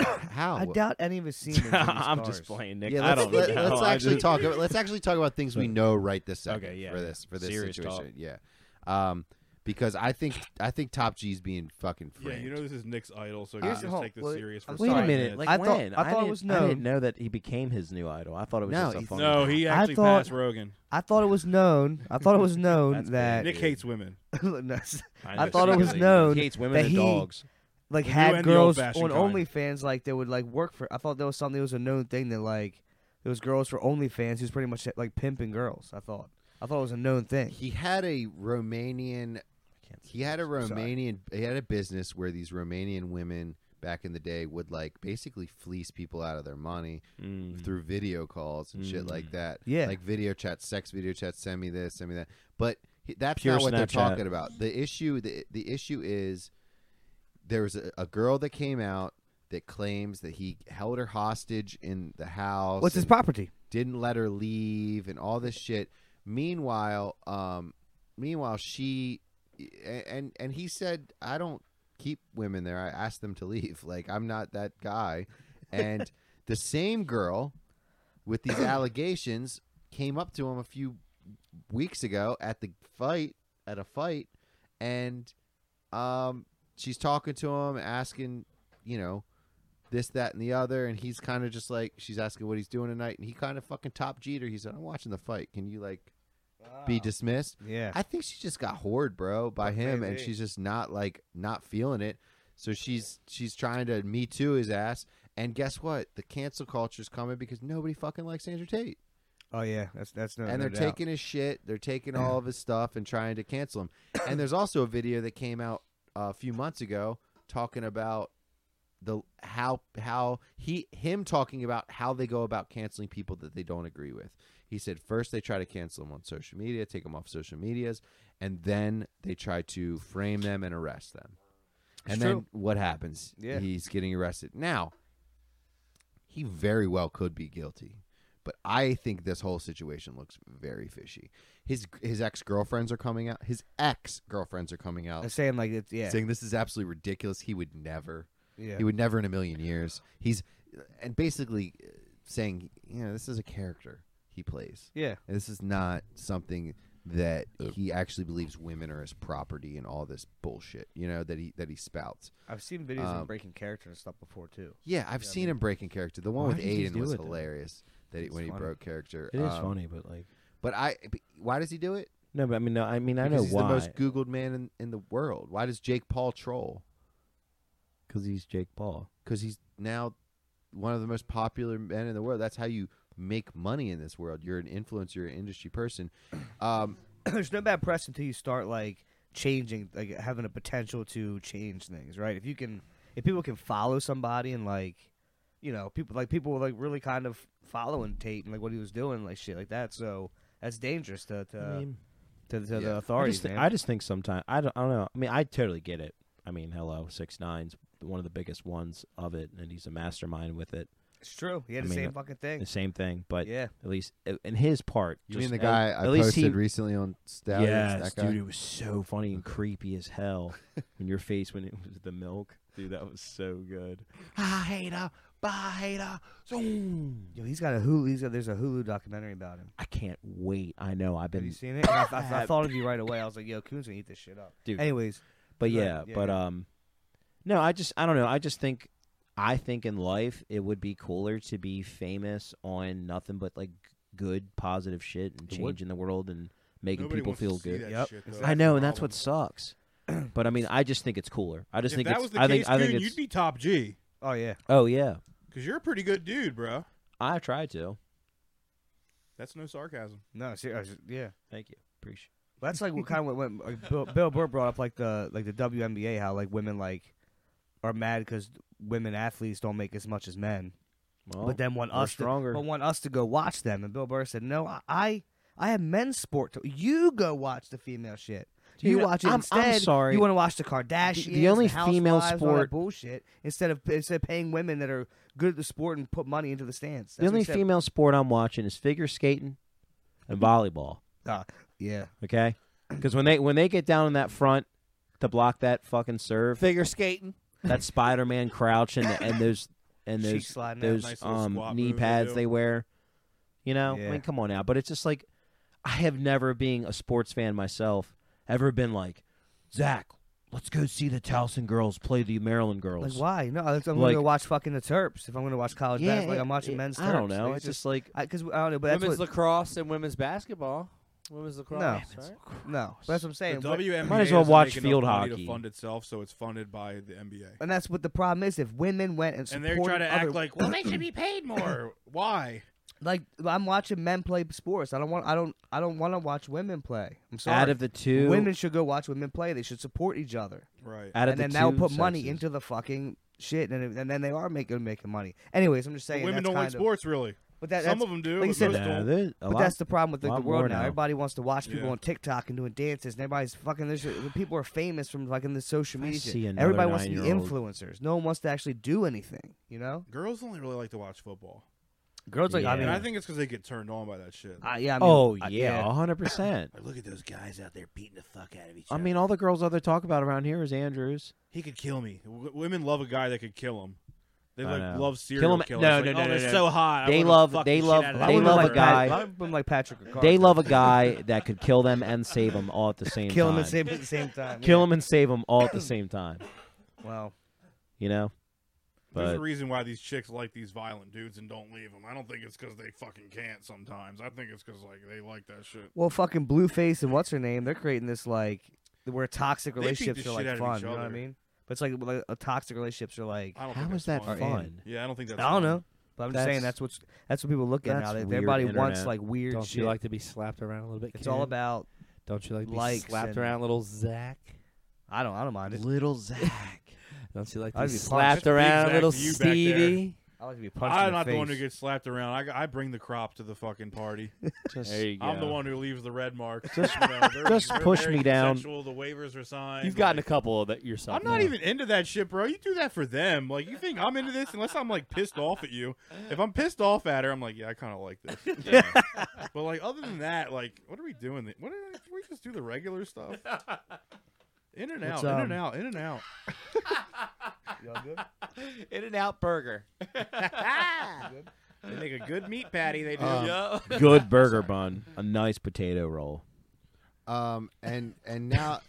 Speaker 2: how?
Speaker 7: I doubt any of us
Speaker 1: <laughs>
Speaker 7: seen him.
Speaker 3: I'm just playing, Nick.
Speaker 2: yeah,
Speaker 3: I
Speaker 2: let's,
Speaker 3: don't
Speaker 2: let,
Speaker 3: know.
Speaker 2: us
Speaker 3: I
Speaker 2: actually
Speaker 3: just-
Speaker 2: talk. About, let's actually talk about things we know right this second.
Speaker 1: Okay, yeah,
Speaker 2: for
Speaker 1: yeah.
Speaker 2: this for this
Speaker 1: Serious talk.
Speaker 2: situation, yeah. Um, because I think I think Top G's being fucking
Speaker 4: Yeah,
Speaker 2: framed.
Speaker 4: you know this is Nick's idol, so
Speaker 7: Here's
Speaker 4: you
Speaker 7: the
Speaker 4: just
Speaker 7: whole-
Speaker 4: take this
Speaker 7: well,
Speaker 4: serious for
Speaker 7: I'm
Speaker 1: Wait a
Speaker 7: sorry.
Speaker 4: five
Speaker 1: minute.
Speaker 4: minutes.
Speaker 1: Like
Speaker 7: I thought-
Speaker 1: when?
Speaker 7: I thought it
Speaker 1: didn't-
Speaker 7: was
Speaker 1: I
Speaker 7: known.
Speaker 1: didn't know that he became his new idol. I thought it was
Speaker 2: No,
Speaker 1: just a
Speaker 2: he's-
Speaker 1: phone.
Speaker 4: no, he
Speaker 7: I
Speaker 4: actually
Speaker 7: thought-
Speaker 4: passed Rogan.
Speaker 7: I thought it was known. I thought it was known <laughs>
Speaker 1: That's
Speaker 7: that
Speaker 4: Nick hates women.
Speaker 7: No,
Speaker 1: I,
Speaker 7: I thought it was known
Speaker 1: He hates women
Speaker 7: that
Speaker 1: and
Speaker 7: he-
Speaker 1: dogs.
Speaker 7: like
Speaker 4: The new
Speaker 7: had
Speaker 4: and the
Speaker 7: girls on
Speaker 4: old-fashioned kind.
Speaker 7: OnlyFans like they would like work for. I thought that was something that was a known thing that like there was girls for OnlyFans who's pretty much like pimping girls. I thought I thought it was a known thing.
Speaker 2: he had a Romanian he had a Romanian he had a business where these Romanian women back in the day would like basically fleece people out of their money through video calls and shit like that.
Speaker 7: Mm. Yeah.
Speaker 2: Like video chats, sex video chats, send me this, send me that. But he- that's
Speaker 1: Pure
Speaker 2: not what they're
Speaker 1: Snapchat.
Speaker 2: talking about. The issue the the issue is there was a, a girl that came out that claims that he held her hostage in the house.
Speaker 7: What's his
Speaker 2: and-
Speaker 7: property?
Speaker 2: didn't let her leave and all this shit. Meanwhile, um, meanwhile she and and he said, I don't keep women there. I asked them to leave. <laughs> Like I'm not that guy. And the same girl with these allegations came up to him a few weeks ago at the fight at a fight, and um, she's talking to him, asking, you know, this, that, and the other, and he's kind of just like she's asking what he's doing tonight, and he kind of fucking top Jeter. He said, "I'm watching the fight. Can you like be dismissed?"
Speaker 7: Oh. Ah. Yeah,
Speaker 2: I think she just got hoard, bro, by him, and
Speaker 7: maybe.
Speaker 2: she's just not like not feeling it. So she's she's trying to me too his ass. And guess what? The cancel culture's coming because nobody fucking likes Andrew Tate,
Speaker 7: Oh yeah, that's that's no.
Speaker 2: and
Speaker 7: no
Speaker 2: they're
Speaker 7: doubt.
Speaker 2: taking his shit. They're taking all
Speaker 7: <clears throat>
Speaker 2: of his stuff and trying to cancel him. and there's also a video that came out uh, a few months ago talking about the how how he him talking about how they go about canceling people that they don't agree with. He said first they try to cancel them on social media, take them off social medias, and then they try to frame them and arrest them. And then
Speaker 7: true.
Speaker 2: what happens?
Speaker 7: Yeah.
Speaker 2: He's getting arrested. Now, he very well could be guilty, but I think this whole situation looks very fishy. His his ex-girlfriends are coming out. His ex-girlfriends are coming out
Speaker 7: I'm saying like it's yeah,
Speaker 2: saying this is absolutely ridiculous. He would never.
Speaker 7: yeah.
Speaker 2: He would never in a million years. He's and basically uh, saying, you know, this is a character he plays.
Speaker 7: yeah.
Speaker 2: And this is not something that he actually believes women are his property and all this bullshit, you know, that he that he spouts.
Speaker 7: I've seen videos
Speaker 2: Um,
Speaker 7: of breaking character and stuff before too. <clears throat>
Speaker 2: Yeah, I've seen him breaking character. The one
Speaker 1: Why
Speaker 2: with
Speaker 1: did he
Speaker 2: Aiden
Speaker 1: do
Speaker 2: was
Speaker 1: it, though?
Speaker 2: hilarious. That he,
Speaker 7: It's
Speaker 2: when he
Speaker 7: funny.
Speaker 2: broke character,
Speaker 1: It is
Speaker 2: Um,
Speaker 1: funny, but like
Speaker 2: But I, but why does he do it?
Speaker 1: no, but I mean no, I mean I
Speaker 2: Because
Speaker 1: know
Speaker 2: he's
Speaker 1: why.
Speaker 2: the most googled man in, in the world. Why does Jake Paul troll?
Speaker 1: Because he's Jake Paul.
Speaker 2: because he's now one of the most popular men in the world. That's how you make money in this world. You're an influencer, you're an industry
Speaker 1: <clears throat>
Speaker 2: person. Um,
Speaker 7: There's no bad press until you start like changing, like having a potential to change things, right? If you can, if people can follow somebody and like, you know, people like people were like really kind of following Tate and like what he was doing, like shit like that. So that's dangerous to to
Speaker 1: I mean,
Speaker 7: to, to
Speaker 2: yeah. I
Speaker 7: the
Speaker 1: I
Speaker 7: authorities,
Speaker 1: just, thi-
Speaker 7: man.
Speaker 1: I just think sometimes I don't, I don't know. I mean, I totally get it. I mean, hello, six nines, one of the biggest ones of it, and he's a mastermind with it.
Speaker 7: it's true. He had
Speaker 1: I
Speaker 7: the
Speaker 1: mean, uh,
Speaker 7: same fucking thing.
Speaker 1: The same thing, but
Speaker 7: Yeah,
Speaker 1: at least uh, in his part,
Speaker 2: you
Speaker 1: just
Speaker 2: mean the
Speaker 1: at-
Speaker 2: guy
Speaker 1: At,
Speaker 2: I
Speaker 1: least
Speaker 2: posted
Speaker 1: he,
Speaker 2: recently on Stallions?
Speaker 1: yes,
Speaker 2: that guy?
Speaker 1: dude, it was so funny
Speaker 4: <laughs>
Speaker 1: and creepy as hell. when your face when it was the milk, dude, that was so good. I hate her, bye hater, zoom.
Speaker 7: yo, he's got a Hulu. He's got there's a Hulu documentary about him.
Speaker 1: I can't wait. I know I've
Speaker 7: Have you
Speaker 1: been,
Speaker 7: seen it? I, I, I thought of you right away. I was like, yo, Coon's gonna eat this shit up.
Speaker 1: Dude.
Speaker 7: Anyways,
Speaker 1: but
Speaker 7: go
Speaker 1: yeah,
Speaker 7: ahead. Yeah,
Speaker 1: but
Speaker 7: yeah.
Speaker 1: um, no, I just I don't know. I just think I think in life it would be cooler to be famous on nothing but like good positive shit and
Speaker 7: It would.
Speaker 1: changing the world and making
Speaker 4: Nobody
Speaker 1: people
Speaker 4: wants to
Speaker 1: feel
Speaker 4: see
Speaker 1: good.
Speaker 4: that
Speaker 7: Yep.
Speaker 4: shit, though.
Speaker 7: I
Speaker 4: That's
Speaker 1: I
Speaker 4: the
Speaker 1: know, and that's what
Speaker 4: problem.
Speaker 1: sucks. <clears throat> But I mean, I just think it's cooler. I just
Speaker 4: If
Speaker 1: think
Speaker 4: that
Speaker 1: it's.
Speaker 4: was the
Speaker 1: I
Speaker 4: case,
Speaker 1: think. I think
Speaker 4: dude,
Speaker 1: it's.
Speaker 4: you'd be top G
Speaker 7: oh yeah,
Speaker 1: Oh yeah,
Speaker 4: because you're a pretty good dude, bro.
Speaker 1: I try to.
Speaker 4: That's no sarcasm.
Speaker 7: no, seriously, yeah.
Speaker 1: Thank you. Appreciate.
Speaker 7: Well, that's like what kind of what, what like Bill, Bill Burr brought up, like the like the WNBA, how like women like are mad because women athletes don't make as much as men,
Speaker 1: Well,
Speaker 7: but then want
Speaker 1: we're
Speaker 7: us
Speaker 1: stronger.
Speaker 7: To, but want us to go watch them. And Bill Burr said, "No, I, I, I have men's sport. To, you go watch the female shit.
Speaker 1: Do
Speaker 7: You,
Speaker 1: you know-
Speaker 7: watch it
Speaker 1: I'm- I'm
Speaker 7: instead.
Speaker 1: sorry.
Speaker 7: You want to watch the Kardashians,
Speaker 1: only female
Speaker 7: female
Speaker 1: sport-
Speaker 7: bullshit instead of instead of paying women that are good at the sport and put money into the stands.
Speaker 1: the
Speaker 7: That's what he
Speaker 1: only
Speaker 7: said.
Speaker 1: female sport I'm watching is figure skating and volleyball.
Speaker 7: Ah, yeah,
Speaker 1: Okay, because when they when they get down in that front to block that fucking serve,
Speaker 5: Figure skating.
Speaker 1: <laughs> that Spider Man crouch and, and those and
Speaker 7: Cheek
Speaker 1: those
Speaker 7: sliding out.
Speaker 1: those
Speaker 4: Nice little
Speaker 1: um
Speaker 4: squat
Speaker 1: knee
Speaker 4: move they
Speaker 1: pads
Speaker 4: do.
Speaker 1: they, wear. You know, I
Speaker 7: Yeah.
Speaker 1: mean, come on now. But it's just like I have never, being a sports fan myself, ever been like Zach. Let's go see the Towson girls play the Maryland
Speaker 7: Like
Speaker 1: girls.
Speaker 7: why? No, I'm
Speaker 1: Like-
Speaker 7: going to watch fucking the Terps if I'm going to watch college
Speaker 1: Yeah,
Speaker 7: basketball. Like
Speaker 1: it-
Speaker 7: I'm watching
Speaker 1: it-
Speaker 7: men's.
Speaker 1: I don't
Speaker 7: Terps.
Speaker 1: know.
Speaker 7: Like,
Speaker 1: it's just like
Speaker 7: because I, don't know, but that's
Speaker 5: women's
Speaker 7: what,
Speaker 5: lacrosse and women's basketball. Women's lacrosse, right?
Speaker 7: no. But that's what I'm saying.
Speaker 4: The
Speaker 7: What-
Speaker 4: WNBA
Speaker 1: Might as well
Speaker 4: doesn't
Speaker 1: watch
Speaker 4: make enough
Speaker 1: field
Speaker 4: money
Speaker 1: hockey.
Speaker 4: to fund itself, so it's funded by the NBA.
Speaker 7: and that's what the problem is. If women went and
Speaker 4: And
Speaker 7: supported
Speaker 4: they're trying to
Speaker 7: other,
Speaker 4: act
Speaker 7: <coughs>
Speaker 4: like, well, they should be paid more. Why?
Speaker 7: like I'm watching men play sports. I don't want. I don't. I don't want to watch women play. I'm sorry.
Speaker 1: out of the two,
Speaker 7: women should go watch women play. They should support each other.
Speaker 4: Right.
Speaker 1: out of
Speaker 7: and
Speaker 1: the
Speaker 7: then that
Speaker 1: two
Speaker 7: will put money
Speaker 1: sexes.
Speaker 7: into the fucking shit, and, it- and then they are making making money. Anyways, I'm just saying.
Speaker 4: women
Speaker 7: that's
Speaker 4: don't
Speaker 7: kind
Speaker 4: like sports, really.
Speaker 7: Of, but that,
Speaker 4: Some
Speaker 7: that's-
Speaker 4: of them do.
Speaker 7: like you
Speaker 4: but
Speaker 7: said,
Speaker 4: most
Speaker 1: Nah,
Speaker 4: don't.
Speaker 1: there's a
Speaker 7: But
Speaker 1: lot-
Speaker 7: that's the problem with the,
Speaker 1: lot
Speaker 7: the
Speaker 1: more
Speaker 7: world now.
Speaker 1: now.
Speaker 7: Everybody wants to watch people
Speaker 4: Yeah.
Speaker 7: on TikTok and doing dances, and everybody's fucking. There's, people are famous from fucking the social
Speaker 1: I
Speaker 7: media.
Speaker 1: see another
Speaker 7: Everybody wants to be
Speaker 1: nine-year-old.
Speaker 7: influencers. No one wants to actually do anything. You know,
Speaker 4: Girls only really like to watch football.
Speaker 7: girls like I
Speaker 1: Yeah.
Speaker 7: mean,
Speaker 4: And I think it's because they get turned on by that shit.
Speaker 7: I- yeah, I mean,
Speaker 1: Oh
Speaker 7: I-
Speaker 1: yeah, hundred percent.
Speaker 6: Like, look at those guys out there beating the fuck out of each
Speaker 1: I mean, all the girls other talk about around here is Andrews.
Speaker 4: Uh, He could kill me. W- women love a guy that could kill them. They
Speaker 1: I
Speaker 4: like
Speaker 1: know.
Speaker 4: love
Speaker 1: Kill
Speaker 4: serial
Speaker 1: 'em-
Speaker 4: killers.
Speaker 1: no,
Speaker 4: Like,
Speaker 1: no,
Speaker 4: oh,
Speaker 1: no,
Speaker 4: they're
Speaker 1: no, no.
Speaker 4: so hot. I
Speaker 1: They
Speaker 4: wanna
Speaker 1: love-
Speaker 4: fuck
Speaker 1: they
Speaker 4: the
Speaker 1: love-
Speaker 4: Shit out of
Speaker 7: I
Speaker 4: them.
Speaker 1: they
Speaker 7: wouldn't
Speaker 1: love
Speaker 7: like
Speaker 1: a
Speaker 7: Pat-
Speaker 1: guy-
Speaker 7: I wouldn't like Patrick. O'Connor.
Speaker 1: They love a guy that could kill them and save them all at the same
Speaker 7: kill
Speaker 1: time.
Speaker 7: him and save him at the <laughs> same time.
Speaker 1: kill them and save them all
Speaker 7: <coughs>
Speaker 1: at the same time.
Speaker 7: Yeah. Well,
Speaker 1: You know,
Speaker 4: There's
Speaker 1: but
Speaker 4: a reason why these chicks like these violent dudes and don't leave them. I don't think it's because they fucking can't sometimes. I think it's because like they like that shit.
Speaker 7: well, fucking Blueface and what's her name? They're creating this like where toxic
Speaker 4: They beat the
Speaker 7: relationships are
Speaker 4: shit out
Speaker 7: like
Speaker 4: of
Speaker 7: fun.
Speaker 4: each
Speaker 7: You know what I
Speaker 4: other.
Speaker 7: mean? But it's like, like uh, toxic relationships are like
Speaker 4: I don't.
Speaker 1: how
Speaker 4: think
Speaker 1: is
Speaker 4: that's
Speaker 1: that
Speaker 4: fun.
Speaker 1: fun?
Speaker 4: Yeah, I don't think that's.
Speaker 7: I
Speaker 4: fun.
Speaker 7: don't know. But I'm just saying
Speaker 1: That's-
Speaker 7: that's what's that's what people look at
Speaker 1: that's
Speaker 7: now. They-
Speaker 1: weird
Speaker 7: Everybody wants
Speaker 1: internet.
Speaker 7: like weird
Speaker 5: Don't
Speaker 7: shit.
Speaker 5: you like to be slapped around a little bit?
Speaker 7: it's all
Speaker 5: Ken?
Speaker 7: about
Speaker 5: Don't you like to be
Speaker 7: likes
Speaker 5: slapped
Speaker 7: and-
Speaker 5: around, little Zach?
Speaker 7: I don't I don't mind it.
Speaker 1: little Zach,
Speaker 5: <laughs> Don't you like to
Speaker 7: I'd
Speaker 5: be
Speaker 7: be punched.
Speaker 5: slapped
Speaker 4: Just be
Speaker 5: around,
Speaker 4: Zach
Speaker 5: little
Speaker 4: to you back there.
Speaker 5: Stevie?
Speaker 7: I like to be punched.
Speaker 4: I'm
Speaker 7: in the
Speaker 4: not the one who
Speaker 7: face.
Speaker 4: gets slapped around. I, I bring the crop to the fucking party.
Speaker 1: just
Speaker 5: you
Speaker 4: I'm the one who leaves the red mark.
Speaker 1: Just-
Speaker 4: You know, they're-
Speaker 1: just
Speaker 4: they're
Speaker 1: push
Speaker 4: very
Speaker 1: me down.
Speaker 4: consensual, The waivers are signed.
Speaker 5: You've gotten a
Speaker 4: like-
Speaker 5: couple of that yourself.
Speaker 4: I'm not
Speaker 5: now.
Speaker 4: even into that shit, bro. You do that for them. Like you think I'm into this unless I'm like pissed off at you. If I'm pissed off at her, I'm like, yeah, I kind of like this. <laughs> but like other than that, like what are we doing? What are can we just do the regular <laughs> stuff? In and out,
Speaker 7: What's,
Speaker 4: in
Speaker 7: um,
Speaker 4: and out, in and out.
Speaker 5: In and Out Burger.
Speaker 4: They make a good meat patty. They do.
Speaker 1: <laughs> good burger bun, a nice potato roll.
Speaker 2: Um, and and
Speaker 4: <laughs>
Speaker 2: now,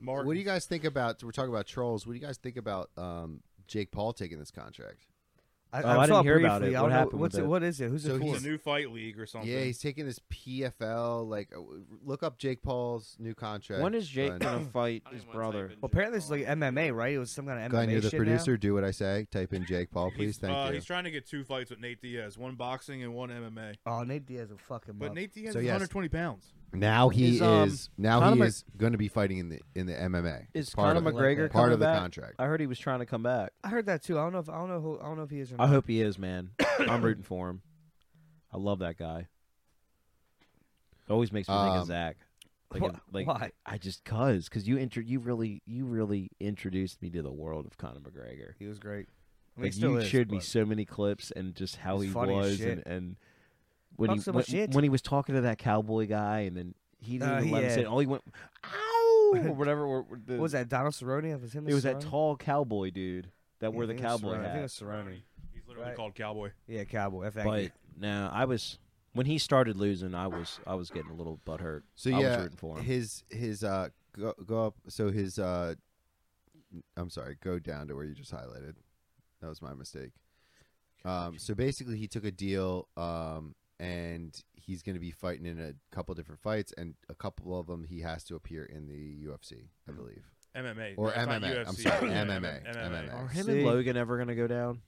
Speaker 4: Martin.
Speaker 2: what do you guys think about? We're talking about trolls. What do you guys think about um, Jake Paul taking this contract?
Speaker 7: I,
Speaker 1: Oh,
Speaker 7: saw
Speaker 1: I didn't hear about
Speaker 7: briefly,
Speaker 1: it.
Speaker 7: I
Speaker 1: What
Speaker 7: don't know,
Speaker 1: happened with
Speaker 7: What's
Speaker 1: it?
Speaker 7: What is it? Who's
Speaker 2: So
Speaker 7: it
Speaker 2: he's
Speaker 7: for?
Speaker 4: It's a new fight league or something.
Speaker 2: Yeah, he's taking this PFL. Like, uh, look up Jake Paul's new contract.
Speaker 1: When is Jake
Speaker 2: Glenn.
Speaker 1: gonna <clears throat> fight his brother?
Speaker 7: Well, apparently it's like MMA, right? It was some kind of
Speaker 2: Glenn,
Speaker 7: MMA
Speaker 2: you're the
Speaker 7: shit now.
Speaker 2: producer. Do what I say. Type in Jake Paul,
Speaker 4: He's-
Speaker 2: oh, please. Thank
Speaker 4: uh,
Speaker 2: you.
Speaker 4: He's trying to get two fights with Nate Diaz, one boxing and one MMA.
Speaker 7: Oh, Nate Diaz will fucking.
Speaker 4: But
Speaker 7: muck.
Speaker 4: Nate Diaz
Speaker 2: So
Speaker 4: is
Speaker 2: yes.
Speaker 4: 120 pounds.
Speaker 2: Now he
Speaker 1: Is,
Speaker 2: is,
Speaker 1: um,
Speaker 2: now
Speaker 1: Conor
Speaker 2: he
Speaker 1: Mc-
Speaker 2: is going to be fighting in the in the MMA.
Speaker 1: Is
Speaker 2: part
Speaker 1: Conor
Speaker 2: of the-
Speaker 1: McGregor
Speaker 2: part
Speaker 1: coming
Speaker 2: of the
Speaker 1: back?
Speaker 2: contract?
Speaker 1: I heard he was trying to come back.
Speaker 7: I heard that too. I don't know if I don't know who I don't know if he is or
Speaker 1: I
Speaker 7: not.
Speaker 1: hope he is, man. I'm rooting for him. I love that guy. It always makes me think
Speaker 2: Um,
Speaker 1: of Zach. Like,
Speaker 7: Wha- <laughs>
Speaker 1: it- like
Speaker 7: why?
Speaker 1: I just cuz because you intro you really you really introduced me to the world of Conor McGregor.
Speaker 7: He was great. I mean,
Speaker 1: Like
Speaker 7: he still
Speaker 1: you
Speaker 7: is,
Speaker 1: showed me
Speaker 7: but-
Speaker 1: so many clips and just how
Speaker 7: He's
Speaker 1: he
Speaker 7: funny as
Speaker 1: was
Speaker 7: shit.
Speaker 1: and, and when he
Speaker 7: Talks so
Speaker 1: when,
Speaker 7: much shit.
Speaker 1: when he was talking to that cowboy guy and then he didn't
Speaker 7: Uh,
Speaker 1: even let him
Speaker 7: yeah.
Speaker 1: say it. all he went ow <laughs> or whatever or, or the-
Speaker 7: What was that Donald Cerrone? Was him?
Speaker 1: it was that
Speaker 7: Cerrone?
Speaker 1: tall cowboy dude that wore
Speaker 7: Yeah,
Speaker 1: the
Speaker 7: I think it was Cerrone.
Speaker 1: cowboy
Speaker 7: I think it
Speaker 1: hat.
Speaker 7: was Cerrone.
Speaker 4: He's literally
Speaker 7: Right.
Speaker 4: called Cowboy.
Speaker 7: Yeah, cowboy. Thank you.
Speaker 1: But no, I was when he started losing, I was I was getting a little butthurt.
Speaker 2: So
Speaker 1: I was
Speaker 2: yeah,
Speaker 1: rooting for him.
Speaker 2: his his uh go, go up. So his uh, I'm sorry, go down to where you just highlighted. That was my mistake. Um, so basically, he took a deal, um, and he's going to be fighting in a couple different fights, and a couple of them he has to appear in the UFC, I
Speaker 1: Mm-hmm.
Speaker 2: believe.
Speaker 4: MMA
Speaker 2: Or
Speaker 4: It's not
Speaker 2: MMA. I'm
Speaker 4: UFC. <laughs>
Speaker 2: sorry,
Speaker 4: Yeah,
Speaker 2: MMA.
Speaker 1: Are
Speaker 2: MMA.
Speaker 1: him
Speaker 7: See?
Speaker 1: and Logan ever gonna go down?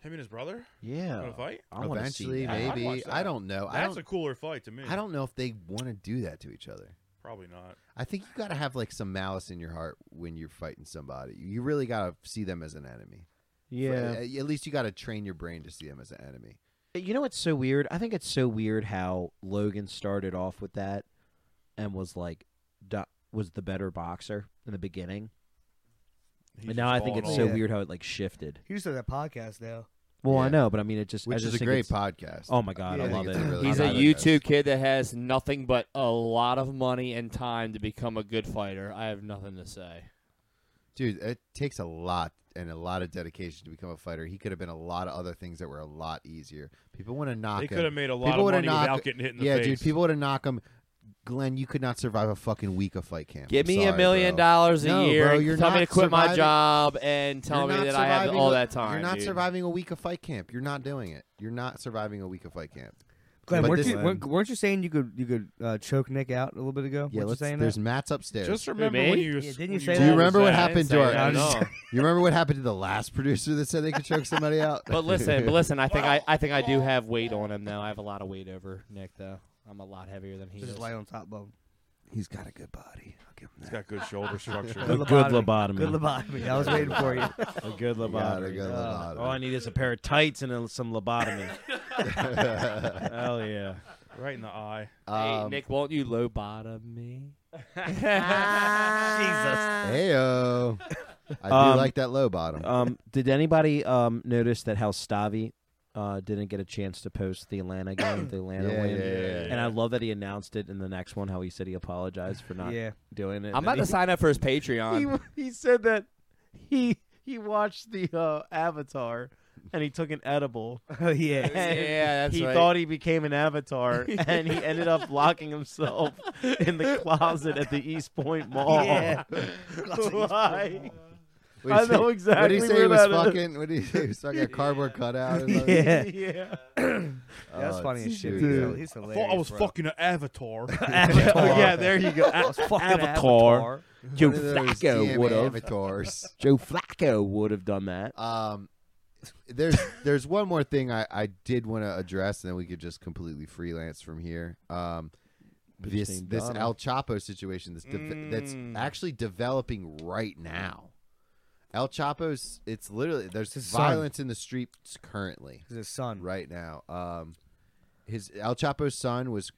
Speaker 4: Him and his brother
Speaker 1: Yeah,
Speaker 4: gonna fight.
Speaker 1: I want to see
Speaker 2: Eventually,
Speaker 1: that.
Speaker 4: I'd watch
Speaker 2: maybe
Speaker 4: that.
Speaker 2: I don't know. I
Speaker 4: That's
Speaker 2: don't.
Speaker 4: a cooler fight to me.
Speaker 2: I don't know if they want to do that to each other.
Speaker 4: Probably not.
Speaker 2: I think you gotta have like some malice in your heart when you're fighting somebody. You really gotta see them as an enemy. For-
Speaker 1: Yeah.
Speaker 2: at least you gotta train your brain to see them as an enemy.
Speaker 1: You know what's so weird? I think it's so weird how Logan started off with that and was like do- was the better boxer in the beginning.
Speaker 4: He's
Speaker 1: and now I
Speaker 4: just
Speaker 1: think
Speaker 4: falling
Speaker 1: it's
Speaker 4: off.
Speaker 1: so
Speaker 7: Yeah.
Speaker 1: weird how it like shifted.
Speaker 7: He just does that podcast now.
Speaker 1: Well, I
Speaker 2: Yeah.
Speaker 1: know, but I mean it just I
Speaker 2: Which
Speaker 1: just
Speaker 2: is a
Speaker 1: think
Speaker 2: great
Speaker 1: it's-
Speaker 2: podcast.
Speaker 1: Oh my god,
Speaker 2: Yeah,
Speaker 1: I
Speaker 2: I think
Speaker 1: love
Speaker 2: it's
Speaker 1: it.
Speaker 2: a really
Speaker 5: He's a
Speaker 2: Not a
Speaker 5: YouTube
Speaker 2: ghost.
Speaker 5: kid that has nothing but a lot of money and time to become a good fighter. I have nothing to say.
Speaker 2: Dude, it takes a lot and a lot of dedication to become a fighter. He could have been a lot of other things that were a lot easier. People want to knock
Speaker 4: They
Speaker 2: him.
Speaker 4: could have made a lot
Speaker 2: People
Speaker 4: of
Speaker 2: would've
Speaker 4: money
Speaker 2: knocked-
Speaker 4: without getting hit in the
Speaker 2: yeah,
Speaker 4: face.
Speaker 2: dude, people would have knocked him. Glenn, you could not survive a fucking week of fight camp.
Speaker 5: Give
Speaker 2: I'm
Speaker 5: me a
Speaker 2: sorry,
Speaker 5: million
Speaker 2: bro.
Speaker 5: dollars a
Speaker 2: No,
Speaker 5: year.
Speaker 2: bro,
Speaker 5: and
Speaker 2: you're
Speaker 5: tell me
Speaker 2: not
Speaker 5: to quit my
Speaker 2: surviving-
Speaker 5: job and tell
Speaker 2: You're
Speaker 5: me
Speaker 2: not
Speaker 5: that I have
Speaker 2: surviving
Speaker 5: all
Speaker 2: a-
Speaker 5: that time.
Speaker 2: You're not
Speaker 5: dude. <laughs>
Speaker 2: surviving a week of fight camp. You're not doing it. You're not surviving a week of fight camp.
Speaker 7: Glenn,
Speaker 2: But
Speaker 7: weren't
Speaker 2: this-
Speaker 7: you, weren't, weren't you saying you could you could uh, choke Nick out a little bit ago?
Speaker 2: Yeah,
Speaker 7: weren't you
Speaker 2: let's,
Speaker 7: saying
Speaker 2: there's
Speaker 7: that?
Speaker 2: mats upstairs.
Speaker 4: Just remember
Speaker 5: me?
Speaker 4: when you.
Speaker 7: Yeah, didn't you
Speaker 4: when
Speaker 7: say
Speaker 2: Do you
Speaker 7: that?
Speaker 2: remember what
Speaker 5: I didn't
Speaker 2: happened
Speaker 5: say
Speaker 2: to
Speaker 5: that
Speaker 2: our?
Speaker 5: at all.
Speaker 2: <laughs> You remember what happened to the last producer that said they could choke somebody out? <laughs>
Speaker 5: But listen, but listen. I think I, I think I do have weight on him now. I have a lot of weight over Nick though. I'm a lot heavier than he
Speaker 7: Just
Speaker 5: is.
Speaker 7: lay on top of him.
Speaker 2: he's got a good body. I'll give him
Speaker 4: He's
Speaker 2: that.
Speaker 4: got
Speaker 2: <laughs>
Speaker 4: good shoulder structure.
Speaker 1: A
Speaker 7: Good
Speaker 1: good
Speaker 7: lobotomy.
Speaker 2: Mm-hmm.
Speaker 1: lobotomy.
Speaker 7: Good lobotomy. I was waiting for you.
Speaker 1: A good
Speaker 2: He got a good
Speaker 7: Uh,
Speaker 1: All I
Speaker 2: lobotomy.
Speaker 1: need is a pair of tights and a- some lobotomy. Hell yeah.
Speaker 4: right in the eye.
Speaker 5: Hey,
Speaker 2: Um,
Speaker 5: Nick, won't you low bottom me?
Speaker 2: Heyo. I do
Speaker 1: Um,
Speaker 2: like that low bottom.
Speaker 1: Um, did anybody um, notice that how Stavi uh, didn't get a chance to post the Atlanta game, the Atlanta
Speaker 2: yeah, yeah,
Speaker 1: win?
Speaker 2: yeah, yeah.
Speaker 1: And I love that he announced it in the next one. How he said he apologized for not
Speaker 7: Yeah.
Speaker 1: doing it.
Speaker 5: I'm about to sign up for his <laughs> Patreon.
Speaker 1: <laughs> he, he said that he he watched the uh, Avatar and he took an edible.
Speaker 7: Oh yeah.
Speaker 1: And
Speaker 5: Yeah, that's
Speaker 1: he
Speaker 5: right.
Speaker 1: thought he became an avatar, and he ended up locking himself in the closet at the East Point Mall. <laughs>
Speaker 7: Yeah.
Speaker 1: Why?
Speaker 2: What'd
Speaker 1: I
Speaker 2: he say-
Speaker 1: know exactly
Speaker 2: What did he say
Speaker 1: where
Speaker 2: he was
Speaker 1: that is.
Speaker 2: fucking? What did he say? He was fucking a cardboard cutout. or something?
Speaker 7: Yeah.
Speaker 1: yeah.
Speaker 2: Oh,
Speaker 7: That's funny as shit.
Speaker 2: dude.
Speaker 7: He's, he's
Speaker 4: I
Speaker 7: hilarious.
Speaker 4: thought I was
Speaker 7: bro.
Speaker 4: fucking an
Speaker 2: <laughs>
Speaker 4: avatar.
Speaker 7: Avatar.
Speaker 1: Oh, yeah, there you go.
Speaker 7: I was fucking
Speaker 1: Avatar.
Speaker 7: Avatar.
Speaker 1: Joe
Speaker 2: One of those
Speaker 1: Flacco
Speaker 2: damn
Speaker 1: would have.
Speaker 2: avatars.
Speaker 1: Joe Flacco would have done that.
Speaker 2: Um, there's <laughs> there's one more thing I, I did want to address, and then we could just completely freelance from here. Um, this
Speaker 1: Bitch named
Speaker 2: this
Speaker 1: Donna.
Speaker 2: El Chapo situation that's de- that's
Speaker 4: Mm.
Speaker 2: actually developing right now. El Chapo's it's literally there's
Speaker 7: His son.
Speaker 2: violence in the streets currently
Speaker 7: He's his son.
Speaker 2: right now. Um, his El Chapo's son was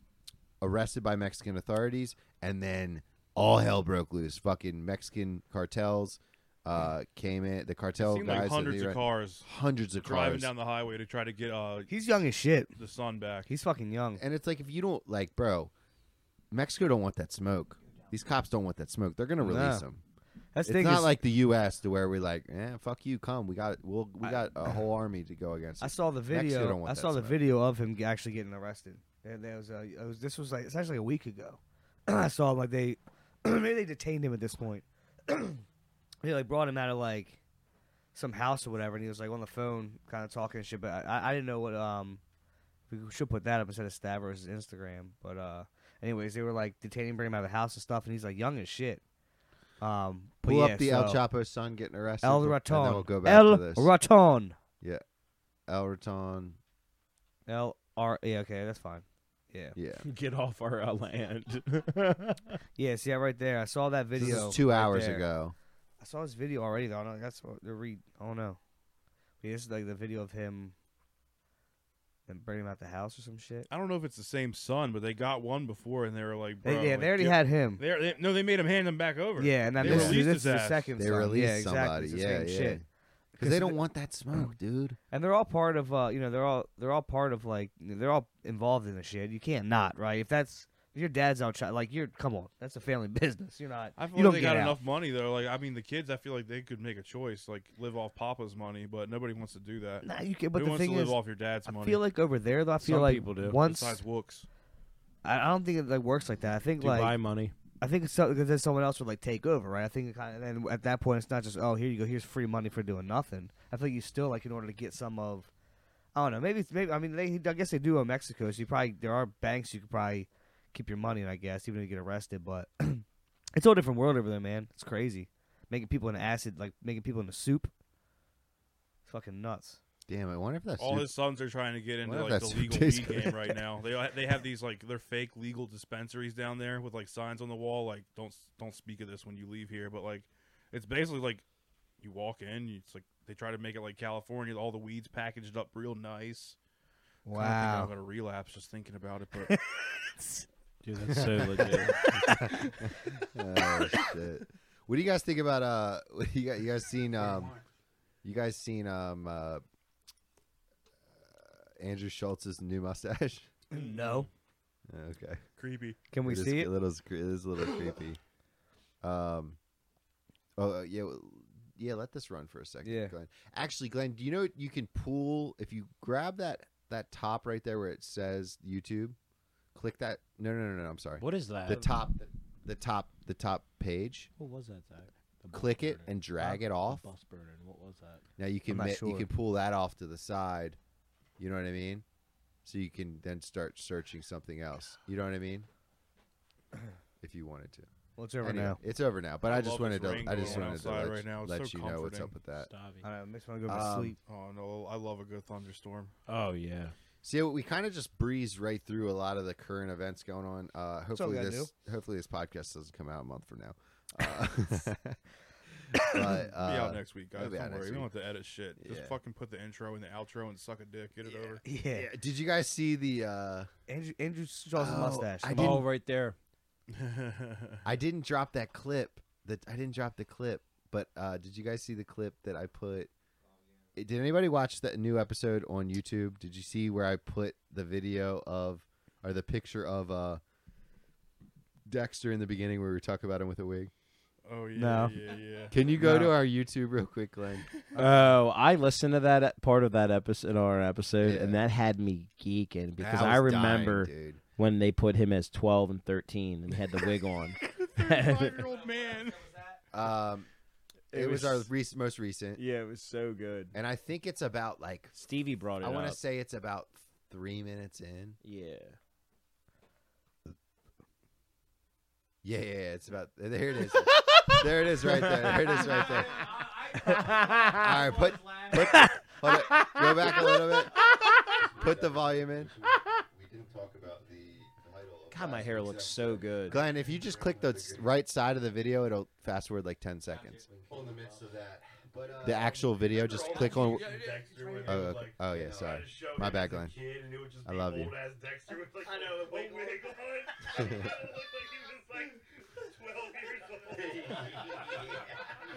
Speaker 2: arrested by Mexican authorities, and then all hell broke loose. Fucking Mexican cartels uh, came in. The cartel
Speaker 4: Seemed
Speaker 2: guys,
Speaker 4: like
Speaker 2: that
Speaker 4: hundreds
Speaker 2: they-
Speaker 4: of cars
Speaker 2: hundreds of
Speaker 4: driving
Speaker 2: cars,
Speaker 4: down the highway to try to get uh,
Speaker 7: He's young as shit.
Speaker 4: the sun back.
Speaker 7: He's fucking young.
Speaker 2: and it's like if you don't like, bro, Mexico don't want that smoke. These cops don't want that smoke. They're gonna release
Speaker 7: No.
Speaker 2: them.
Speaker 7: That's
Speaker 2: It's
Speaker 7: the thing
Speaker 2: not
Speaker 7: is,
Speaker 2: like the U.S. to where we're like, eh, fuck you, come. We got we'll, we
Speaker 7: I-
Speaker 2: got
Speaker 7: <clears throat>
Speaker 2: a whole army to go against.
Speaker 7: I
Speaker 2: us."
Speaker 7: saw the
Speaker 2: Mexico don't
Speaker 7: video.
Speaker 2: want
Speaker 7: I
Speaker 2: that
Speaker 7: saw the
Speaker 2: smoke.
Speaker 7: video of him g- actually getting arrested. There, there was, a, it was this was like it's actually a week ago. <clears throat> I saw him like they <clears throat> maybe they detained him at this point. <clears throat> they like brought him out of like some house or whatever, and he was like on the phone, kind of talking and shit. But I- I, I didn't know what um we should put that up instead of Stavros' Instagram. But uh, anyways, they were like detaining, bringing him out of the house and stuff, and he's like young as shit. Um, but
Speaker 2: Pull
Speaker 7: yeah,
Speaker 2: up the El
Speaker 7: so-
Speaker 2: Chapo's son getting arrested.
Speaker 7: El
Speaker 2: and then
Speaker 7: Raton.
Speaker 2: we'll go back
Speaker 7: El
Speaker 2: to this.
Speaker 7: Raton.
Speaker 2: El Raton.
Speaker 7: L R. Yeah, okay, that's fine. Yeah.
Speaker 2: Yeah.
Speaker 1: Get off our uh, land. <laughs>
Speaker 7: Yeah, see that right there. I saw that video.
Speaker 2: This is two
Speaker 7: right
Speaker 2: hours
Speaker 7: there.
Speaker 2: ago.
Speaker 7: I saw this video already though. I don't know, that's what the read. I don't know. Yeah, this is like the video of him and bringing him out the house or some shit.
Speaker 4: I don't know if it's the same sun, but they got one before, and they were like,
Speaker 7: They-
Speaker 4: bro,
Speaker 7: yeah,
Speaker 4: like,
Speaker 7: they already
Speaker 4: get-
Speaker 7: had him.
Speaker 4: They, they, no, they made him hand them back over.
Speaker 7: Yeah, and then
Speaker 4: They
Speaker 7: this,
Speaker 4: released
Speaker 7: this
Speaker 4: his
Speaker 7: is the
Speaker 4: ass.
Speaker 7: second.
Speaker 2: They
Speaker 7: son.
Speaker 2: released
Speaker 7: yeah, exactly.
Speaker 2: somebody.
Speaker 7: It's the
Speaker 2: yeah,
Speaker 7: same
Speaker 2: yeah.
Speaker 7: shit.
Speaker 2: Because they don't want that
Speaker 7: <clears throat>
Speaker 2: smoke, dude.
Speaker 7: And they're all part of. uh You know, they're all they're all part of like they're all involved in the shit. You can't not right if that's. if Your dad's out, chi- like you're. Come on, that's a family <laughs> business. You're not.
Speaker 4: I feel
Speaker 7: you
Speaker 4: like
Speaker 7: don't
Speaker 4: they
Speaker 7: get
Speaker 4: got
Speaker 7: out.
Speaker 4: enough money though. Like I mean, the kids, I feel like they could make a choice, like live off Papa's money, but nobody wants to do that.
Speaker 7: Nah, you can.
Speaker 4: Who
Speaker 7: But the
Speaker 4: wants
Speaker 7: thing
Speaker 4: to live
Speaker 7: is,
Speaker 4: off your dad's
Speaker 7: I
Speaker 4: money?
Speaker 7: feel like over there though, I feel
Speaker 1: Some
Speaker 7: like
Speaker 1: people do.
Speaker 7: once
Speaker 4: besides Wooks.
Speaker 7: I I don't think it like works like that. I think like
Speaker 1: Dubai money.
Speaker 7: I think it's because then someone else would like take over, right? I think it kind of, and at that point it's not just oh here you go here's free money for doing nothing. I think you still like in order to get some of I don't know maybe it's- maybe I mean they I guess they do in Mexico so you probably there are banks you could probably keep your money in I guess even if you get arrested but <clears throat> it's a whole different world over there man it's crazy making people in acid like making people into soup it's fucking nuts
Speaker 2: Damn, I wonder if that's
Speaker 4: All his sons are trying to get into
Speaker 2: Well,
Speaker 4: like
Speaker 7: <laughs>
Speaker 4: the
Speaker 2: that's
Speaker 4: legal weed
Speaker 2: ridiculous.
Speaker 4: game right now. They they have these like they're fake legal dispensaries down there with like signs on the wall like don't don't speak of this when you leave here. But like it's basically like you walk in, you- it's like they try to make it like California, all the weeds packaged up real nice. Kinda think I'm
Speaker 7: Wow.
Speaker 4: gonna relapse just thinking about it.
Speaker 7: <laughs>
Speaker 4: But
Speaker 5: Dude, that's so legit.
Speaker 2: <laughs> Oh, shit. What do you guys think about uh? <laughs> what You guys, you guys seen um? You guys seen um? Uh, Andrew Schultz's new mustache? <laughs>
Speaker 7: No.
Speaker 2: okay,
Speaker 4: creepy.
Speaker 7: Can we
Speaker 2: It is
Speaker 7: see
Speaker 2: a
Speaker 7: it?
Speaker 2: Little, it is a little creepy. Um. Oh uh, yeah, well, yeah. Let this run for a second.
Speaker 7: Yeah.
Speaker 2: Glenn. Actually, Glenn, do you know you can pull if you grab that that top right there where it says YouTube? Click that. No, no, no, no. I'm sorry.
Speaker 1: What is that?
Speaker 2: The top, the, top, the top page.
Speaker 1: What was that? Zach? The bus
Speaker 2: Click it
Speaker 1: burner.
Speaker 2: and drag
Speaker 1: Huh?
Speaker 2: it off.
Speaker 1: The bus burner. What was that?
Speaker 2: Now you can
Speaker 7: I'm not
Speaker 2: ma- you
Speaker 7: sure.
Speaker 2: can pull that off to the side. You know what I mean? So you can then start searching something else. You know what I mean? If you wanted to.
Speaker 7: Well, it's over
Speaker 2: Anyway,
Speaker 7: now.
Speaker 2: It's over now. But I,
Speaker 4: I
Speaker 2: just
Speaker 4: love
Speaker 2: wanted
Speaker 4: this
Speaker 2: to
Speaker 4: rain
Speaker 2: I just
Speaker 4: going
Speaker 2: wanted to
Speaker 4: outside
Speaker 2: let,
Speaker 4: right now. It's
Speaker 2: let
Speaker 4: so
Speaker 2: you know what's up
Speaker 4: comforting.
Speaker 2: with that.
Speaker 7: I
Speaker 1: Stabby.
Speaker 7: don't know. It makes me want to go to
Speaker 2: Um,
Speaker 7: sleep.
Speaker 4: Oh no, I love a good thunderstorm.
Speaker 1: Oh yeah.
Speaker 2: See, we kind of just breezed right through a lot of the current events going on. Uh,
Speaker 7: all we
Speaker 2: hopefully
Speaker 7: gotta
Speaker 2: this hopefully this podcast doesn't come out a month from
Speaker 7: <laughs>
Speaker 2: now. Uh, <laughs> but,
Speaker 4: be
Speaker 2: uh,
Speaker 4: out next week,
Speaker 2: it'll
Speaker 4: guys.
Speaker 2: be out
Speaker 4: Don't worry,
Speaker 2: next
Speaker 4: we don't
Speaker 2: week.
Speaker 4: have to edit shit.
Speaker 2: Yeah.
Speaker 4: Just fucking put the intro and the outro and suck a dick. Get it over.
Speaker 7: Yeah.
Speaker 2: yeah, did you guys see the uh,
Speaker 7: Andrew Andrew Schultz's
Speaker 2: Oh,
Speaker 7: mustache.
Speaker 2: I
Speaker 1: Oh,
Speaker 2: didn't-
Speaker 1: right there.
Speaker 2: <laughs> I didn't drop that clip. That I didn't drop the clip, but uh, did you guys see the clip that I put? Eh, Did anybody watch that new episode on YouTube? Did you see where I put the video of or the picture of uh, Dexter in the beginning where we were talking about him with a wig?
Speaker 4: <laughs> Oh yeah,
Speaker 7: No.
Speaker 4: yeah, yeah.
Speaker 2: Can you go to our YouTube real quick, Glenn?
Speaker 1: Oh, I listened to that e- part of that episode, our episode, and that had me geeking because I,
Speaker 2: was dying,
Speaker 1: remember
Speaker 2: dude.
Speaker 1: when they put him as twelve and thirteen and had the
Speaker 2: <laughs>
Speaker 1: wig on.
Speaker 4: Five year old man.
Speaker 2: Um, it, was, our rec- most recent,
Speaker 3: Yeah, it was so good.
Speaker 2: and I think it's about like
Speaker 1: Stevie brought it
Speaker 2: I want
Speaker 1: up.
Speaker 2: to say it's about three minutes in.
Speaker 1: yeah.
Speaker 2: Yeah, yeah, yeah, it's about there. It is. <laughs> there it is, right there. There it is,
Speaker 3: <laughs>
Speaker 2: right there. All right, put, put hold it, go back a little bit. Put the volume in,
Speaker 1: God, my hair looks so good.
Speaker 2: Glenn. If you just click the s- right side of the video, it'll fast forward like ten seconds. The actual video, just click on. Oh, okay. oh yeah, sorry, my bad, Glenn. I love you.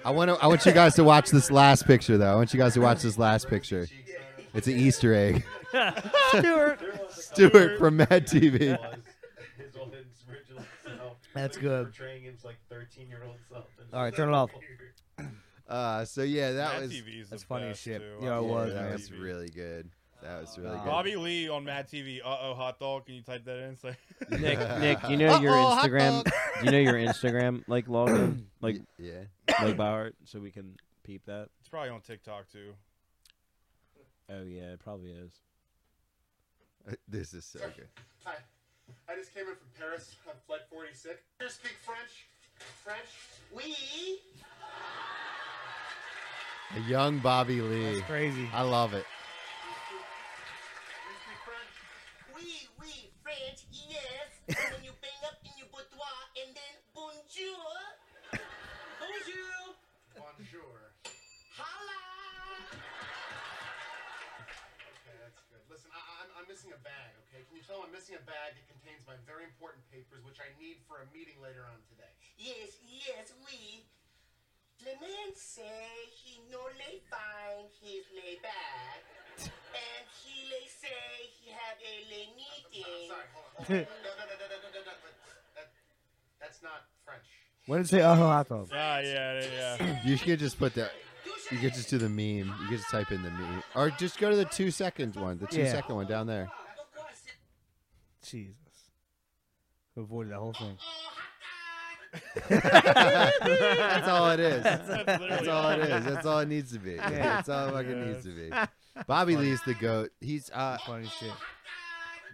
Speaker 2: I want to. I want you guys to watch this last picture, though. I want you guys to watch this last picture. It's an Easter egg. <laughs> Stuart. Stuart from Mad TV.
Speaker 9: <laughs>
Speaker 1: <laughs>
Speaker 7: That's good. All right, turn it
Speaker 9: <laughs>
Speaker 7: off.
Speaker 2: Uh, so yeah, that
Speaker 4: Mad
Speaker 2: was.
Speaker 4: TV is
Speaker 7: that's
Speaker 4: the
Speaker 7: funny as
Speaker 4: best,
Speaker 7: shit.
Speaker 4: Too.
Speaker 7: Yeah,
Speaker 4: I
Speaker 7: it
Speaker 4: love
Speaker 7: was,
Speaker 2: yeah, that
Speaker 4: Mad
Speaker 7: man.
Speaker 2: was
Speaker 4: TV.
Speaker 2: really good. That was really good.
Speaker 4: Bobby Lee on Mad TV. Uh oh, hot dog. Can you type that in? <laughs>
Speaker 2: <laughs>
Speaker 4: It's like,
Speaker 1: <laughs> Nick, Nick, you know your
Speaker 2: Uh-oh, hot
Speaker 1: Instagram. <laughs>
Speaker 2: dog.
Speaker 1: you know your Instagram like login, like
Speaker 2: yeah. <laughs>
Speaker 1: like Bauer, so we can peep that.
Speaker 4: it's probably on TikTok too.
Speaker 1: Oh yeah, it probably is.
Speaker 2: This is so good.
Speaker 9: Hi. I just came in from Paris <laughs> on flight 46. You speak French? French? Oui.
Speaker 2: A young Bobby Lee.
Speaker 7: That's crazy.
Speaker 2: I love it. <clears throat>
Speaker 9: You speak French? Oui, oui, French, yes. when you bang up in your boudoir and then bonjour. bonjour. Bonjour. Hola. Okay, that's good. Listen, I, I'm, I'm missing a bag, okay? Can you tell I'm missing a bag that contains my very important papers, which I need for a meeting later on today? Yes, yes, we. Clement say he no lay find his lay bag, and he lay say he have a lay meeting. Sorry, hold on. Hold on. no, no, no, no, no, no, no, no, that, that's not French.
Speaker 7: What did it say? Oh, hot dog.
Speaker 4: Ah, yeah, yeah, yeah.
Speaker 2: You should just put that. You could just do the meme. You could just type in the meme, or just go to the two second one, the two second
Speaker 7: Yeah.
Speaker 2: one down
Speaker 7: <laughs>
Speaker 2: there.
Speaker 7: Jesus. Avoided that whole thing.
Speaker 2: That's all it is. That's
Speaker 4: That's literally
Speaker 2: all it is. That's all it needs to be. <laughs> That's all it fucking
Speaker 4: Yeah.
Speaker 2: needs to be. Bobby Lee's the goat. He's uh
Speaker 7: Funny shit.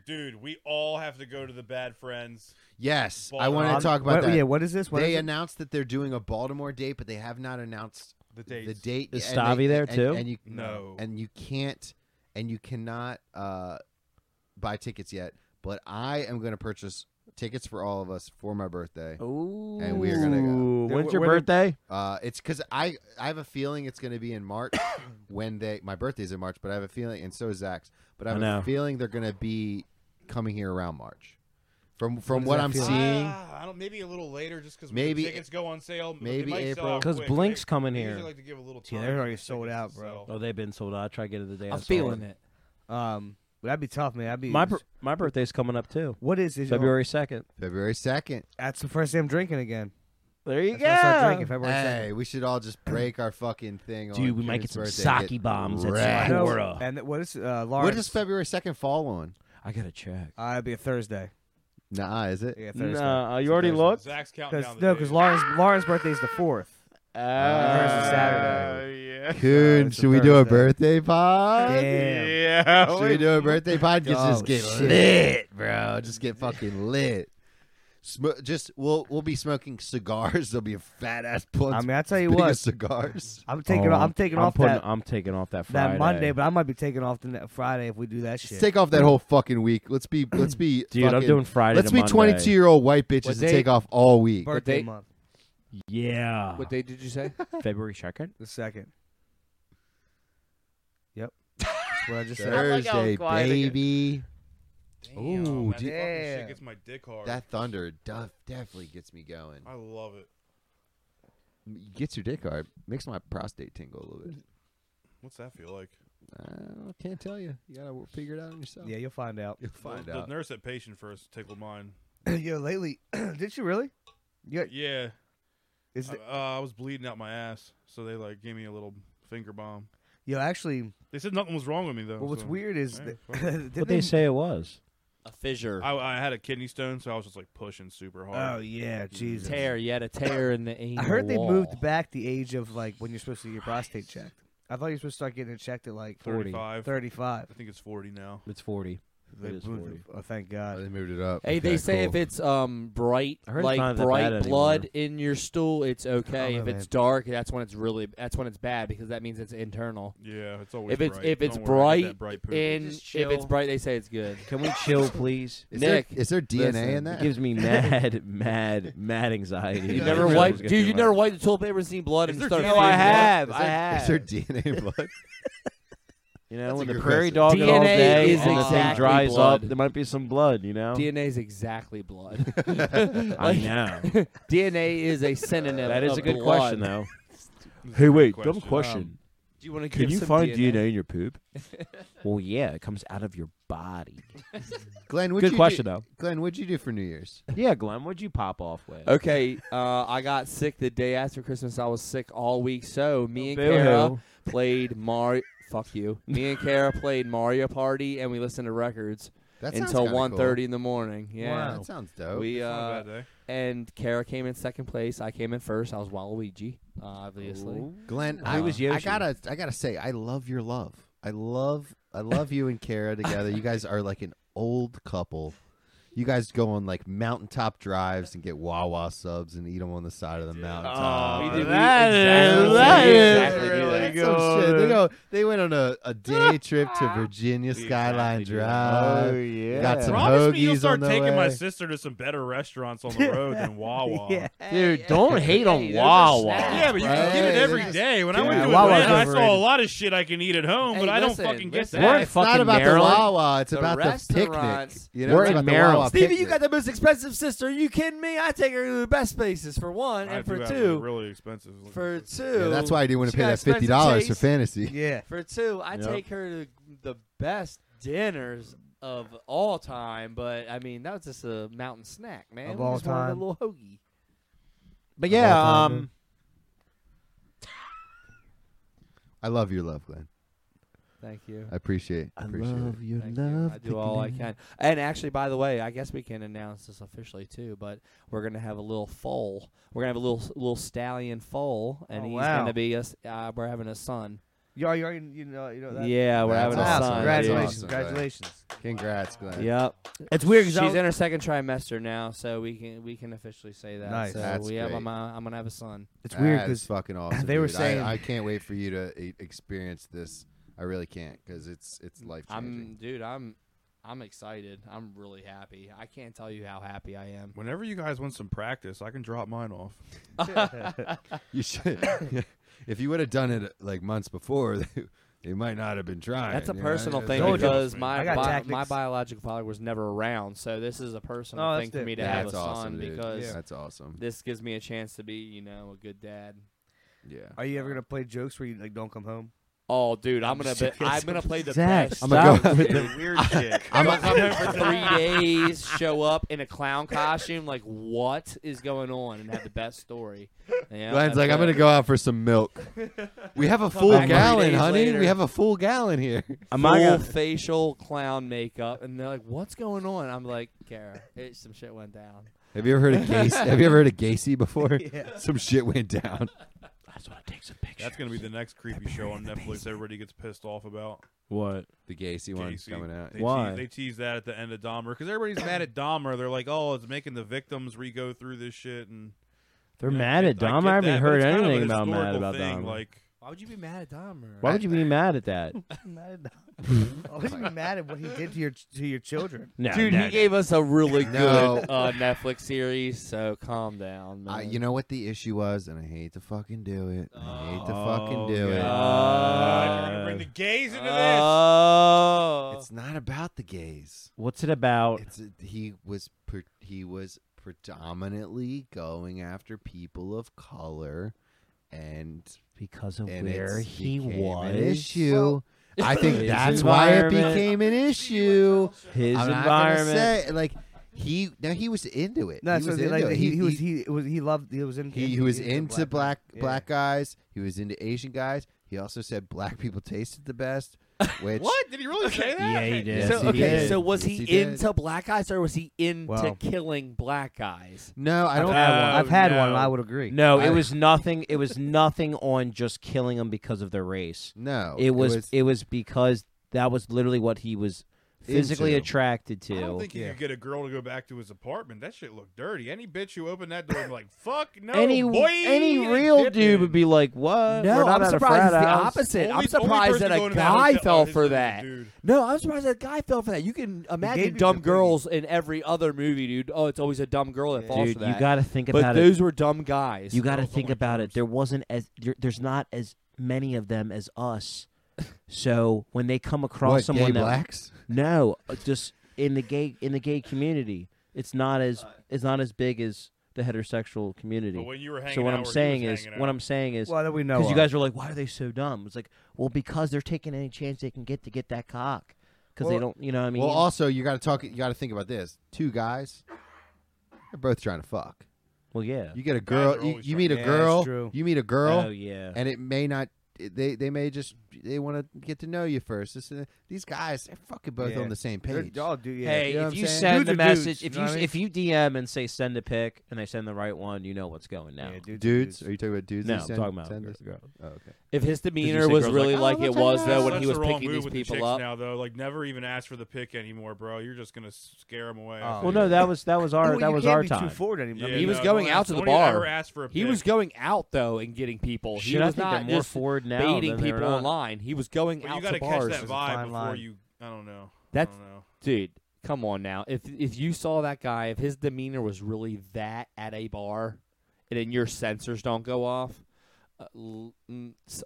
Speaker 4: Dude, we all have to go to the bad friends.
Speaker 2: yes. I
Speaker 4: Baltimore.
Speaker 2: want to talk about
Speaker 7: What- Yeah,
Speaker 2: that.
Speaker 7: what is this? What
Speaker 2: They
Speaker 7: is it?
Speaker 2: announced that they're doing a Baltimore date, but they have not announced
Speaker 4: The the dates.
Speaker 2: the date
Speaker 1: Is
Speaker 2: and they-
Speaker 1: Stavi there,
Speaker 2: and-
Speaker 1: too?
Speaker 2: And you
Speaker 4: No.
Speaker 2: and you can't and you cannot uh, buy tickets yet. But I am going to purchase tickets for all of us for my birthday.
Speaker 1: Ooh.
Speaker 2: And we are gonna go.
Speaker 1: When's
Speaker 4: wh-
Speaker 1: your
Speaker 4: where did-
Speaker 1: birthday?
Speaker 2: Uh, it's because I I have a feeling it's going to be in March <coughs> when they my birthday's in March, but I have a feeling, and so is Zach's. But I have
Speaker 1: I
Speaker 2: a
Speaker 1: know.
Speaker 2: feeling they're going to be coming here around March. From from
Speaker 7: does
Speaker 2: what,
Speaker 7: that
Speaker 2: I'm
Speaker 7: feel like?
Speaker 2: seeing,
Speaker 4: Ah, I don't. Maybe a little later, just because
Speaker 2: Maybe-
Speaker 4: tickets go on sale. but
Speaker 2: maybe
Speaker 4: they might
Speaker 2: April.
Speaker 1: Because
Speaker 4: Because
Speaker 1: Blink's coming
Speaker 4: they,
Speaker 1: here.
Speaker 4: usually like to give a little
Speaker 7: Yeah,
Speaker 4: time.
Speaker 7: they're already
Speaker 4: for
Speaker 7: sold
Speaker 4: tickets
Speaker 7: out,
Speaker 4: to
Speaker 7: bro.
Speaker 4: sell.
Speaker 1: oh, they've been sold out. I try to get it the day. I
Speaker 3: I'm
Speaker 1: saw
Speaker 3: feeling it.
Speaker 7: Um, but that'd be tough, man. That'd be
Speaker 1: My bir- my birthday's coming up too.
Speaker 7: What is it?
Speaker 1: February second.
Speaker 2: February second.
Speaker 7: That's the first day I'm drinking again.
Speaker 1: There you
Speaker 7: That's when I start drinking February
Speaker 2: Hey, we should all just break our fucking thing.
Speaker 1: Dude,
Speaker 2: on
Speaker 1: we might get
Speaker 2: June's
Speaker 1: some
Speaker 2: birthday and
Speaker 1: sake
Speaker 2: get
Speaker 1: bombs at
Speaker 2: wrecked.
Speaker 1: Sephora.
Speaker 7: 2nd.
Speaker 1: Laura.
Speaker 7: And th- what is uh, Lawrence?
Speaker 2: What does February second fall on?
Speaker 1: I gotta check.
Speaker 7: Uh, it'd be a Thursday.
Speaker 2: Nah, is it?
Speaker 7: Yeah, Thursday.
Speaker 1: Nah, uh, you already looked.
Speaker 4: Zach's counting down
Speaker 7: Cause,
Speaker 4: the
Speaker 7: no,
Speaker 4: days.
Speaker 7: because Lauren's Lauren's birthday is the fourth.
Speaker 2: hers is
Speaker 7: Uh, Saturday.
Speaker 1: Yeah.
Speaker 2: Coon,
Speaker 7: it's a
Speaker 2: should we do a
Speaker 7: Thursday.
Speaker 2: birthday pod?
Speaker 7: Damn.
Speaker 1: Yeah.
Speaker 2: Should we do a birthday pod? Just,
Speaker 7: Oh,
Speaker 2: just get
Speaker 7: shit.
Speaker 2: lit, bro. Just
Speaker 7: <laughs>
Speaker 2: get fucking lit. Smo- just we'll we'll be smoking cigars. <laughs> There'll be a fat ass blunt.
Speaker 7: I mean, I tell you
Speaker 2: big as
Speaker 7: what.
Speaker 2: cigars.
Speaker 7: I'm taking
Speaker 1: Oh,
Speaker 7: off, I'm taking off
Speaker 1: putting-
Speaker 7: that,
Speaker 1: I'm taking off that Friday.
Speaker 7: that Monday, but I might be taking off the ne- Friday if we do that shit.
Speaker 2: Let's take off that whole fucking week. Let's be let's
Speaker 7: <clears throat>
Speaker 2: be
Speaker 1: Dude, I'm
Speaker 2: fucking-
Speaker 1: doing Friday.
Speaker 2: Let's
Speaker 1: to
Speaker 2: be
Speaker 1: Monday.
Speaker 2: twenty two year old white
Speaker 5: What
Speaker 2: bitches and
Speaker 5: date?
Speaker 2: take off all week.
Speaker 7: birthday
Speaker 5: date?
Speaker 7: month,
Speaker 1: Yeah.
Speaker 5: What day did you say?
Speaker 1: <laughs> February second.
Speaker 7: the second. Yep. That's what I
Speaker 2: <laughs>
Speaker 7: just said.
Speaker 2: Thursday, baby.
Speaker 4: Damn,
Speaker 2: Ooh,
Speaker 4: that fucking
Speaker 2: dude.
Speaker 7: Yeah.
Speaker 4: shit gets my dick hard.
Speaker 2: That thunder def- definitely gets me going.
Speaker 4: I love it.
Speaker 2: Gets your dick hard. Makes my prostate tingle a little bit.
Speaker 4: What's that feel like?
Speaker 2: I Uh, can't tell you. You gotta figure it out on yourself.
Speaker 7: Yeah, you'll find out.
Speaker 2: You'll find
Speaker 4: the,
Speaker 2: out.
Speaker 4: The nurse at patient first tickled mine.
Speaker 7: <clears throat> Yo, lately, did you really? Yeah.
Speaker 4: Yeah,
Speaker 7: Is
Speaker 4: I,
Speaker 7: it,
Speaker 4: uh, I was bleeding out my ass, so they like gave me a little finger bomb.
Speaker 7: yo, actually,
Speaker 4: They said nothing was wrong with me though.
Speaker 7: well, what's
Speaker 4: so-
Speaker 7: weird is
Speaker 4: Hey,
Speaker 7: that-
Speaker 4: fuck it.
Speaker 7: <laughs> didn't
Speaker 1: What they say it was.
Speaker 3: A fissure.
Speaker 4: I, I had a kidney stone, so I was just like pushing super
Speaker 7: Oh
Speaker 4: hard.
Speaker 7: yeah, Jesus.
Speaker 3: tear. You had a tear in the anal
Speaker 7: I heard they
Speaker 3: wall.
Speaker 7: moved back the age of like when you're supposed to get your prostate checked. I thought you were supposed to start getting it checked at like
Speaker 4: 35.
Speaker 7: 35.
Speaker 4: I think it's 40 now.
Speaker 1: It's forty.
Speaker 7: They
Speaker 1: It is
Speaker 7: moved
Speaker 1: 40. <laughs>
Speaker 7: it- Oh, thank
Speaker 2: Oh, <laughs>
Speaker 7: God.
Speaker 2: they moved it up.
Speaker 5: Hey,
Speaker 2: Okay,
Speaker 5: they say if
Speaker 2: cool.
Speaker 5: it's um bright,
Speaker 1: I heard it's
Speaker 5: like
Speaker 1: not that bad
Speaker 5: bright
Speaker 1: anymore.
Speaker 5: blood in your stool, it's okay.
Speaker 7: know,
Speaker 5: if it's
Speaker 7: man.
Speaker 5: dark, that's when it's really that's when it's bad because that means it's internal.
Speaker 4: Yeah, it's always
Speaker 5: if it's
Speaker 4: bright.
Speaker 5: if it's
Speaker 4: Don't worry, I get
Speaker 5: bright,
Speaker 4: that bright poop.
Speaker 5: in
Speaker 1: Just
Speaker 5: if it's
Speaker 1: chill.
Speaker 5: bright, they say it's good.
Speaker 1: Can we chill, <laughs> please?
Speaker 2: Is
Speaker 5: Nick,
Speaker 2: there, is there DNA in
Speaker 5: listen,
Speaker 1: It
Speaker 2: that?
Speaker 1: gives me mad, <laughs> mad, mad anxiety.
Speaker 5: You never
Speaker 1: wipe,
Speaker 5: wiped, dude. You never wiped the toilet paper and seen blood and stuff.
Speaker 4: DNA in blood?
Speaker 2: Is there, Is there DNA in blood?
Speaker 1: You know,
Speaker 2: That's
Speaker 1: when
Speaker 2: a
Speaker 1: the
Speaker 2: good
Speaker 1: prairie
Speaker 2: question.
Speaker 1: dog it all
Speaker 5: DNA
Speaker 1: day
Speaker 5: is
Speaker 1: and the thing
Speaker 5: exactly
Speaker 1: dries
Speaker 5: blood.
Speaker 1: up, there might be some blood. You know,
Speaker 5: DNA is exactly blood.
Speaker 7: <laughs>
Speaker 1: I
Speaker 5: Like,
Speaker 1: know.
Speaker 5: DNA is a synonym.
Speaker 1: That is
Speaker 5: of
Speaker 1: a good
Speaker 5: blood.
Speaker 1: question, though.
Speaker 4: It's
Speaker 1: Hey,
Speaker 4: a
Speaker 1: wait,
Speaker 4: question.
Speaker 1: dumb question.
Speaker 5: Do you want to
Speaker 1: Can you find DNA. in your poop? well, yeah, it comes out of your body.
Speaker 2: Glenn, what'd
Speaker 1: Good
Speaker 2: you
Speaker 1: question,
Speaker 2: do,
Speaker 1: though.
Speaker 2: Glenn, what'd you do for New Year's?
Speaker 1: Yeah, Glenn, what'd you pop off with?
Speaker 5: Okay, uh, I got sick the day after Christmas. I was sick all week, so me and
Speaker 1: Boo-hoo.
Speaker 5: Kara played Mario. Fuck you. Me and Kara played Mario Party, and we listened to records
Speaker 2: That sounds
Speaker 5: until
Speaker 2: kinda
Speaker 5: one
Speaker 2: Cool.
Speaker 5: thirty in the morning. Yeah,
Speaker 2: That sounds dope.
Speaker 5: we
Speaker 4: It's not a
Speaker 5: uh,
Speaker 4: bad day.
Speaker 5: and Kara came in second place. I came in first. I was Waluigi, uh, obviously.
Speaker 2: Glenn,
Speaker 5: I
Speaker 2: I
Speaker 5: was
Speaker 2: was I
Speaker 1: Yoshi.
Speaker 2: gotta, I gotta say, I love your love. I love, I love you and
Speaker 1: <laughs>
Speaker 2: Kara together. You guys are like an old couple. You guys go on like mountaintop drives and get Wawa subs and eat them on the side of the mountaintop.
Speaker 5: We Oh, did- we exactly-
Speaker 2: that
Speaker 5: we
Speaker 2: is
Speaker 5: exactly do
Speaker 2: really
Speaker 5: that.
Speaker 2: Some shit. They, go, they went on a, a
Speaker 5: <laughs>
Speaker 2: day trip to Virginia Skyline
Speaker 4: dude.
Speaker 5: Oh.
Speaker 2: Drive.
Speaker 1: Oh, yeah.
Speaker 2: Uh, Got some
Speaker 4: Promise
Speaker 2: hoagies
Speaker 4: me you'll
Speaker 2: on
Speaker 4: start
Speaker 2: the
Speaker 4: taking my
Speaker 2: way.
Speaker 4: sister to some better restaurants on the road <laughs> than Wawa.
Speaker 7: Yeah.
Speaker 1: Dude, don't <laughs> hate on Wawa.
Speaker 4: Yeah, but you can get it
Speaker 2: Hey,
Speaker 4: every
Speaker 2: there's-
Speaker 4: day. When I
Speaker 7: Yeah,
Speaker 4: went to
Speaker 7: Wawa's
Speaker 4: Atlanta, I saw a
Speaker 7: overrated.
Speaker 4: lot of shit I can eat at home,
Speaker 5: Hey,
Speaker 4: but I don't
Speaker 5: listen,
Speaker 4: fucking get
Speaker 5: listen.
Speaker 4: that.
Speaker 1: We're in
Speaker 2: It's not
Speaker 1: fucking
Speaker 2: about
Speaker 1: Maryland.
Speaker 2: the Wawa. It's
Speaker 5: The
Speaker 2: about the picnic.
Speaker 5: restaurants.
Speaker 2: You
Speaker 1: We're
Speaker 2: it's
Speaker 1: in
Speaker 2: about the
Speaker 1: Maryland.
Speaker 2: Wawa
Speaker 5: Stevie, you
Speaker 2: picnic.
Speaker 5: got the most expensive sister. Are you kidding me? I take her to the best places for one,
Speaker 4: I
Speaker 5: and for
Speaker 4: do have
Speaker 5: two,
Speaker 4: really expensive.
Speaker 5: for two.
Speaker 2: Yeah, that's why I didn't want to
Speaker 5: she
Speaker 2: pay
Speaker 5: got
Speaker 2: that fifty
Speaker 5: expensive
Speaker 2: dollars for
Speaker 5: taste.
Speaker 2: fantasy.
Speaker 7: Yeah.
Speaker 5: For two, I
Speaker 1: Yep.
Speaker 5: take her to the best dinners of all time. But I mean, that was just a mountain snack, man.
Speaker 7: Of
Speaker 5: We
Speaker 7: all
Speaker 5: just wanted
Speaker 7: time.
Speaker 5: a little hoagie.
Speaker 1: But
Speaker 2: Of all
Speaker 1: yeah,
Speaker 2: time,
Speaker 1: um,
Speaker 2: I love your love, Glenn.
Speaker 5: Thank you.
Speaker 2: I appreciate.
Speaker 1: I
Speaker 2: appreciate it.
Speaker 1: love your
Speaker 5: Thank you.
Speaker 1: love.
Speaker 5: I do all I can. And actually, by the way, I guess we can announce this officially too. But we're gonna have a little foal. We're gonna have a little little stallion foal, and
Speaker 7: Oh,
Speaker 5: he's
Speaker 7: wow.
Speaker 5: gonna be us. Uh, we're having a son.
Speaker 7: You are, you are, you know, you know that.
Speaker 5: Oh,
Speaker 10: yeah, we're
Speaker 2: That's
Speaker 10: having
Speaker 7: Wow,
Speaker 10: a
Speaker 2: awesome.
Speaker 10: son.
Speaker 7: congratulations,
Speaker 2: dude.
Speaker 7: congratulations.
Speaker 2: Congrats, Glenn.
Speaker 10: dude. Yep.
Speaker 7: It's weird
Speaker 5: She's
Speaker 7: because I was,
Speaker 5: in her second trimester now, so we can we can officially say that.
Speaker 7: Nice.
Speaker 5: So
Speaker 2: That's
Speaker 5: we have
Speaker 2: great.
Speaker 5: I'm, uh, I'm gonna have a son.
Speaker 7: it's weird
Speaker 2: That's
Speaker 7: because
Speaker 2: fucking awesome.
Speaker 7: they were
Speaker 2: dude. I-
Speaker 7: saying-
Speaker 2: I, can't wait for you to e- experience this. I really can't because it's it's life
Speaker 5: I'm
Speaker 2: changing.
Speaker 5: dude. I'm I'm excited. I'm really happy. I can't tell you how happy I am.
Speaker 4: Whenever you guys want some practice, I can drop mine <laughs> off.
Speaker 2: You should. <laughs> if you would have done it like months before, <laughs> they, they might not have been trying.
Speaker 5: That's a
Speaker 2: you know?
Speaker 5: personal
Speaker 2: It's
Speaker 5: thing
Speaker 2: like-
Speaker 7: Told you.
Speaker 5: because
Speaker 7: I
Speaker 5: my
Speaker 7: got
Speaker 5: bi- my
Speaker 7: tactics.
Speaker 5: biological father was never around, so this is a personal
Speaker 7: Oh, that's
Speaker 5: thing for me to
Speaker 2: Yeah,
Speaker 5: have a
Speaker 2: that's
Speaker 5: son
Speaker 2: awesome, dude.
Speaker 5: because
Speaker 2: Yeah. that's awesome.
Speaker 5: this gives me a chance to be, you know, a good dad. <laughs>
Speaker 2: Yeah.
Speaker 7: are you ever gonna play jokes where you like don't come home?
Speaker 5: Oh, dude, I'm gonna be, <laughs> I'm gonna play the
Speaker 1: Zach,
Speaker 5: best.
Speaker 2: I'm gonna go
Speaker 1: <laughs> Stop
Speaker 2: with
Speaker 1: it.
Speaker 2: the
Speaker 4: Weird
Speaker 5: <laughs>
Speaker 4: shit.
Speaker 2: I'm a-
Speaker 5: come home for <laughs> three days, show up in a clown costume. Like, what is going on? And have the best story. Yeah,
Speaker 2: Glenn's
Speaker 5: that's
Speaker 2: like, I'm
Speaker 5: it.
Speaker 2: gonna go out for some milk.
Speaker 5: <laughs>
Speaker 2: We have a full
Speaker 5: back three
Speaker 2: gallon,
Speaker 5: days
Speaker 2: honey.
Speaker 5: later.
Speaker 2: We have a full gallon here.
Speaker 1: Am
Speaker 5: full
Speaker 1: I gonna,
Speaker 5: facial clown makeup, and they're like, "What's going on?" I'm like, "Kara, it, some shit went down."
Speaker 2: Have you ever heard of Gacy? have you ever heard of Gacy
Speaker 1: <laughs>
Speaker 2: before?
Speaker 7: Yeah.
Speaker 2: Some shit went down.
Speaker 1: I just want to take some pictures.
Speaker 4: That's gonna be the next creepy show on Netflix. Everybody gets pissed off about.
Speaker 1: what?
Speaker 2: The Gacy one's
Speaker 4: Gacy.
Speaker 2: coming out.
Speaker 4: They
Speaker 1: Why?
Speaker 4: Tease, they tease that at the end of Dahmer because everybody's mad at Dahmer. They're like, "Oh, it's making the victims re-go through this shit." And
Speaker 1: They're
Speaker 4: you know,
Speaker 1: mad at
Speaker 4: I get
Speaker 1: Dom.
Speaker 4: that,
Speaker 1: I haven't
Speaker 4: but
Speaker 1: heard
Speaker 4: it's kind of
Speaker 1: anything
Speaker 4: a
Speaker 1: about mad
Speaker 4: historical
Speaker 1: about
Speaker 4: thing,
Speaker 1: Dom.
Speaker 4: Like,
Speaker 5: Why would you be mad at Dahmer?
Speaker 1: Why would you be mad at that?
Speaker 7: I wouldn't be mad at what he did to your to your children.
Speaker 1: No,
Speaker 5: Dude,
Speaker 1: no,
Speaker 5: he gave us a really
Speaker 2: <laughs>
Speaker 5: good
Speaker 2: No.
Speaker 5: uh, Netflix series, so calm down. Man.
Speaker 2: I, you know what the issue was, and I hate to fucking do it. I hate to
Speaker 1: Oh,
Speaker 2: fucking do
Speaker 4: Oh, God, you're
Speaker 1: Uh,
Speaker 4: gonna bring the gays into this.
Speaker 5: oh,
Speaker 2: it. It's not about the gays.
Speaker 1: What's it about?
Speaker 2: It's uh, he was pre- he was predominantly going after people of color, and
Speaker 1: because of
Speaker 2: and
Speaker 1: where
Speaker 2: it's
Speaker 1: he
Speaker 2: became
Speaker 1: was.
Speaker 2: an issue. I think
Speaker 1: <laughs> His
Speaker 2: that's why it
Speaker 1: environment.
Speaker 2: became an issue.
Speaker 1: His
Speaker 2: I'm not gonna
Speaker 1: environment.
Speaker 2: say- like he now he was into it.
Speaker 7: No,
Speaker 2: he
Speaker 7: so
Speaker 2: was
Speaker 7: they-
Speaker 2: into
Speaker 7: like
Speaker 2: it.
Speaker 7: he, he, was he, was he loved he was in
Speaker 2: he, he was into black
Speaker 7: yeah.
Speaker 2: black guys. He was into Asian guys. He also said black people tasted the
Speaker 1: <laughs>
Speaker 2: best. Which
Speaker 4: What did he really say that?
Speaker 1: yeah, he did.
Speaker 2: Yes,
Speaker 5: so
Speaker 2: he
Speaker 5: okay,
Speaker 2: did.
Speaker 5: so was
Speaker 2: Yes,
Speaker 5: he,
Speaker 2: he did.
Speaker 5: into black guys or was he into
Speaker 7: Wow.
Speaker 5: killing black guys?
Speaker 2: No, I don't.
Speaker 7: I've had
Speaker 4: no.
Speaker 7: one. and I would agree.
Speaker 1: No,
Speaker 2: I-
Speaker 1: it was nothing. It was nothing on just killing them because of their race.
Speaker 2: no,
Speaker 1: It was. It was, because that was literally what he was physically
Speaker 2: Into.
Speaker 1: attracted
Speaker 4: I don't
Speaker 1: to.
Speaker 4: think you could get a girl to go back to his apartment. That shit looked dirty. Any bitch who opened that door, would be like, "Fuck no,
Speaker 1: any
Speaker 4: boy,
Speaker 1: any
Speaker 4: ain't
Speaker 1: real
Speaker 4: dipping."
Speaker 1: dude would be like, "What? We're
Speaker 5: No,
Speaker 1: not
Speaker 5: I'm
Speaker 1: at a
Speaker 5: surprised
Speaker 1: frat
Speaker 5: it's the
Speaker 1: house."
Speaker 5: opposite.
Speaker 4: Only-
Speaker 5: I'm
Speaker 4: only
Speaker 5: surprised
Speaker 4: person
Speaker 5: that a
Speaker 4: going to
Speaker 5: guy
Speaker 4: hotel
Speaker 5: fell
Speaker 4: is
Speaker 5: for
Speaker 4: the
Speaker 5: that.
Speaker 4: dude.
Speaker 5: No, I'm surprised that guy fell for that. You can imagine
Speaker 7: me
Speaker 5: dumb
Speaker 7: the boogie.
Speaker 5: girls in every other movie, dude. Oh, it's always a dumb girl that falls
Speaker 1: Dude,
Speaker 5: for
Speaker 1: you
Speaker 5: that.
Speaker 1: got to think
Speaker 5: but
Speaker 1: about it.
Speaker 5: those were dumb guys.
Speaker 1: You got to
Speaker 4: girls don't
Speaker 1: think
Speaker 4: like
Speaker 1: about it.
Speaker 4: girls.
Speaker 1: There wasn't as there, there's not as many of them as <laughs> us. So when they come across
Speaker 2: what,
Speaker 1: someone
Speaker 2: gay
Speaker 1: that
Speaker 2: blacks.
Speaker 1: no, uh, just in the gay in the gay community, it's not as it's not as big as the heterosexual community.
Speaker 4: But when you were hanging
Speaker 1: so what
Speaker 4: out
Speaker 1: I'm
Speaker 4: where he
Speaker 1: saying
Speaker 4: was
Speaker 1: is,
Speaker 4: hanging
Speaker 1: what
Speaker 4: out.
Speaker 1: I'm saying is,
Speaker 7: Well, that we know.
Speaker 1: because you
Speaker 7: of.
Speaker 1: guys are like, why are they so dumb? It's like, well, because they're taking any chance they can get to get that cock, because they
Speaker 2: Well-
Speaker 1: don't, you know, what I mean,
Speaker 2: well, also you got to talk. You got to think about this. Two guys, they're both trying to fuck.
Speaker 1: well, yeah,
Speaker 2: You get a
Speaker 4: are
Speaker 2: girl. You,
Speaker 4: always
Speaker 2: you
Speaker 4: trying-
Speaker 2: meet a
Speaker 7: Yeah, that's
Speaker 2: girl.
Speaker 7: true.
Speaker 2: You meet a girl,
Speaker 1: oh yeah,
Speaker 2: and it may not. it- They they may just they want to get to know you first. This, uh, these guys, they're fucking both
Speaker 7: Yeah.
Speaker 2: on the same
Speaker 7: They're-
Speaker 2: page.
Speaker 7: oh, dude, yeah.
Speaker 1: Hey,
Speaker 2: You know what
Speaker 1: if
Speaker 2: I'm
Speaker 1: you
Speaker 2: saying?
Speaker 7: Dudes
Speaker 1: send the
Speaker 7: are dudes,
Speaker 1: message,
Speaker 7: you
Speaker 1: if
Speaker 7: know
Speaker 1: you
Speaker 7: what I mean?
Speaker 1: if you DM and say send a pic, and they send the right one, you know what's going
Speaker 7: Yeah,
Speaker 1: down.
Speaker 7: dudes are
Speaker 2: dudes, are you talking about dudes?
Speaker 1: no,
Speaker 2: who
Speaker 1: I'm
Speaker 2: send-
Speaker 1: talking about
Speaker 2: send
Speaker 1: girl-
Speaker 2: this?
Speaker 1: girl.
Speaker 2: Oh, okay.
Speaker 5: if his demeanor
Speaker 1: say
Speaker 5: was
Speaker 1: girls
Speaker 5: really
Speaker 1: like,
Speaker 5: like,
Speaker 1: "Oh,
Speaker 5: it
Speaker 1: what's
Speaker 5: was
Speaker 1: up?"
Speaker 5: though when
Speaker 4: Such
Speaker 5: he
Speaker 4: the
Speaker 5: was
Speaker 4: wrong
Speaker 5: picking
Speaker 4: move
Speaker 5: these
Speaker 4: with the
Speaker 5: people
Speaker 4: chicks
Speaker 5: up.
Speaker 4: now, though. Like, never even ask for the pick anymore, bro. You're just gonna scare them away.
Speaker 7: Oh,
Speaker 1: Well, no, that was that was our
Speaker 7: Well,
Speaker 1: that
Speaker 7: you
Speaker 1: was
Speaker 7: can't
Speaker 1: our
Speaker 7: be
Speaker 1: time.
Speaker 7: Too forward anymore.
Speaker 4: Yeah,
Speaker 5: he was
Speaker 4: no,
Speaker 5: going
Speaker 4: don't
Speaker 5: out
Speaker 4: ask-
Speaker 5: to the
Speaker 4: don't even ever
Speaker 5: bar.
Speaker 4: ask for a
Speaker 5: He
Speaker 4: pick.
Speaker 5: was going out though and getting people. he
Speaker 1: Shit, I
Speaker 5: was
Speaker 1: think
Speaker 5: not
Speaker 1: they're more
Speaker 5: just
Speaker 1: forward now
Speaker 5: baiting
Speaker 1: than they were
Speaker 5: people
Speaker 1: not.
Speaker 5: online. He was going
Speaker 4: But
Speaker 5: out
Speaker 4: you gotta
Speaker 5: to
Speaker 4: catch
Speaker 5: bars.
Speaker 4: that
Speaker 7: It's a fine
Speaker 4: vibe before
Speaker 7: line.
Speaker 4: you. I don't know.
Speaker 5: That's-
Speaker 4: I don't know.
Speaker 5: Dude, come on now. If if you saw that guy, if his demeanor was really that at a bar, and then your sensors don't go off, uh, l- mm, s-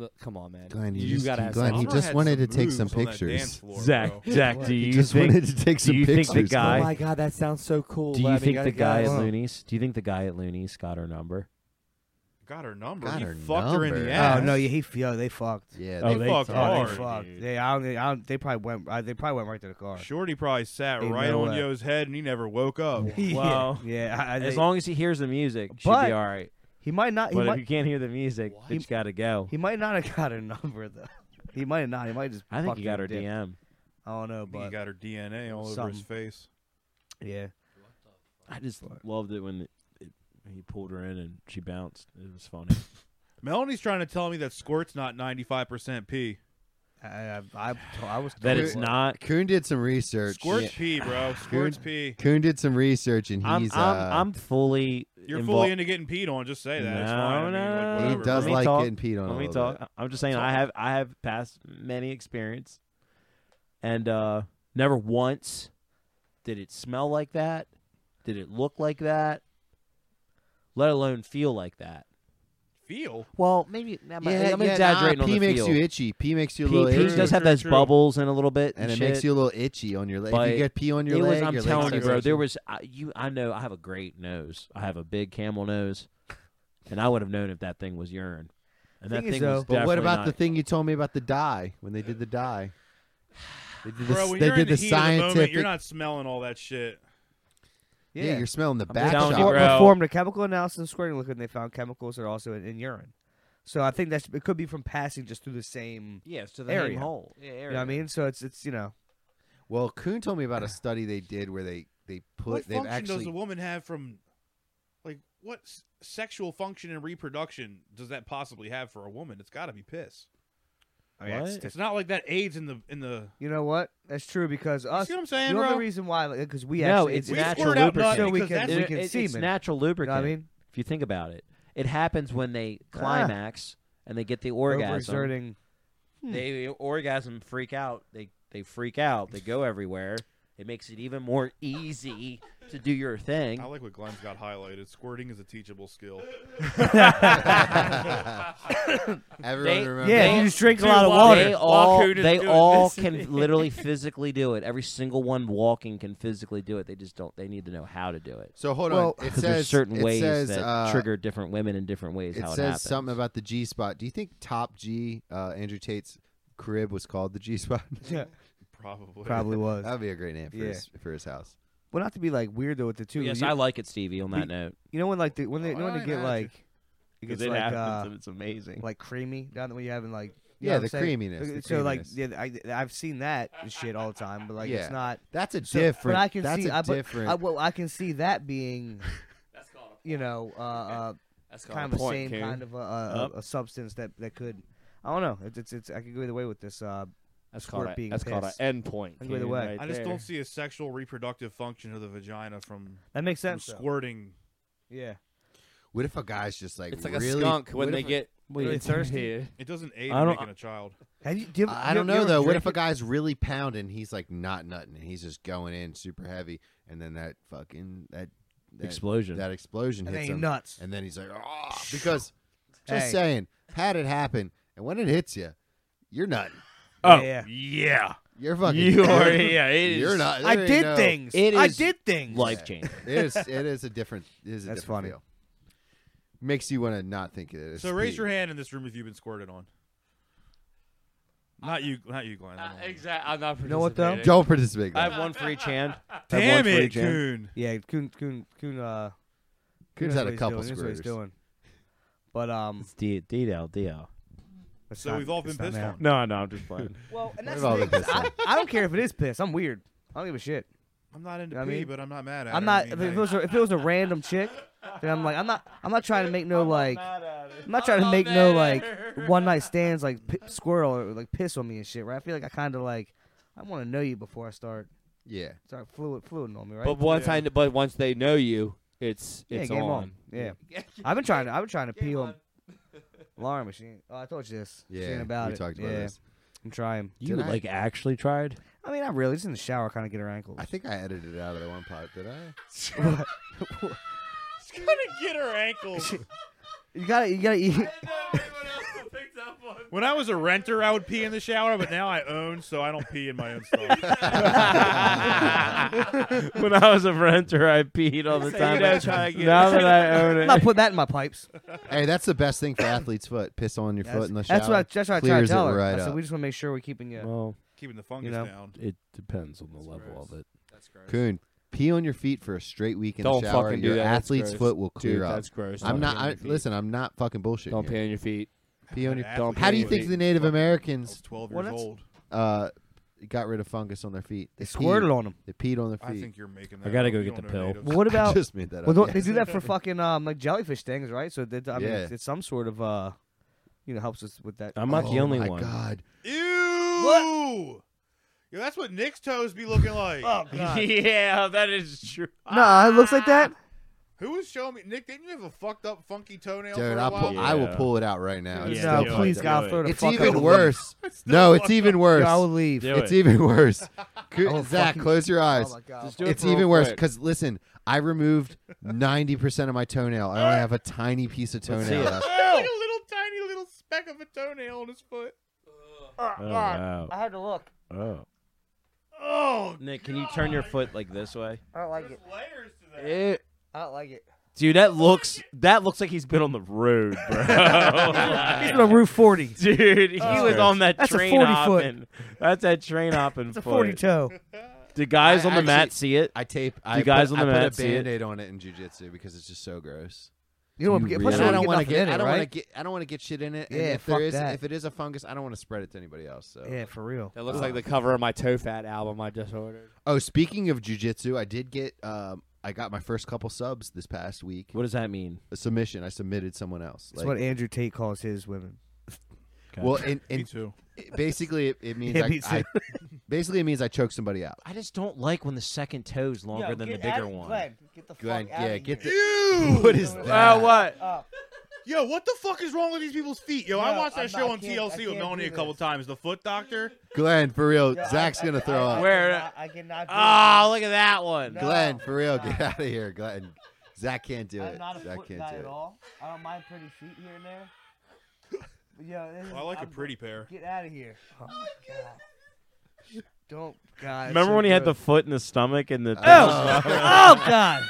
Speaker 5: l- come on, man.
Speaker 2: Glenn, he
Speaker 5: you
Speaker 2: just-
Speaker 5: gotta have
Speaker 2: Glenn, he
Speaker 5: something.
Speaker 4: Dahmer
Speaker 2: just
Speaker 4: had
Speaker 2: wanted
Speaker 4: some
Speaker 2: to take
Speaker 4: moves
Speaker 2: some
Speaker 4: on that
Speaker 2: pictures.
Speaker 4: dance floor,
Speaker 1: Zach,
Speaker 4: bro.
Speaker 1: Zach,
Speaker 2: What?
Speaker 1: do
Speaker 2: He
Speaker 1: you
Speaker 2: <laughs> just
Speaker 1: think?
Speaker 2: wanted to take some
Speaker 1: you think
Speaker 2: pictures.
Speaker 1: the guy-
Speaker 5: Oh
Speaker 2: Glenn.
Speaker 5: my god, that sounds so cool.
Speaker 1: Do
Speaker 5: Let
Speaker 1: you
Speaker 5: me
Speaker 1: think
Speaker 5: go-
Speaker 1: the guy at
Speaker 5: guys.
Speaker 1: Looney's? Do you think the guy at Looney's got her number?
Speaker 4: got her number.
Speaker 2: Got
Speaker 4: he
Speaker 2: her
Speaker 4: fucked her in
Speaker 2: number.
Speaker 4: the
Speaker 7: Oh
Speaker 4: ass.
Speaker 7: no, yeah, he yo, they fucked.
Speaker 2: Yeah,
Speaker 4: They fucked
Speaker 7: Oh,
Speaker 4: hard.
Speaker 7: they fucked.
Speaker 4: dude.
Speaker 7: They, I don't, think- I don't, they probably went. Uh, they probably went right to the car.
Speaker 4: Shorty probably sat
Speaker 7: Ain't
Speaker 4: right
Speaker 7: no
Speaker 4: on
Speaker 7: way.
Speaker 4: Yo's head, and he never woke up.
Speaker 1: Well,
Speaker 7: <laughs> yeah. I, I,
Speaker 1: Oh, as
Speaker 7: they-
Speaker 1: long as he hears the music, should
Speaker 7: But-
Speaker 1: be all right.
Speaker 7: he might not. He
Speaker 1: But if
Speaker 7: might,
Speaker 1: you can't hear the music,
Speaker 5: What?
Speaker 1: it's got to go.
Speaker 7: he might not have got her number though. <laughs> He might not. He might just.
Speaker 1: I think
Speaker 7: fucking
Speaker 1: he got her
Speaker 7: dick.
Speaker 1: DM.
Speaker 7: I don't know,
Speaker 4: I think he
Speaker 7: but
Speaker 4: got her DNA all over his
Speaker 7: Something.
Speaker 4: face.
Speaker 7: yeah.
Speaker 1: I just loved it when it, it, he pulled her in and she bounced. It was funny.
Speaker 4: Melanie's trying to tell me that Squirt's not 95% pee.
Speaker 7: I, I, I, I was
Speaker 1: That
Speaker 7: told-
Speaker 1: it's not.
Speaker 2: Kuhn did some research.
Speaker 4: Squirt's pee, bro. Squirt's pee.
Speaker 2: Kuhn did some research, and
Speaker 1: I'm
Speaker 2: he's
Speaker 1: I'm,
Speaker 2: uh,
Speaker 1: I'm fully.
Speaker 4: You're
Speaker 1: invol-
Speaker 4: fully into getting peed on. Just say that. it's fine. I
Speaker 1: No,
Speaker 4: mean, like,
Speaker 1: no, no,
Speaker 4: whatever,
Speaker 2: he does
Speaker 1: Let me
Speaker 4: bro.
Speaker 2: like
Speaker 1: talk.
Speaker 2: getting peed on.
Speaker 1: Let
Speaker 2: a
Speaker 1: me
Speaker 2: little
Speaker 1: talk.
Speaker 2: bit.
Speaker 1: I'm just saying I have I have past many experience, and uh, never once did it smell like that. Did it look like that? Let alone feel like that.
Speaker 4: Feel.
Speaker 1: Well, maybe I'm,
Speaker 2: Yeah,
Speaker 1: I'm
Speaker 2: yeah,
Speaker 1: exaggerating
Speaker 2: nah,
Speaker 1: on
Speaker 2: pee
Speaker 1: the
Speaker 2: makes
Speaker 1: feel.
Speaker 2: you itchy. Pee makes you a
Speaker 1: pee,
Speaker 2: little
Speaker 1: pee
Speaker 2: itchy,
Speaker 1: does have
Speaker 4: True,
Speaker 1: those
Speaker 4: true.
Speaker 1: bubbles in a little bit,
Speaker 2: and it
Speaker 1: shit.
Speaker 2: makes you a little itchy on your leg. If
Speaker 1: But
Speaker 2: you get pee on your
Speaker 1: it
Speaker 2: leg,
Speaker 1: was, I'm
Speaker 2: your leg
Speaker 1: telling you,
Speaker 2: starts
Speaker 1: bro. There
Speaker 2: itching.
Speaker 1: was I you. I know I have a great nose. I have a big camel nose, and I would have known if that thing was urine. And that
Speaker 7: Thing is,
Speaker 1: thing
Speaker 7: though-
Speaker 1: was
Speaker 7: But
Speaker 2: But what
Speaker 1: definitely
Speaker 2: about
Speaker 1: not-
Speaker 2: the thing you told me about the dye when they did the dye? They did the,
Speaker 4: Bro, when
Speaker 2: they
Speaker 4: you're
Speaker 2: did
Speaker 4: in the, heat of the moment,
Speaker 2: scientific.
Speaker 4: you're not smelling all that shit.
Speaker 2: yeah, you're smelling the
Speaker 1: I'm
Speaker 2: back
Speaker 1: telling
Speaker 2: shot.
Speaker 1: you,
Speaker 7: Before-
Speaker 1: bro.
Speaker 7: performed a chemical analysis of squirting liquid, and they found chemicals that are also in, in urine. So I think that's it could be from passing just through the same.
Speaker 1: Yeah, it's to
Speaker 7: the same area.
Speaker 1: hole. Yeah, area.
Speaker 7: You know what I mean? So it's it's you know
Speaker 2: Well, Kuhn told me about a study they did where they they put
Speaker 4: what
Speaker 2: they've
Speaker 4: function does
Speaker 2: actually
Speaker 4: a woman have from, like, what s- sexual function and reproduction does that possibly have for a woman? It's got to be piss.
Speaker 7: I mean, it's
Speaker 1: What?
Speaker 7: just-
Speaker 4: It's not like that AIDS in the in the.
Speaker 7: you know what that's true because us.
Speaker 4: see what I'm saying,
Speaker 7: the
Speaker 4: bro?
Speaker 7: only reason why because we
Speaker 1: no,
Speaker 7: actually
Speaker 1: it's
Speaker 4: we
Speaker 1: natural
Speaker 4: squirt out nut
Speaker 1: lubricant.
Speaker 7: so we
Speaker 4: because
Speaker 7: can
Speaker 4: that's-
Speaker 7: we
Speaker 1: It-
Speaker 7: can
Speaker 1: it-
Speaker 7: semen.
Speaker 1: it's natural
Speaker 7: you know
Speaker 1: lubricant.
Speaker 7: what I mean?
Speaker 1: if you think about it, it happens when they climax and they get the orgasm.
Speaker 7: Overexerting.
Speaker 1: They orgasm, freak out. They they freak out. They go everywhere. It makes it even more easy to do your
Speaker 7: <laughs>
Speaker 1: thing.
Speaker 4: I like what Glenn's got highlighted. Squirting is a teachable skill.
Speaker 2: <laughs> everyone
Speaker 1: They-
Speaker 2: remembers.
Speaker 7: Yeah,
Speaker 1: They-
Speaker 7: you just drink a
Speaker 1: Dude,
Speaker 7: lot of
Speaker 1: while-
Speaker 7: water.
Speaker 1: They all,
Speaker 5: Wacoon is
Speaker 1: they
Speaker 5: doing
Speaker 7: <laughs>
Speaker 1: all
Speaker 5: this.
Speaker 4: <laughs>
Speaker 1: can literally physically do it. Every single one walking can physically do it. They just don't. They need to know how to do it
Speaker 2: So hold
Speaker 7: Well-
Speaker 2: on. It
Speaker 1: because
Speaker 2: says
Speaker 1: there's certain
Speaker 2: it
Speaker 1: ways
Speaker 2: says,
Speaker 1: that
Speaker 2: uh,
Speaker 1: trigger different women in different ways.
Speaker 2: It
Speaker 1: how
Speaker 2: says
Speaker 1: it happens.
Speaker 2: something about the G spot. Do you think Top G uh, Andrew Tate's crib was called the G spot? <laughs>
Speaker 1: <laughs>
Speaker 4: Probably.
Speaker 7: Probably was.
Speaker 2: That'd be a great name for
Speaker 7: Yeah.
Speaker 2: his for his house.
Speaker 7: well, not to be like weird though with the two.
Speaker 1: Yes,
Speaker 7: you,
Speaker 1: I like it, Stevie. On that note,
Speaker 7: you know when like the, when they
Speaker 4: Oh,
Speaker 7: when
Speaker 4: I
Speaker 7: they get
Speaker 4: imagine.
Speaker 7: like it gets
Speaker 3: Because it
Speaker 7: like
Speaker 3: happens
Speaker 7: uh,
Speaker 3: and it's amazing.
Speaker 7: like creamy down the way you have in like you
Speaker 2: Yeah,
Speaker 7: know what
Speaker 2: the
Speaker 7: I'm saying?
Speaker 2: creaminess, the
Speaker 7: so like
Speaker 2: creaminess.
Speaker 7: yeah, I, I've seen that shit all the time, but like
Speaker 2: Yeah.
Speaker 7: it's not
Speaker 2: That's a
Speaker 7: so,
Speaker 2: different.
Speaker 7: But I can
Speaker 2: that's
Speaker 7: see
Speaker 2: a
Speaker 7: I, but
Speaker 2: different.
Speaker 7: I, well, I can see that
Speaker 1: <laughs>
Speaker 7: being
Speaker 5: That's called a,
Speaker 7: you know uh,
Speaker 2: <laughs>
Speaker 7: uh,
Speaker 5: that's called
Speaker 7: kind of
Speaker 5: a
Speaker 7: the
Speaker 5: point,
Speaker 7: same
Speaker 5: Coon.
Speaker 7: kind of a, a,
Speaker 5: Up.
Speaker 7: a, a substance that that could I don't know it's it's, it's I could go either way with this. Uh,
Speaker 5: That's
Speaker 7: Squirt
Speaker 5: called a,
Speaker 7: being
Speaker 5: that's called an
Speaker 7: pissed.
Speaker 5: end point.
Speaker 7: Either
Speaker 5: Coon,
Speaker 7: way.
Speaker 5: right
Speaker 4: I just
Speaker 5: there.
Speaker 4: don't see a sexual reproductive function of the vagina from,
Speaker 7: that makes
Speaker 4: from
Speaker 7: sense. though.
Speaker 4: squirting.
Speaker 7: Yeah,
Speaker 2: what if a guy's just like
Speaker 5: It's like
Speaker 2: really,
Speaker 5: a skunk when
Speaker 2: what
Speaker 5: they
Speaker 2: if a-
Speaker 5: get really thirsty.
Speaker 4: It doesn't aid
Speaker 1: I
Speaker 4: in
Speaker 1: don't-
Speaker 4: making a child.
Speaker 7: have you? Do you ever-
Speaker 2: I I
Speaker 7: you-
Speaker 2: don't
Speaker 7: you
Speaker 2: know
Speaker 7: ever
Speaker 2: though. What
Speaker 7: drink
Speaker 2: <laughs> if a
Speaker 7: it?
Speaker 2: guy's really pounding? He's like not nutting. and He's just going in super heavy, and then that fucking that, that
Speaker 1: explosion.
Speaker 2: that explosion
Speaker 7: and then
Speaker 2: hits
Speaker 7: he
Speaker 2: him,
Speaker 7: nuts?
Speaker 2: and then he's like, oh,
Speaker 7: <laughs>
Speaker 2: because just
Speaker 7: Hey.
Speaker 2: saying, had it happen, and when it hits you, you're nutting.
Speaker 7: Oh yeah,
Speaker 4: Yeah.
Speaker 2: You're fucking.
Speaker 1: it
Speaker 2: You're not.
Speaker 7: I
Speaker 2: there ain't
Speaker 7: did
Speaker 2: no-
Speaker 7: things.
Speaker 1: It
Speaker 7: I
Speaker 1: is
Speaker 7: did things.
Speaker 1: Life changing.
Speaker 2: <laughs> It is. It is a different. It is a
Speaker 7: That's
Speaker 2: different
Speaker 7: funny.
Speaker 2: feel. Makes you want to not think of it. as
Speaker 4: So raise
Speaker 2: pee.
Speaker 4: your hand in this room if you've been squirted on. Not you, not you, Glenn. I don't know.
Speaker 5: exactly. I'm not.
Speaker 7: You know what, though?
Speaker 5: participating.
Speaker 2: Don't participate.
Speaker 1: I have one for each hand.
Speaker 4: Damn
Speaker 1: I have one for
Speaker 4: it,
Speaker 1: each hand.
Speaker 4: Coon.
Speaker 7: Yeah, Coon Coon Coon. Uh,
Speaker 2: Coon's had
Speaker 7: knows what
Speaker 2: a
Speaker 7: he's
Speaker 2: couple
Speaker 7: doing. He knows what he's
Speaker 2: squirters.
Speaker 7: doing. But um,
Speaker 1: It's D- DL, DL.
Speaker 7: it's
Speaker 4: So
Speaker 7: not-
Speaker 4: we've all
Speaker 7: it's
Speaker 4: been
Speaker 7: not
Speaker 4: pissed
Speaker 7: now.
Speaker 4: on.
Speaker 3: No, no, I'm just playing.
Speaker 7: Well, and
Speaker 2: We've
Speaker 7: that's
Speaker 2: all
Speaker 7: the
Speaker 2: been
Speaker 7: thing. 'cause
Speaker 2: pissed
Speaker 7: I, I don't care if it is piss. I'm weird. I don't give a shit.
Speaker 4: I'm not into
Speaker 7: I
Speaker 4: pee,
Speaker 7: mean,
Speaker 4: but I'm not mad at
Speaker 7: I'm
Speaker 4: her.
Speaker 7: not.
Speaker 4: I
Speaker 7: If
Speaker 4: mean, <laughs>
Speaker 7: it was a, if it was a random chick, then I'm like, I'm not. I'm not trying to make no like. I'm not trying to make no like one night stands like p- squirrel or like piss on me and shit. Right? I feel like I kind of like I want to know you before I start
Speaker 2: Yeah.
Speaker 7: start fluid fluiding on me. Right?
Speaker 5: But once
Speaker 4: Yeah.
Speaker 5: I, but once they know you, it's
Speaker 7: yeah,
Speaker 5: it's
Speaker 7: game on.
Speaker 5: on.
Speaker 7: Yeah. <laughs> I've been trying to. I've been trying to pee on. Lauren machine. Oh, I told you this. She ain't
Speaker 2: Yeah.
Speaker 7: about
Speaker 2: we
Speaker 7: it.
Speaker 2: talked about
Speaker 7: yeah,
Speaker 2: this.
Speaker 7: I'm trying.
Speaker 1: You
Speaker 2: Did I?
Speaker 1: like actually tried?
Speaker 7: I mean, not really. Just in the shower, kind of get her
Speaker 2: <laughs>
Speaker 7: ankles. <laughs>
Speaker 2: I think I edited it out of that one part. Did I?
Speaker 4: She's gonna get her
Speaker 7: <laughs>
Speaker 4: ankles.
Speaker 7: You gotta, you gotta eat.
Speaker 4: when I was a renter, I would pee in the shower, but now I own, so I don't pee in <laughs> my own stuff.
Speaker 3: when I was a renter, I peed all the time. now that I own
Speaker 7: <laughs> I'm
Speaker 3: it,
Speaker 7: not putting that in my pipes.
Speaker 2: Hey, that's the best thing for athlete's foot. Piss on your
Speaker 7: That's-
Speaker 2: foot in the shower.
Speaker 7: That's what I, that's what I try to
Speaker 2: Clears
Speaker 7: tell
Speaker 2: it
Speaker 7: her.
Speaker 2: right
Speaker 7: I said,
Speaker 2: up.
Speaker 7: we just want to make sure we're keeping you.
Speaker 3: well,
Speaker 4: Keeping the fungus
Speaker 7: You know?
Speaker 4: down.
Speaker 3: it depends on the level of it.
Speaker 2: Coon, pee on your feet for a straight week in
Speaker 5: Don't
Speaker 2: the shower.
Speaker 5: fucking do
Speaker 2: your
Speaker 5: that. That's
Speaker 2: athlete's
Speaker 5: gross.
Speaker 2: foot will clear
Speaker 5: Dude,
Speaker 2: up.
Speaker 5: that's gross.
Speaker 2: I'm
Speaker 5: Don't
Speaker 2: not.
Speaker 5: pee on
Speaker 2: I,
Speaker 5: your feet.
Speaker 2: listen, I'm not fucking bullshit.
Speaker 5: Don't pee on your feet.
Speaker 2: Pee on your.
Speaker 4: Athlete
Speaker 2: How do you
Speaker 4: was
Speaker 2: think
Speaker 4: eight-
Speaker 2: the Native
Speaker 4: I was
Speaker 2: Americans
Speaker 4: 12
Speaker 7: Well,
Speaker 4: years
Speaker 7: that's-
Speaker 4: old.
Speaker 2: uh, got rid of fungus on their feet?
Speaker 7: They
Speaker 2: peed.
Speaker 7: squirted on them.
Speaker 2: They peed on their
Speaker 4: I
Speaker 2: feet.
Speaker 4: think you're making that.
Speaker 1: gotta
Speaker 4: up.
Speaker 1: go
Speaker 4: You
Speaker 1: get
Speaker 4: don't
Speaker 1: the
Speaker 4: know
Speaker 1: pill.
Speaker 4: natives.
Speaker 7: Well,
Speaker 2: <laughs>
Speaker 7: what
Speaker 2: I
Speaker 7: about?
Speaker 2: just made that
Speaker 7: Well,
Speaker 2: up.
Speaker 7: don't- they do that for fucking um like jellyfish things, right? So they, I mean,
Speaker 2: Yeah.
Speaker 7: it's, it's some sort of uh you know helps us with that.
Speaker 1: I'm not the
Speaker 2: Oh
Speaker 1: only
Speaker 2: my
Speaker 1: one.
Speaker 2: God.
Speaker 4: Ew! Yo, that's what Nick's toes be looking like. <laughs>
Speaker 1: yeah, that is true.
Speaker 7: Nah, it looks like that.
Speaker 4: Who was showing me? Nick, didn't you have a fucked up, funky toenail for
Speaker 2: Dude,
Speaker 4: a
Speaker 2: I'll
Speaker 4: while?
Speaker 2: pull, I will pull it out right now. It's
Speaker 7: no,
Speaker 2: still fucked
Speaker 7: please
Speaker 2: up.
Speaker 7: God, throw the
Speaker 2: It's
Speaker 7: fuck out
Speaker 2: even
Speaker 7: of-
Speaker 2: worse.
Speaker 7: <laughs>
Speaker 2: no, it's even worse.
Speaker 7: Yo, I will leave.
Speaker 3: Do
Speaker 2: it's
Speaker 3: it.
Speaker 2: even
Speaker 1: <laughs>
Speaker 2: worse. Co-
Speaker 7: I will
Speaker 2: Zach,
Speaker 7: fucking-
Speaker 2: close your eyes.
Speaker 7: Oh my god.
Speaker 3: Just do it
Speaker 2: it's
Speaker 3: for real
Speaker 2: even worse
Speaker 3: quick.
Speaker 2: because listen, I removed ninety percent of my toenail. I only have a tiny piece of toenail left.
Speaker 4: It's like a little tiny little speck of a toenail on his foot. Uh,
Speaker 3: Oh, wow.
Speaker 7: I had to look.
Speaker 1: <laughs>
Speaker 3: Oh.
Speaker 4: Oh,
Speaker 1: Nick, can you turn your foot like this way?
Speaker 7: I don't like it.
Speaker 4: layers to that.
Speaker 7: I don't like it.
Speaker 1: Dude, that looks that looks like he's been on the road, <laughs> bro.
Speaker 7: He's been on Route 40.
Speaker 1: Dude, he was on that
Speaker 7: That's a
Speaker 1: train
Speaker 7: 40 foot.
Speaker 1: hopping. That's that train hopping
Speaker 7: It's a
Speaker 1: foot.
Speaker 7: 40 toe.
Speaker 1: Do guys
Speaker 2: I
Speaker 1: on the mat
Speaker 2: actually-
Speaker 1: see it?
Speaker 2: I tape. I
Speaker 1: guys
Speaker 2: put,
Speaker 1: on the
Speaker 2: I
Speaker 1: mat
Speaker 2: put a
Speaker 1: see it?
Speaker 2: band-aid on it in jujitsu because it's just so gross.
Speaker 7: You don't want to get.
Speaker 3: really-
Speaker 7: Plus,
Speaker 2: And
Speaker 7: you
Speaker 2: I don't
Speaker 7: want to
Speaker 2: get.
Speaker 7: in
Speaker 2: I
Speaker 7: it,
Speaker 2: don't want
Speaker 7: right?
Speaker 2: to get. I don't want to get shit in it.
Speaker 7: Yeah,
Speaker 2: and if there
Speaker 7: fuck
Speaker 2: is,
Speaker 7: that.
Speaker 2: if it is a fungus, I don't want to spread it to anybody else. So.
Speaker 7: Yeah, for real.
Speaker 5: That looks like the cover of my Toe Fat album I just ordered.
Speaker 2: Oh, speaking of jujitsu, I did get. Um, I got my first couple subs this past week.
Speaker 1: What does that mean?
Speaker 2: A submission. I submitted someone else.
Speaker 7: That's what Andrew Tate calls his women.
Speaker 2: well, and,
Speaker 4: Me
Speaker 2: and
Speaker 4: too.
Speaker 2: basically it, it means
Speaker 7: Yeah,
Speaker 2: I,
Speaker 7: me
Speaker 2: I- basically it means I choke somebody out.
Speaker 1: I just don't like when the second toe's longer than the bigger one.
Speaker 7: get the
Speaker 2: Glenn, yeah, get the.
Speaker 4: Ew!
Speaker 2: What is that?
Speaker 1: what?
Speaker 4: Yo, what the fuck is wrong with these people's feet? Yo, I
Speaker 7: No,
Speaker 4: watched that
Speaker 7: I'm
Speaker 4: show
Speaker 7: not- I
Speaker 4: on
Speaker 7: can't- I
Speaker 4: TLC with
Speaker 7: can't
Speaker 4: Melanie
Speaker 7: do
Speaker 4: a couple
Speaker 7: this.
Speaker 4: times. The foot doctor.
Speaker 2: Glenn, for real, Zach's gonna throw up.
Speaker 1: Where-
Speaker 7: I cannot. do
Speaker 1: Oh,
Speaker 7: it.
Speaker 1: look at that one.
Speaker 7: No.
Speaker 2: Glenn, for real,
Speaker 7: no.
Speaker 2: get out of here, Glenn. Zach can't do it.
Speaker 7: I'm not a
Speaker 2: Zach
Speaker 7: foot
Speaker 2: can't
Speaker 7: guy
Speaker 2: do
Speaker 7: at
Speaker 2: it.
Speaker 7: all. I don't mind pretty feet here and <laughs> there. But, Yo, this is,
Speaker 4: I like a
Speaker 7: I'm-
Speaker 4: pretty pair.
Speaker 7: Get out of here. Oh, my God. Don't, God.
Speaker 1: Remember
Speaker 7: so
Speaker 1: when he had the
Speaker 7: gross.
Speaker 1: foot in the stomach and the
Speaker 4: <laughs>
Speaker 7: Oh, oh God.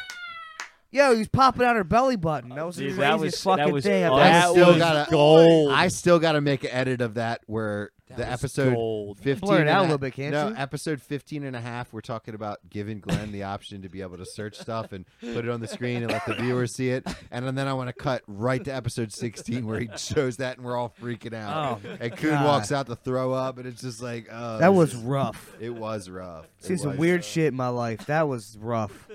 Speaker 7: Yo, he's popping out her belly button. That was the
Speaker 1: Dude,
Speaker 7: craziest
Speaker 1: that was
Speaker 7: fucking
Speaker 1: that was
Speaker 7: thing. I've
Speaker 2: I
Speaker 7: ever
Speaker 1: that
Speaker 2: still
Speaker 1: was
Speaker 2: gotta-
Speaker 4: Oh.
Speaker 1: gold.
Speaker 2: I still got to make an edit of that where the episode
Speaker 1: gold.
Speaker 2: 15
Speaker 7: Blur it
Speaker 2: and
Speaker 7: out a
Speaker 2: a-
Speaker 7: little bit, can't
Speaker 2: no,
Speaker 7: you?
Speaker 2: episode 15 and a half, we're talking about giving Glenn the option to be able to search stuff and put it on the screen and let the viewers see it. And then I want to cut right to episode 16 where he shows that and we're all freaking out.
Speaker 7: Oh,
Speaker 2: and Coon
Speaker 7: God.
Speaker 2: walks out to throw up and it's just like, oh.
Speaker 7: That
Speaker 2: this
Speaker 7: was
Speaker 2: is-
Speaker 7: rough.
Speaker 2: It was rough. It
Speaker 7: Seen some
Speaker 2: was
Speaker 7: weird
Speaker 2: rough.
Speaker 7: shit in my life. That was rough.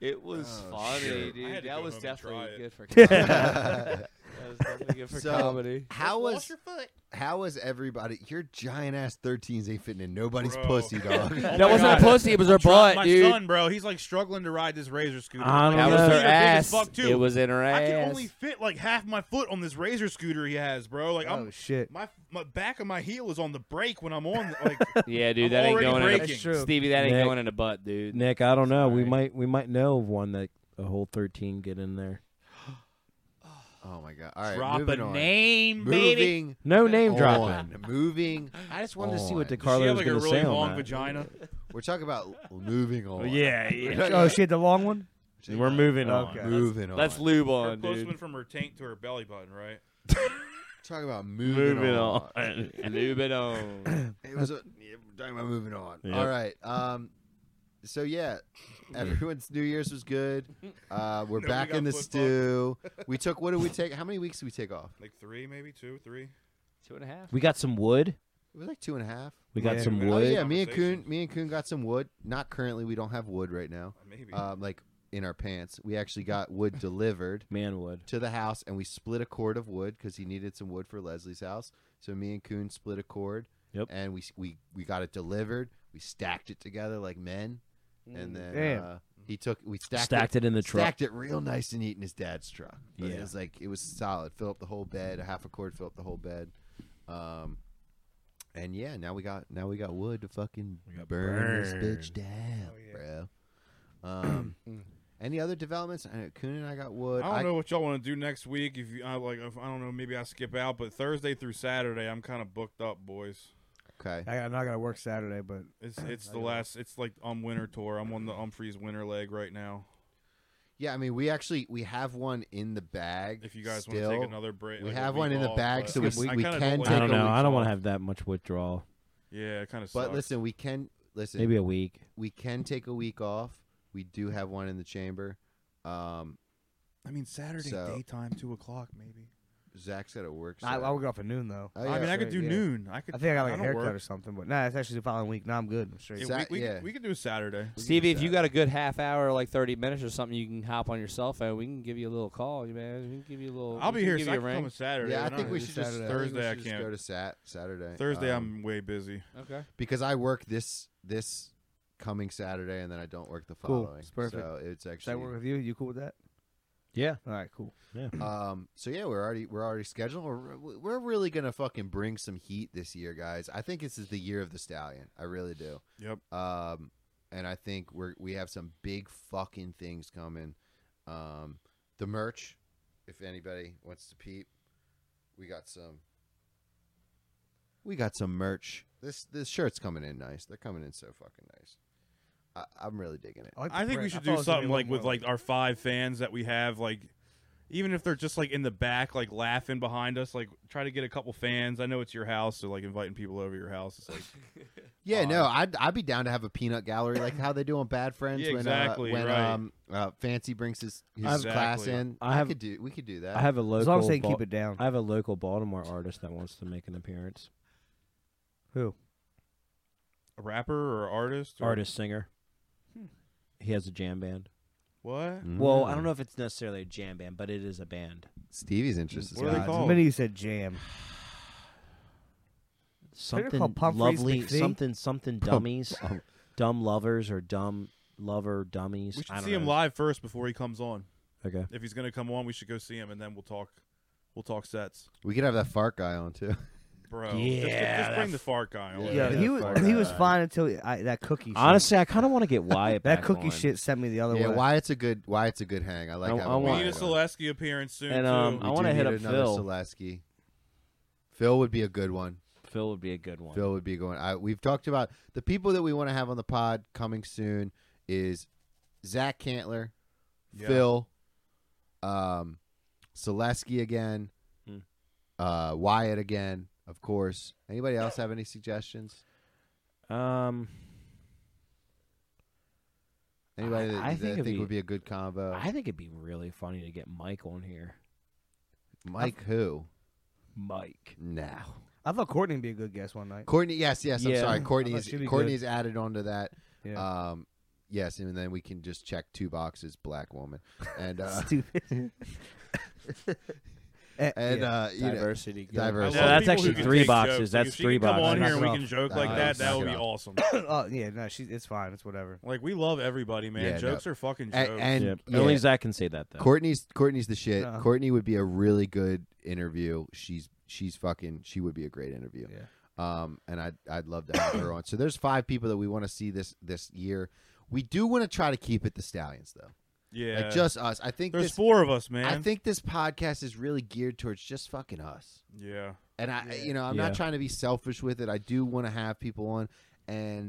Speaker 3: It was
Speaker 2: Oh,
Speaker 3: funny,
Speaker 2: shit.
Speaker 4: I
Speaker 3: dude.
Speaker 4: had to
Speaker 3: That
Speaker 4: go
Speaker 3: was
Speaker 4: home and try
Speaker 3: definitely
Speaker 4: it.
Speaker 3: good for
Speaker 7: <laughs>
Speaker 3: comedy.
Speaker 2: How
Speaker 3: that was definitely good for
Speaker 2: So-
Speaker 3: comedy.
Speaker 2: was
Speaker 4: your foot?
Speaker 2: how was everybody? Your giant ass 13s ain't fitting in nobody's
Speaker 4: Bro.
Speaker 2: pussy,
Speaker 7: <laughs>
Speaker 2: dog.
Speaker 4: Oh
Speaker 5: that
Speaker 4: my
Speaker 5: wasn't
Speaker 4: God.
Speaker 5: a pussy. It was her
Speaker 4: Try-
Speaker 5: butt,
Speaker 4: my
Speaker 5: dude.
Speaker 4: son, bro, he's like struggling to ride this razor scooter.
Speaker 1: I
Speaker 4: Like,
Speaker 1: don't
Speaker 5: that
Speaker 4: his
Speaker 5: was
Speaker 1: know.
Speaker 4: feet
Speaker 5: her
Speaker 4: are big as
Speaker 5: ass.
Speaker 4: fuck, too.
Speaker 5: It was in her ass.
Speaker 4: I can only fit like half my foot on this razor scooter he has, bro. Like
Speaker 7: Oh
Speaker 4: I'm
Speaker 7: shit.
Speaker 4: my my back of my heel is on the brake when I'm on. Like
Speaker 5: yeah, dude.
Speaker 4: I'm
Speaker 5: that ain't
Speaker 4: already
Speaker 5: going in
Speaker 4: breaking.
Speaker 5: the,
Speaker 4: That's
Speaker 7: true.
Speaker 5: Stevie. That ain't
Speaker 1: Nick.
Speaker 5: going in the butt, dude.
Speaker 1: Nick, I don't know. We
Speaker 5: Sorry.
Speaker 1: might we might know of one that a whole thirteen get in there.
Speaker 2: Oh my god! All right,
Speaker 4: drop
Speaker 2: moving
Speaker 4: a
Speaker 2: on.
Speaker 4: name, baby.
Speaker 2: Moving
Speaker 1: No name dropping.
Speaker 2: on. Moving.
Speaker 1: I just wanted to see
Speaker 2: on.
Speaker 1: what
Speaker 4: Does she
Speaker 1: DeCarlo
Speaker 4: have
Speaker 1: was
Speaker 4: like a
Speaker 1: going to
Speaker 4: really
Speaker 1: say
Speaker 4: long
Speaker 1: on that.
Speaker 4: vagina.
Speaker 2: We're talking about moving on.
Speaker 7: Oh shit, the long one.
Speaker 1: We're moving
Speaker 4: Oh,
Speaker 1: on.
Speaker 7: Okay.
Speaker 2: Moving on.
Speaker 5: Let's lube
Speaker 4: Her
Speaker 5: on,
Speaker 4: clothes
Speaker 5: <coughs> dude.
Speaker 4: went from her taint to her belly button, right?
Speaker 2: Talking about moving,
Speaker 5: Moving
Speaker 2: on.
Speaker 5: on. Lube it on.
Speaker 2: It was a, yeah, we're talking about moving on.
Speaker 1: Yep.
Speaker 2: All right. Um. So yeah, everyone's New Year's was good. Uh, we're
Speaker 4: No, we
Speaker 2: back
Speaker 4: got
Speaker 2: in the
Speaker 4: football.
Speaker 2: stew. We took. What did we take? How many weeks did we take off?
Speaker 4: Like three, maybe two, three.
Speaker 5: Two and a half.
Speaker 1: We got some wood.
Speaker 2: It was like two and a half.
Speaker 1: We got
Speaker 7: Yeah.
Speaker 1: some
Speaker 4: Oh,
Speaker 1: wood.
Speaker 2: Oh yeah, me and Coon,
Speaker 4: Conversations.
Speaker 2: me and Coon got some wood. Not currently. We don't have wood right now.
Speaker 4: Maybe.
Speaker 2: Um, like in our pants. We actually got wood delivered.
Speaker 1: Man wood.
Speaker 2: to the house and we split a cord of wood because he needed some wood for Leslie's house. So me and Coon split a cord.
Speaker 1: Yep.
Speaker 2: And we s- we we got it delivered. We stacked it together like men, and then
Speaker 7: Damn.
Speaker 2: uh, he took we stacked,
Speaker 1: Stacked
Speaker 2: it.
Speaker 1: it in the truck.
Speaker 2: Stacked it real nice and neat in his dad's truck. But It
Speaker 1: Yeah.
Speaker 2: was like it was solid. Fill up the whole bed. A half a cord. Fill up the whole bed. Um, and yeah, now we got now we got wood to fucking burn, this bitch down, bro. Um, any other developments? I know Coon and I got
Speaker 4: I
Speaker 2: wood.
Speaker 4: don't know what y'all want to do next week. If you I, like, if, I don't know, maybe I skip out. But Thursday through Saturday, I'm kind of booked up, boys.
Speaker 2: Okay.
Speaker 7: I, I'm not gonna work Saturday, but
Speaker 4: It's it's the last. It's like um winter tour. I'm on the Humphreys winter leg right now.
Speaker 2: Yeah, I mean, we actually we have one in the bag.
Speaker 4: If you guys
Speaker 2: still.
Speaker 4: want to take another break,
Speaker 2: we
Speaker 4: like, a
Speaker 2: have
Speaker 4: week
Speaker 2: one in the
Speaker 4: off,
Speaker 2: bag,
Speaker 4: but
Speaker 2: so we-
Speaker 4: I
Speaker 2: we
Speaker 4: kinda
Speaker 2: can
Speaker 4: like
Speaker 1: I
Speaker 2: take
Speaker 1: don't
Speaker 2: a
Speaker 1: know.
Speaker 2: week
Speaker 1: I don't
Speaker 4: off.
Speaker 1: want to have that much withdrawal.
Speaker 4: Yeah, it kind of.
Speaker 2: but listen, we can listen.
Speaker 1: Maybe a week.
Speaker 2: we can take a week off. We do have one in the chamber. Um,
Speaker 4: I mean Saturday
Speaker 2: So-
Speaker 4: daytime, two o'clock maybe.
Speaker 2: Zach's got to work.
Speaker 7: I,
Speaker 2: so-
Speaker 7: I would go off at noon though.
Speaker 2: Oh,
Speaker 4: I mean,
Speaker 2: yeah.
Speaker 4: I could do
Speaker 7: Yeah.
Speaker 4: noon. I could.
Speaker 7: I think I got like a
Speaker 4: that'll
Speaker 7: haircut
Speaker 4: work.
Speaker 7: or something, but nah, it's actually the following week. Nah, I'm good. I'm straight.
Speaker 4: Yeah,
Speaker 2: Zach-
Speaker 4: we, we,
Speaker 2: yeah.
Speaker 4: Could, we could do Saturday.
Speaker 5: Stevie, if you
Speaker 2: Zach.
Speaker 5: got a good half hour, like thirty minutes or something, you can hop on your cell phone. We can give you a little call, you man. We can give you a little.
Speaker 4: I'll
Speaker 5: we
Speaker 4: be
Speaker 5: can
Speaker 4: here.
Speaker 5: Give
Speaker 4: So I
Speaker 5: you a
Speaker 4: can come
Speaker 5: ring.
Speaker 4: on Saturday.
Speaker 2: Yeah, I
Speaker 4: We're
Speaker 2: think
Speaker 4: not-
Speaker 2: we should just
Speaker 4: Thursday,
Speaker 2: Thursday.
Speaker 4: I
Speaker 2: I
Speaker 4: can't.
Speaker 2: Go to Sat Saturday.
Speaker 4: Thursday.
Speaker 2: Um,
Speaker 4: I'm way busy.
Speaker 5: Okay.
Speaker 2: because I work this this coming Saturday and then I don't work the
Speaker 7: Cool.
Speaker 2: following.
Speaker 7: It's perfect.
Speaker 2: So it's
Speaker 7: Does that work
Speaker 2: actually
Speaker 7: with you? You cool with that?
Speaker 1: Yeah.
Speaker 7: All right, cool.
Speaker 2: um so yeah, we're already we're already scheduled. We're, we're really going to fucking bring some heat this year, guys. I think this is the year of the stallion. I really do.
Speaker 4: Yep.
Speaker 2: Um and I think we're we have some big fucking things coming. Um the merch if anybody wants to peep, we got some we got some merch. This this shirt's coming in nice. They're coming in so fucking nice. I, I'm really digging it.
Speaker 7: like the
Speaker 4: I think we
Speaker 7: print.
Speaker 4: should
Speaker 7: thought
Speaker 4: do
Speaker 7: it was gonna be
Speaker 4: something
Speaker 7: a
Speaker 4: like
Speaker 7: little
Speaker 4: with
Speaker 7: more
Speaker 4: like our five fans that we have, like even if they're just like in the back, like laughing behind us, like try to get a couple fans. I know it's your house, so like inviting people over to your house. It's like
Speaker 2: Yeah, no, I'd I'd be down to have a peanut gallery like how they do on
Speaker 4: <clears throat>
Speaker 2: Bad Friends
Speaker 4: Yeah,
Speaker 2: when
Speaker 4: exactly,
Speaker 2: uh, when
Speaker 4: right.
Speaker 2: um uh, Fancy brings his, his
Speaker 4: Exactly.
Speaker 2: class in. I,
Speaker 1: I have-
Speaker 2: could do we could do that.
Speaker 1: I have a local.
Speaker 7: As long as they
Speaker 1: Bal-
Speaker 7: keep it down.
Speaker 1: I have a local Baltimore artist that wants to make an appearance.
Speaker 7: Who?
Speaker 4: a rapper or artist. Or,
Speaker 1: Artist singer.
Speaker 7: Hmm.
Speaker 1: He has a jam band.
Speaker 4: What?
Speaker 7: Mm,
Speaker 1: Well, I don't know if it's necessarily a jam band, but it is a band.
Speaker 2: Stevie's interest is
Speaker 4: Mm-hmm. What are
Speaker 2: gone.
Speaker 4: they called?
Speaker 7: The minute you said jam, they're
Speaker 1: Something
Speaker 7: called Pumphreys
Speaker 1: lovely,
Speaker 7: McPhee?
Speaker 1: something something dummies, dumb lovers or dumb lover dummies.
Speaker 4: We
Speaker 1: I
Speaker 4: should
Speaker 1: don't
Speaker 4: see him
Speaker 1: know.
Speaker 4: live first before he comes on.
Speaker 1: Okay.
Speaker 4: If he's gonna come on, we should go see him, and then we'll talk. We'll talk sets,
Speaker 2: We could have that fart guy on
Speaker 1: <laughs>
Speaker 2: too.
Speaker 4: bro. Yeah, just, get- just bring the fart guy on.
Speaker 7: yeah,
Speaker 2: Yeah,
Speaker 7: he
Speaker 2: yeah,
Speaker 7: was
Speaker 2: fuck
Speaker 7: he
Speaker 2: that.
Speaker 7: was fine until I, that cookie. shit.
Speaker 1: Honestly, I kind of want to get Wyatt
Speaker 7: that
Speaker 1: back
Speaker 7: cookie
Speaker 1: on.
Speaker 7: shit sent me the other
Speaker 2: yeah,
Speaker 7: way.
Speaker 2: why it's a good why it's a good hang. I like
Speaker 1: I-
Speaker 2: having
Speaker 1: I
Speaker 2: Wyatt
Speaker 4: We
Speaker 1: want-
Speaker 4: need a
Speaker 2: on.
Speaker 4: Selesky appearance soon
Speaker 1: And, um,
Speaker 4: too.
Speaker 1: I
Speaker 2: We
Speaker 1: wanna
Speaker 2: do
Speaker 1: hit
Speaker 2: need
Speaker 1: up
Speaker 2: another
Speaker 1: Phil.
Speaker 2: Selesky. Phil would be a good one.
Speaker 1: Phil would be a good one.
Speaker 2: Phil would be going. I, we've talked about the people that we want to have on the pod coming soon is Zach Cantler,
Speaker 4: Yeah.
Speaker 2: Phil, um, Selesky again,
Speaker 1: Hmm.
Speaker 2: uh, Wyatt again, of course. Anybody else have any suggestions?
Speaker 1: Um,
Speaker 2: Anybody
Speaker 1: I-
Speaker 2: that
Speaker 1: I
Speaker 2: I
Speaker 1: think
Speaker 2: think,
Speaker 1: it'd be-
Speaker 2: would be a good combo?
Speaker 1: I think it'd be really funny to get Mike on here.
Speaker 2: Mike who?
Speaker 1: Mike.
Speaker 2: Now.
Speaker 7: I thought Courtney would be a good guest one night.
Speaker 2: Courtney, yes, yes. I'm
Speaker 1: Yeah.
Speaker 2: sorry,
Speaker 1: I
Speaker 2: Courtney.
Speaker 7: thought
Speaker 2: Is,
Speaker 7: she'd be
Speaker 2: Courtney is added onto that.
Speaker 7: Yeah.
Speaker 2: Um, yes, and then we can just check two boxes. Black woman,
Speaker 1: <laughs>
Speaker 2: and uh,
Speaker 7: Stupid. Eh,
Speaker 2: and
Speaker 7: yeah.
Speaker 2: uh, you know,
Speaker 5: Diversity. good.
Speaker 4: I
Speaker 2: diverse.
Speaker 4: love
Speaker 1: that's
Speaker 4: people who
Speaker 1: actually
Speaker 4: can
Speaker 1: three
Speaker 4: take
Speaker 1: boxes.
Speaker 4: jokes.
Speaker 1: That's
Speaker 4: if she
Speaker 1: three
Speaker 4: can come
Speaker 1: boxes.
Speaker 4: on here and we
Speaker 1: Knock it
Speaker 4: can joke
Speaker 2: Knock
Speaker 4: like
Speaker 2: it
Speaker 4: that,
Speaker 2: off.
Speaker 4: that would be
Speaker 2: Knock it
Speaker 7: <coughs>
Speaker 4: awesome.
Speaker 7: oh yeah, no, she it's fine. It's whatever.
Speaker 4: Like we love everybody, man.
Speaker 2: Yeah, no.
Speaker 4: jokes are fucking jokes.
Speaker 2: and, and
Speaker 1: Yep.
Speaker 2: yeah,
Speaker 1: Only Zach can say that though.
Speaker 2: Courtney's Courtney's the shit.
Speaker 7: No.
Speaker 2: Courtney would be a really good interview. She's she's fucking she would be a great interview.
Speaker 7: Yeah.
Speaker 2: Um and I'd I'd love to have her on. So there's five people that we want to see this this year. We do want to try to keep it the stallions though.
Speaker 4: yeah,
Speaker 2: Like just us. I think
Speaker 4: there's
Speaker 2: this
Speaker 4: four of us, man.
Speaker 2: I think this podcast is really geared towards just fucking us.
Speaker 4: yeah,
Speaker 2: And I you know, I'm not
Speaker 1: Yeah.
Speaker 2: trying to be selfish with it. I do want to have people on and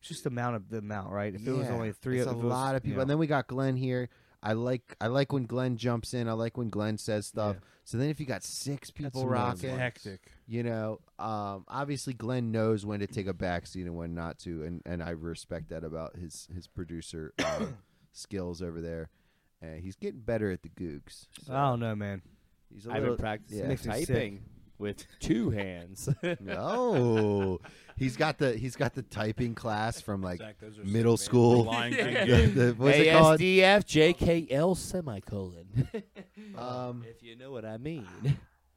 Speaker 7: It's just the amount of the amount, right? If it was
Speaker 2: Yeah,
Speaker 7: only three,
Speaker 2: it's
Speaker 7: if
Speaker 2: a
Speaker 7: it was,
Speaker 2: lot of
Speaker 7: you
Speaker 2: people.
Speaker 7: know,
Speaker 2: And then we got Glenn here. I like I like when Glenn jumps in. I like when Glenn says stuff. So then if you got six people
Speaker 4: It's
Speaker 2: rocking,
Speaker 4: hectic.
Speaker 2: you know, um, obviously Glenn knows when to take a backseat and when not to, and, and I respect that about his his producer
Speaker 7: <coughs>
Speaker 2: uh, skills over there. And he's getting better at the gooks. So
Speaker 7: I don't know, man.
Speaker 2: he's a
Speaker 5: I've been
Speaker 2: little,
Speaker 5: practicing
Speaker 2: yeah.
Speaker 7: Makes me sick.
Speaker 5: typing with <laughs> two hands.
Speaker 2: no, he's got the he's got the typing class from like
Speaker 4: those are
Speaker 2: middle school.
Speaker 4: <laughs> Lion King
Speaker 2: The- <laughs>
Speaker 4: game.
Speaker 2: the- what's it called?
Speaker 5: ASDFJKL semicolon. <laughs>
Speaker 2: Um,
Speaker 5: if you know what I mean.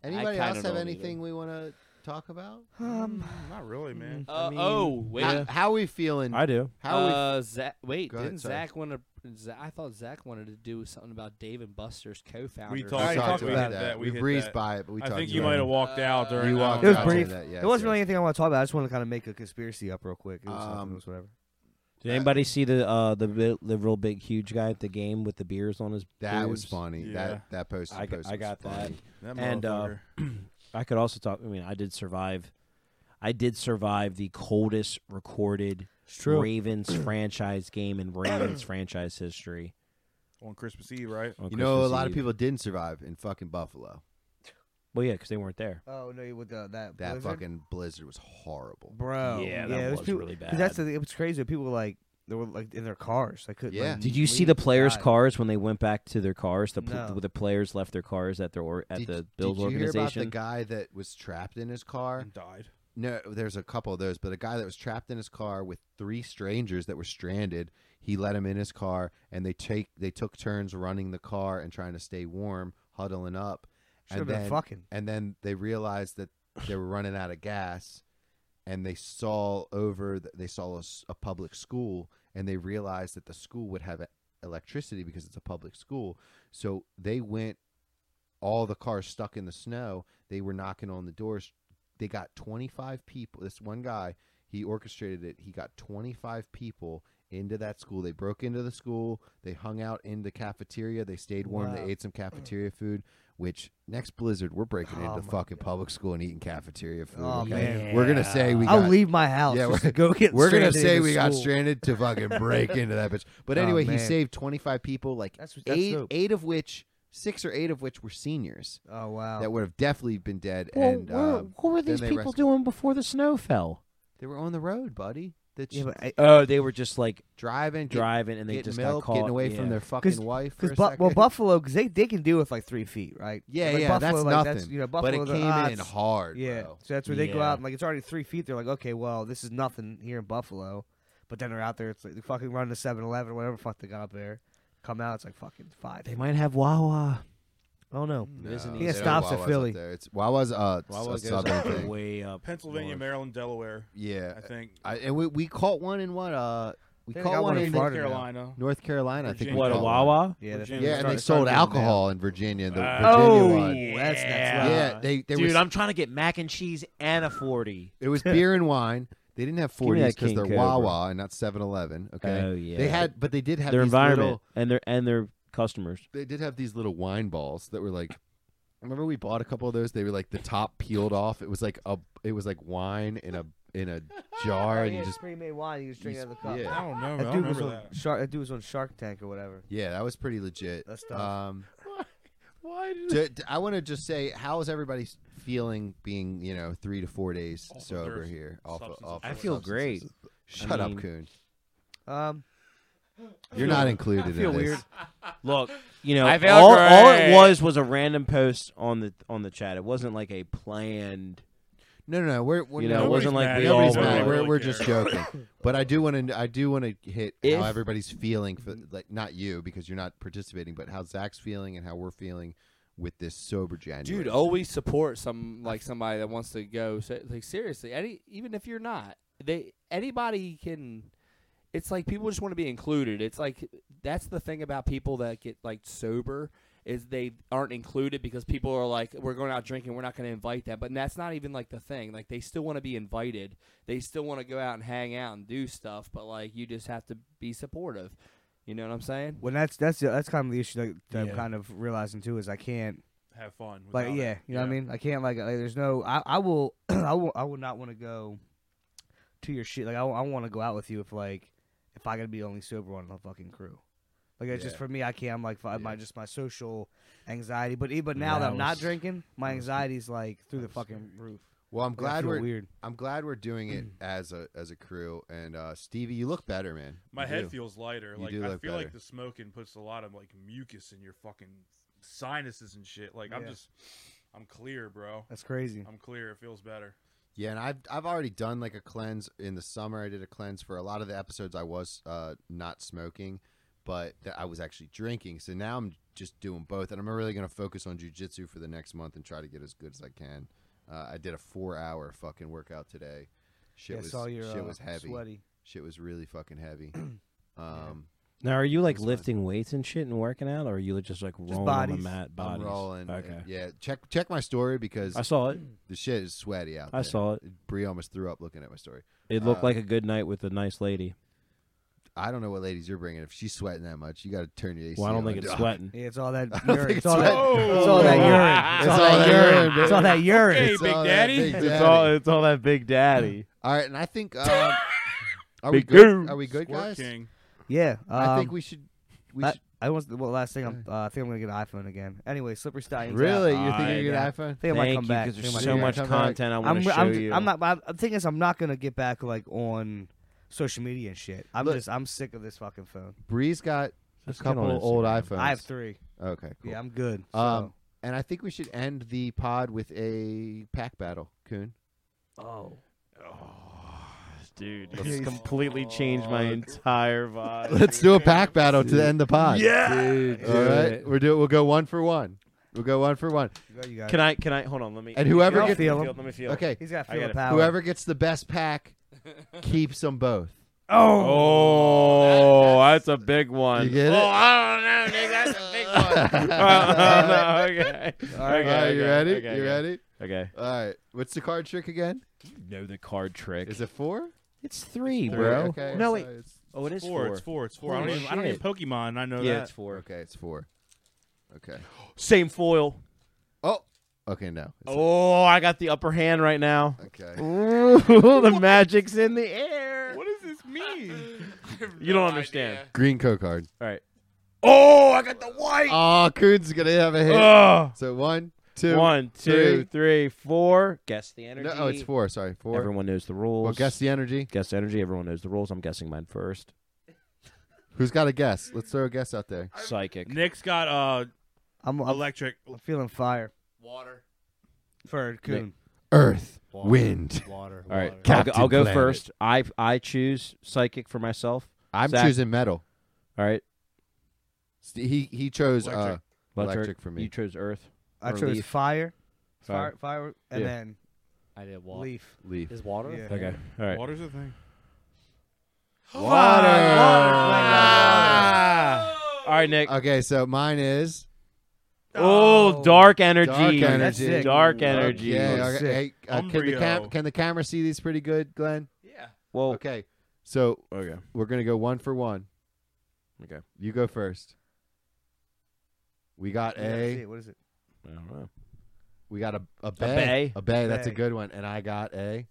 Speaker 2: Anybody
Speaker 5: kinda
Speaker 2: else have
Speaker 5: don't
Speaker 2: anything we want to talk about?
Speaker 7: Um,
Speaker 4: Mm, Not really, man.
Speaker 5: <laughs> Uh, oh wait.
Speaker 2: How, how we feeling?
Speaker 1: I do.
Speaker 2: How we?
Speaker 5: uh, Zach, wait,
Speaker 2: Go ahead,
Speaker 5: didn't
Speaker 2: sorry.
Speaker 5: Zach want to? Za I thought Zach wanted to do something about Dave and Buster's co-founder.
Speaker 4: We
Speaker 2: we
Speaker 4: talked- I
Speaker 2: talked
Speaker 4: we
Speaker 2: about
Speaker 4: hit
Speaker 2: that.
Speaker 4: that,
Speaker 2: We,
Speaker 4: we hit
Speaker 2: breezed
Speaker 4: that.
Speaker 2: by it, but we
Speaker 4: I
Speaker 2: talked
Speaker 4: think you
Speaker 2: about
Speaker 4: might
Speaker 2: it.
Speaker 4: have walked out during.
Speaker 2: You
Speaker 4: that
Speaker 2: walked
Speaker 4: one.
Speaker 7: was
Speaker 2: out
Speaker 7: brief.
Speaker 2: That. Yes,
Speaker 7: There wasn't
Speaker 2: yes.
Speaker 7: really anything I want to talk about. I just want to kind of make a conspiracy up real quick. It was nothing,
Speaker 2: Um,
Speaker 7: it was whatever.
Speaker 1: Did anybody see the uh the bi- the real big huge guy at the game with the beers on his?
Speaker 2: That was
Speaker 1: boobs?
Speaker 2: funny.
Speaker 4: Yeah.
Speaker 2: That that post.
Speaker 1: I got,
Speaker 2: post
Speaker 1: I
Speaker 2: was
Speaker 1: got that.
Speaker 2: funny.
Speaker 4: That
Speaker 1: And, uh,
Speaker 4: motherfucker.
Speaker 1: I could also talk. I mean, I did survive. I did survive the coldest recorded Ravens <clears throat> franchise game
Speaker 2: <clears throat>
Speaker 1: in Ravens franchise history.
Speaker 4: on Christmas Eve, right?
Speaker 1: on
Speaker 2: You know, a
Speaker 1: Christmas
Speaker 2: lot of
Speaker 1: Eve.
Speaker 2: people didn't survive in fucking Buffalo.
Speaker 1: Well, yeah, because they weren't there.
Speaker 7: Oh no, you with the, that
Speaker 2: uh, That
Speaker 7: blizzard?
Speaker 2: fucking blizzard was horrible.
Speaker 7: bro.
Speaker 1: Oh, Yeah, that
Speaker 7: it
Speaker 1: was
Speaker 7: people,
Speaker 1: really
Speaker 7: 'cause That's
Speaker 1: bad.
Speaker 7: the, thing, it was crazy. that People were like They were like in their cars. They couldn't.
Speaker 2: Yeah.
Speaker 7: Like,
Speaker 1: Did you see the
Speaker 7: leave.
Speaker 1: players'
Speaker 7: God.
Speaker 1: cars when they went back to their cars? The pl-
Speaker 7: No.
Speaker 1: the players left their cars at their or- at
Speaker 2: did,
Speaker 1: the Bills
Speaker 2: did you hear about the
Speaker 1: organization.
Speaker 2: guy that was trapped in his car?
Speaker 4: and died.
Speaker 2: No, there's a couple of those, but a guy that was trapped in his car with three strangers that were stranded. He let him in his car, and they take they took turns running the car and trying to stay warm, huddling up.
Speaker 7: Should've
Speaker 2: and
Speaker 7: been
Speaker 2: then,
Speaker 7: fucking.
Speaker 2: And then they realized that they were running out of gas, and they saw over th- they saw a, s- a public school, and they realized that the school would have e- electricity because it's a public school. So they went all the cars stuck in the snow. They were knocking on the doors. They got 25 people. This one guy, he orchestrated it. He got 25 people into that school. They broke into the school. They hung out in the cafeteria. They stayed warm. They ate some cafeteria food. Which next blizzard, we're breaking into fucking public school and eating cafeteria food.
Speaker 7: Oh,
Speaker 2: okay?
Speaker 7: man.
Speaker 2: we're gonna say we.
Speaker 7: I'll
Speaker 2: got,
Speaker 7: leave my house.
Speaker 2: Yeah,
Speaker 7: just
Speaker 2: we're-
Speaker 7: to go get.
Speaker 2: We're gonna
Speaker 7: stranded
Speaker 2: say
Speaker 7: in
Speaker 2: we got
Speaker 7: school.
Speaker 2: stranded to fucking
Speaker 7: <laughs>
Speaker 2: break into that bitch. But
Speaker 7: Oh,
Speaker 2: anyway, he
Speaker 7: man.
Speaker 2: saved 25 people. Like
Speaker 7: That's- that's
Speaker 2: eight,
Speaker 7: dope.
Speaker 2: eight of which, six or eight of which were seniors
Speaker 7: Oh wow.
Speaker 2: that would have definitely been dead.
Speaker 1: Well,
Speaker 2: and
Speaker 1: where-
Speaker 2: um,
Speaker 1: what were
Speaker 2: then
Speaker 1: these
Speaker 2: they
Speaker 1: people
Speaker 2: rescued-
Speaker 1: doing before the snow fell?
Speaker 2: They were on the road, buddy. That
Speaker 7: yeah, but I,
Speaker 1: Oh, they were just like
Speaker 2: driving, get-
Speaker 1: driving, and they
Speaker 2: getting
Speaker 1: just
Speaker 2: milk,
Speaker 1: got caught.
Speaker 2: getting away
Speaker 1: yeah.
Speaker 2: from their fucking wife. For
Speaker 7: Because
Speaker 2: a
Speaker 7: bu- well,
Speaker 2: second.
Speaker 7: Buffalo, because they, they can do with like three feet, right?
Speaker 2: Yeah,
Speaker 7: Like,
Speaker 2: yeah,
Speaker 7: Buffalo,
Speaker 2: that's
Speaker 7: like,
Speaker 2: nothing.
Speaker 7: That's, you
Speaker 2: <laughs>
Speaker 7: know,
Speaker 2: but
Speaker 7: Buffalo,
Speaker 2: it
Speaker 7: they're,
Speaker 2: came
Speaker 7: "Ah,
Speaker 2: in
Speaker 7: it's-
Speaker 2: hard.
Speaker 7: Yeah,
Speaker 2: bro.
Speaker 7: so that's where they go
Speaker 1: Yeah.
Speaker 7: out and like it's already three feet. They're like, okay, well, this is nothing here in Buffalo, but then they're out there. It's like they fucking run to 7-Eleven or whatever. the Fuck they got up there. Come out, it's like fucking five.
Speaker 1: They might have Wawa.
Speaker 7: I don't know.
Speaker 2: oh, No,
Speaker 1: Isn't
Speaker 2: they
Speaker 1: he-
Speaker 7: Yeah,
Speaker 2: don't
Speaker 7: stops at
Speaker 2: Wawa's up
Speaker 7: Philly.
Speaker 2: there. It's Wawa's uh, it's
Speaker 1: Wawa
Speaker 2: a
Speaker 1: goes
Speaker 2: southern
Speaker 1: up
Speaker 2: thing.
Speaker 1: way up.
Speaker 4: Pennsylvania,
Speaker 1: north.
Speaker 4: Maryland, Delaware.
Speaker 2: Yeah,
Speaker 4: I think
Speaker 2: I, and we, we caught one in what uh we
Speaker 7: They
Speaker 2: caught
Speaker 7: got
Speaker 2: one
Speaker 7: one in
Speaker 2: in
Speaker 7: Florida. now.
Speaker 4: Carolina.
Speaker 2: North Carolina. I think we
Speaker 4: Virginia.
Speaker 1: What a
Speaker 2: caught one.
Speaker 1: Wawa?
Speaker 7: Yeah, that's
Speaker 4: Virginia.
Speaker 2: Yeah, and they
Speaker 7: Started-
Speaker 2: sold
Speaker 7: started doing that.
Speaker 2: alcohol in Virginia. The
Speaker 4: Ah.
Speaker 2: Virginia
Speaker 7: Oh,
Speaker 2: one.
Speaker 7: that's
Speaker 5: Yeah.
Speaker 7: next level.
Speaker 2: Yeah, they they
Speaker 1: Dude,
Speaker 2: were
Speaker 1: I'm trying to get mac and cheese and a forty.
Speaker 2: It was beer and wine. They didn't have
Speaker 1: Give me
Speaker 2: 40s
Speaker 1: that
Speaker 2: because
Speaker 1: King
Speaker 2: they're
Speaker 1: Cobra.
Speaker 2: Wawa and not 7-Eleven. Okay.
Speaker 1: Oh, yeah.
Speaker 2: They had, but they did have
Speaker 1: Their
Speaker 2: these
Speaker 1: environment
Speaker 2: Little,
Speaker 1: and their and their customers.
Speaker 2: they did have these little wine balls that were like. Remember we bought a couple of those. They were like the top peeled off. It was like a. It was and wine in a in a jar
Speaker 7: Oh,
Speaker 2: and you
Speaker 7: yeah, it's
Speaker 2: just.
Speaker 7: pre-made wine. You just drink it out of the cup.
Speaker 2: Yeah.
Speaker 4: I don't know. I
Speaker 7: That
Speaker 4: don't
Speaker 7: dude was
Speaker 4: remember
Speaker 7: on
Speaker 4: that.
Speaker 7: Shark. That dude was on Shark Tank or whatever.
Speaker 2: Yeah, that was pretty legit.
Speaker 7: That's tough.
Speaker 2: Um,
Speaker 1: <laughs> Why did
Speaker 2: d- d- I want to just say, how is everybody s- feeling being you know three to four days
Speaker 4: Off of
Speaker 2: sober
Speaker 4: their
Speaker 2: here? Off, of-
Speaker 4: substances.
Speaker 2: off
Speaker 1: I
Speaker 2: of
Speaker 1: feel
Speaker 2: substances.
Speaker 1: great.
Speaker 2: Shut
Speaker 1: mean-
Speaker 2: up, Coon.
Speaker 7: Um,
Speaker 2: You're not included in this.
Speaker 1: Look, you know,
Speaker 11: I feel
Speaker 1: all, all it
Speaker 11: great.
Speaker 1: was was a random post on the on the chat. It wasn't like a planned.
Speaker 2: No, no, no. We're, we're
Speaker 1: You know, it
Speaker 2: no,
Speaker 1: wasn't like
Speaker 4: mad.
Speaker 1: we
Speaker 2: Nobody's
Speaker 1: all
Speaker 2: mad.
Speaker 1: were.
Speaker 2: we're,
Speaker 4: really
Speaker 2: we're
Speaker 4: care.
Speaker 2: just joking. But I do want to. I do want to hit
Speaker 1: If-
Speaker 2: how everybody's feeling for like not you because you're not participating, but how Zach's feeling and how we're feeling with this sober January.
Speaker 11: Dude, always support some like somebody that wants to go. So, like seriously, any even if you're not, they anybody can. It's like people just want to be included. It's like that's the thing about people that get like sober is they aren't included because people are like we're going out drinking, we're not going to invite them. But that's not even like the thing. Like they still want to be invited. They still want to go out and hang out and do stuff. But like you just have to be supportive. You know what I'm saying?
Speaker 7: well, that's that's that's kind of the issue that, that
Speaker 4: Yeah.
Speaker 7: I'm kind of realizing too is I can't
Speaker 4: Have fun.
Speaker 7: like
Speaker 4: without it.
Speaker 7: yeah, you know what I mean. I can't like, like there's no I I will <clears throat> I will I will not want to go to your shit. Like I, want to go out with you if like if I gotta be the only sober on the fucking crew. Like it's just
Speaker 2: Yeah.
Speaker 7: for me, I can't. I'm like fi- my
Speaker 2: Yeah.
Speaker 7: just my social anxiety. But e- but now that, I'm not drinking, my anxiety's like through the fucking roof.
Speaker 2: well, I'm
Speaker 7: Like, I
Speaker 2: glad
Speaker 7: feel
Speaker 2: we're
Speaker 7: weird.
Speaker 2: I'm glad we're doing
Speaker 7: <clears throat>
Speaker 2: it as a as a crew. And uh, Stevie, you look better, man.
Speaker 4: My
Speaker 2: You
Speaker 4: head
Speaker 2: do.
Speaker 4: feels lighter.
Speaker 2: You
Speaker 4: like I
Speaker 2: do
Speaker 4: feel
Speaker 2: look
Speaker 4: like
Speaker 2: better.
Speaker 4: the smoking puts a lot of like mucus in your fucking sinuses and shit. Like I'm
Speaker 7: Yeah.
Speaker 4: just, I'm clear, bro.
Speaker 7: That's crazy.
Speaker 4: I'm clear. It feels better.
Speaker 2: Yeah, and I've I've already done like a cleanse in the summer. I did a cleanse for a lot of the episodes. I was uh, not smoking, but th- I was actually drinking. So now I'm just doing both, and I'm really going to focus on jujitsu for the next month and try to get as good as I can. Uh, I did a four hour fucking workout today. Shit
Speaker 7: Yeah, I
Speaker 2: was
Speaker 7: saw your
Speaker 2: shit
Speaker 7: uh,
Speaker 2: was heavy.
Speaker 7: sweaty.
Speaker 2: Shit was really fucking heavy.
Speaker 7: <clears throat>
Speaker 2: Um,
Speaker 1: Now, are you like
Speaker 2: That's fine.
Speaker 1: lifting weights and shit and working out, or are you just like rolling on the
Speaker 7: bodies.
Speaker 1: mat?
Speaker 2: I'm
Speaker 1: Bodies.
Speaker 2: rolling.
Speaker 1: Okay.
Speaker 2: Yeah, check check my story because
Speaker 1: I
Speaker 2: <clears throat>
Speaker 1: saw it.
Speaker 2: the shit is sweaty out.
Speaker 1: I
Speaker 2: there.
Speaker 1: saw it.
Speaker 2: Bree almost threw up looking at my story.
Speaker 1: It looked
Speaker 2: Uh,
Speaker 1: like a good night with a nice lady.
Speaker 2: I don't know what ladies you're bringing. If she's sweating that much, you got to turn your AC.
Speaker 1: Well, I don't
Speaker 2: on. <laughs>
Speaker 1: think it's sweating.
Speaker 7: Yeah, it's all that
Speaker 2: don't
Speaker 7: urine.
Speaker 2: think
Speaker 7: It's
Speaker 2: it's
Speaker 7: all that.
Speaker 2: wet.
Speaker 7: It's
Speaker 2: <laughs>
Speaker 7: all that urine. It's all that urine. It's
Speaker 4: <laughs>
Speaker 7: all that urine.
Speaker 2: It's all that Big Daddy.
Speaker 3: it's all that Big Daddy.
Speaker 2: <laughs> all right, and I think um, are we
Speaker 3: Big
Speaker 2: good?
Speaker 3: goon.
Speaker 2: Are we good,
Speaker 4: Squirt
Speaker 2: guys?
Speaker 4: King.
Speaker 7: Yeah.
Speaker 2: I
Speaker 7: um,
Speaker 2: think we should. We
Speaker 7: I,
Speaker 2: should
Speaker 7: I was well. Last thing, I'm, uh, I think I'm gonna get an iPhone again. Anyway, Slippery Stallions.
Speaker 2: really.
Speaker 7: out.
Speaker 2: You think you get
Speaker 7: yeah.
Speaker 2: an iPhone?
Speaker 7: I think I might
Speaker 1: Thank
Speaker 7: come
Speaker 1: you,
Speaker 7: back.
Speaker 1: because
Speaker 7: I
Speaker 1: there's
Speaker 7: think I might
Speaker 1: so
Speaker 7: come
Speaker 1: much
Speaker 7: back.
Speaker 1: content I want
Speaker 7: I'm,
Speaker 1: to show
Speaker 7: I'm,
Speaker 1: you.
Speaker 7: I'm not. I'm, the thing is, I'm not gonna get back like on social media and shit. I'm
Speaker 2: Look-
Speaker 7: just I'm sick of this fucking phone.
Speaker 2: Bree's got
Speaker 3: Just
Speaker 2: a
Speaker 3: get on
Speaker 2: couple old
Speaker 3: Instagram.
Speaker 2: iPhones.
Speaker 7: I have three.
Speaker 2: Okay, cool.
Speaker 7: Yeah, I'm good.
Speaker 2: Um, and I think we should end the pod with a pack battle, Coon.
Speaker 7: oh,
Speaker 2: <laughs>
Speaker 3: dude. This completely changed my entire vibe.
Speaker 2: Let's do a pack battle to end the pod.
Speaker 3: yeah.
Speaker 2: All right, we're do. We'll go one for one. We'll go one for one.
Speaker 7: you got, you got
Speaker 3: Can
Speaker 7: it.
Speaker 3: I? Can I? Hold on. Let me.
Speaker 2: And whoever
Speaker 3: let me
Speaker 7: gets-
Speaker 3: feel,
Speaker 7: Feel
Speaker 3: it, Let me feel. it.
Speaker 2: Okay,
Speaker 7: He's got
Speaker 3: I
Speaker 7: feel
Speaker 3: got it.
Speaker 7: power.
Speaker 2: whoever gets the
Speaker 3: <laughs>
Speaker 2: best pack keeps them both.
Speaker 3: Oh, that's a big one.
Speaker 2: You get it?
Speaker 3: Oh, I don't know, Nick. That's
Speaker 2: <laughs>
Speaker 3: a big one. <laughs> Oh, no, okay.
Speaker 2: All right,
Speaker 3: okay,
Speaker 2: you
Speaker 3: okay,
Speaker 2: ready?
Speaker 3: okay,
Speaker 2: you
Speaker 3: okay.
Speaker 2: ready?
Speaker 3: Okay.
Speaker 2: All right. What's the card trick again?
Speaker 3: Know the card trick.
Speaker 2: Is it four?
Speaker 3: it's three,
Speaker 2: Three,
Speaker 3: bro.
Speaker 2: Okay,
Speaker 3: no,
Speaker 2: so
Speaker 3: wait.
Speaker 2: It's,
Speaker 3: Oh, it is
Speaker 4: four, It's four. It's four. I don't
Speaker 3: Holy
Speaker 4: even. I don't even
Speaker 3: shit.
Speaker 4: Pokemon. and I know
Speaker 3: Yeah,
Speaker 4: that.
Speaker 3: it's four.
Speaker 2: okay, it's four. Okay.
Speaker 3: Same foil.
Speaker 2: Oh. Okay. No. It's-
Speaker 3: Oh, I got the upper hand right now.
Speaker 2: Okay.
Speaker 3: Ooh, the magic's in the air.
Speaker 4: What does <laughs> this mean?
Speaker 3: You don't understand.
Speaker 2: Green co card.
Speaker 3: All right.
Speaker 4: oh, I got the white.
Speaker 2: Oh, Coon's gonna have a hit.
Speaker 4: Ugh.
Speaker 2: So one, two.
Speaker 3: One,
Speaker 2: three.
Speaker 3: two, three, four. Guess the energy.
Speaker 2: No, oh, it's four. Sorry, four.
Speaker 3: Everyone knows the rules.
Speaker 2: well, guess the energy.
Speaker 3: Guess the energy. Everyone knows the rules. I'm guessing mine first.
Speaker 2: Who's got a guess? Let's throw a guess out there.
Speaker 3: Psychic.
Speaker 4: Nick's got uh
Speaker 7: I'm, I'm,
Speaker 4: electric.
Speaker 7: I'm feeling fire
Speaker 11: Water.
Speaker 7: for Coon.
Speaker 2: Earth, wind.
Speaker 5: Water.
Speaker 3: All right,
Speaker 2: Captain
Speaker 3: I'll go, I'll go
Speaker 2: Planet.
Speaker 3: first. I I choose psychic for myself.
Speaker 2: <laughs> I'm
Speaker 3: Zach.
Speaker 2: choosing metal.
Speaker 3: All right,
Speaker 2: St- He he chose uh,
Speaker 3: Electric.
Speaker 2: electric. for me.
Speaker 3: You chose Earth.
Speaker 7: I
Speaker 3: Or
Speaker 7: chose
Speaker 3: leaf.
Speaker 7: fire,
Speaker 3: Fire.
Speaker 7: fire, fire, and
Speaker 3: Yeah.
Speaker 7: then
Speaker 5: I did water.
Speaker 7: leaf.
Speaker 2: Leaf.
Speaker 5: Is water? a
Speaker 7: Yeah.
Speaker 5: thing?
Speaker 3: Okay. All right.
Speaker 4: Water's a thing.
Speaker 2: Water. Oh,
Speaker 4: Ah.
Speaker 3: All right, Nick.
Speaker 2: Okay, so mine is
Speaker 3: oh, dark energy.
Speaker 2: dark
Speaker 7: That's
Speaker 2: energy.
Speaker 7: sick.
Speaker 3: Dark energy.
Speaker 2: Okay,
Speaker 7: That's
Speaker 2: okay. Hey,
Speaker 7: sick.
Speaker 2: uh, can the cam-
Speaker 4: Umbrio.
Speaker 2: can the camera see these pretty good, Glenn?
Speaker 11: Yeah.
Speaker 3: Well,
Speaker 2: Okay, so
Speaker 3: okay.
Speaker 2: we're gonna go one for one.
Speaker 3: Okay.
Speaker 2: You go first. We got
Speaker 7: Yeah, let's
Speaker 2: a.
Speaker 7: see it. What is it?
Speaker 3: I don't know.
Speaker 2: We got a a bay.
Speaker 3: bay.
Speaker 2: A bay. That's a
Speaker 7: Bay.
Speaker 2: good one. And I got a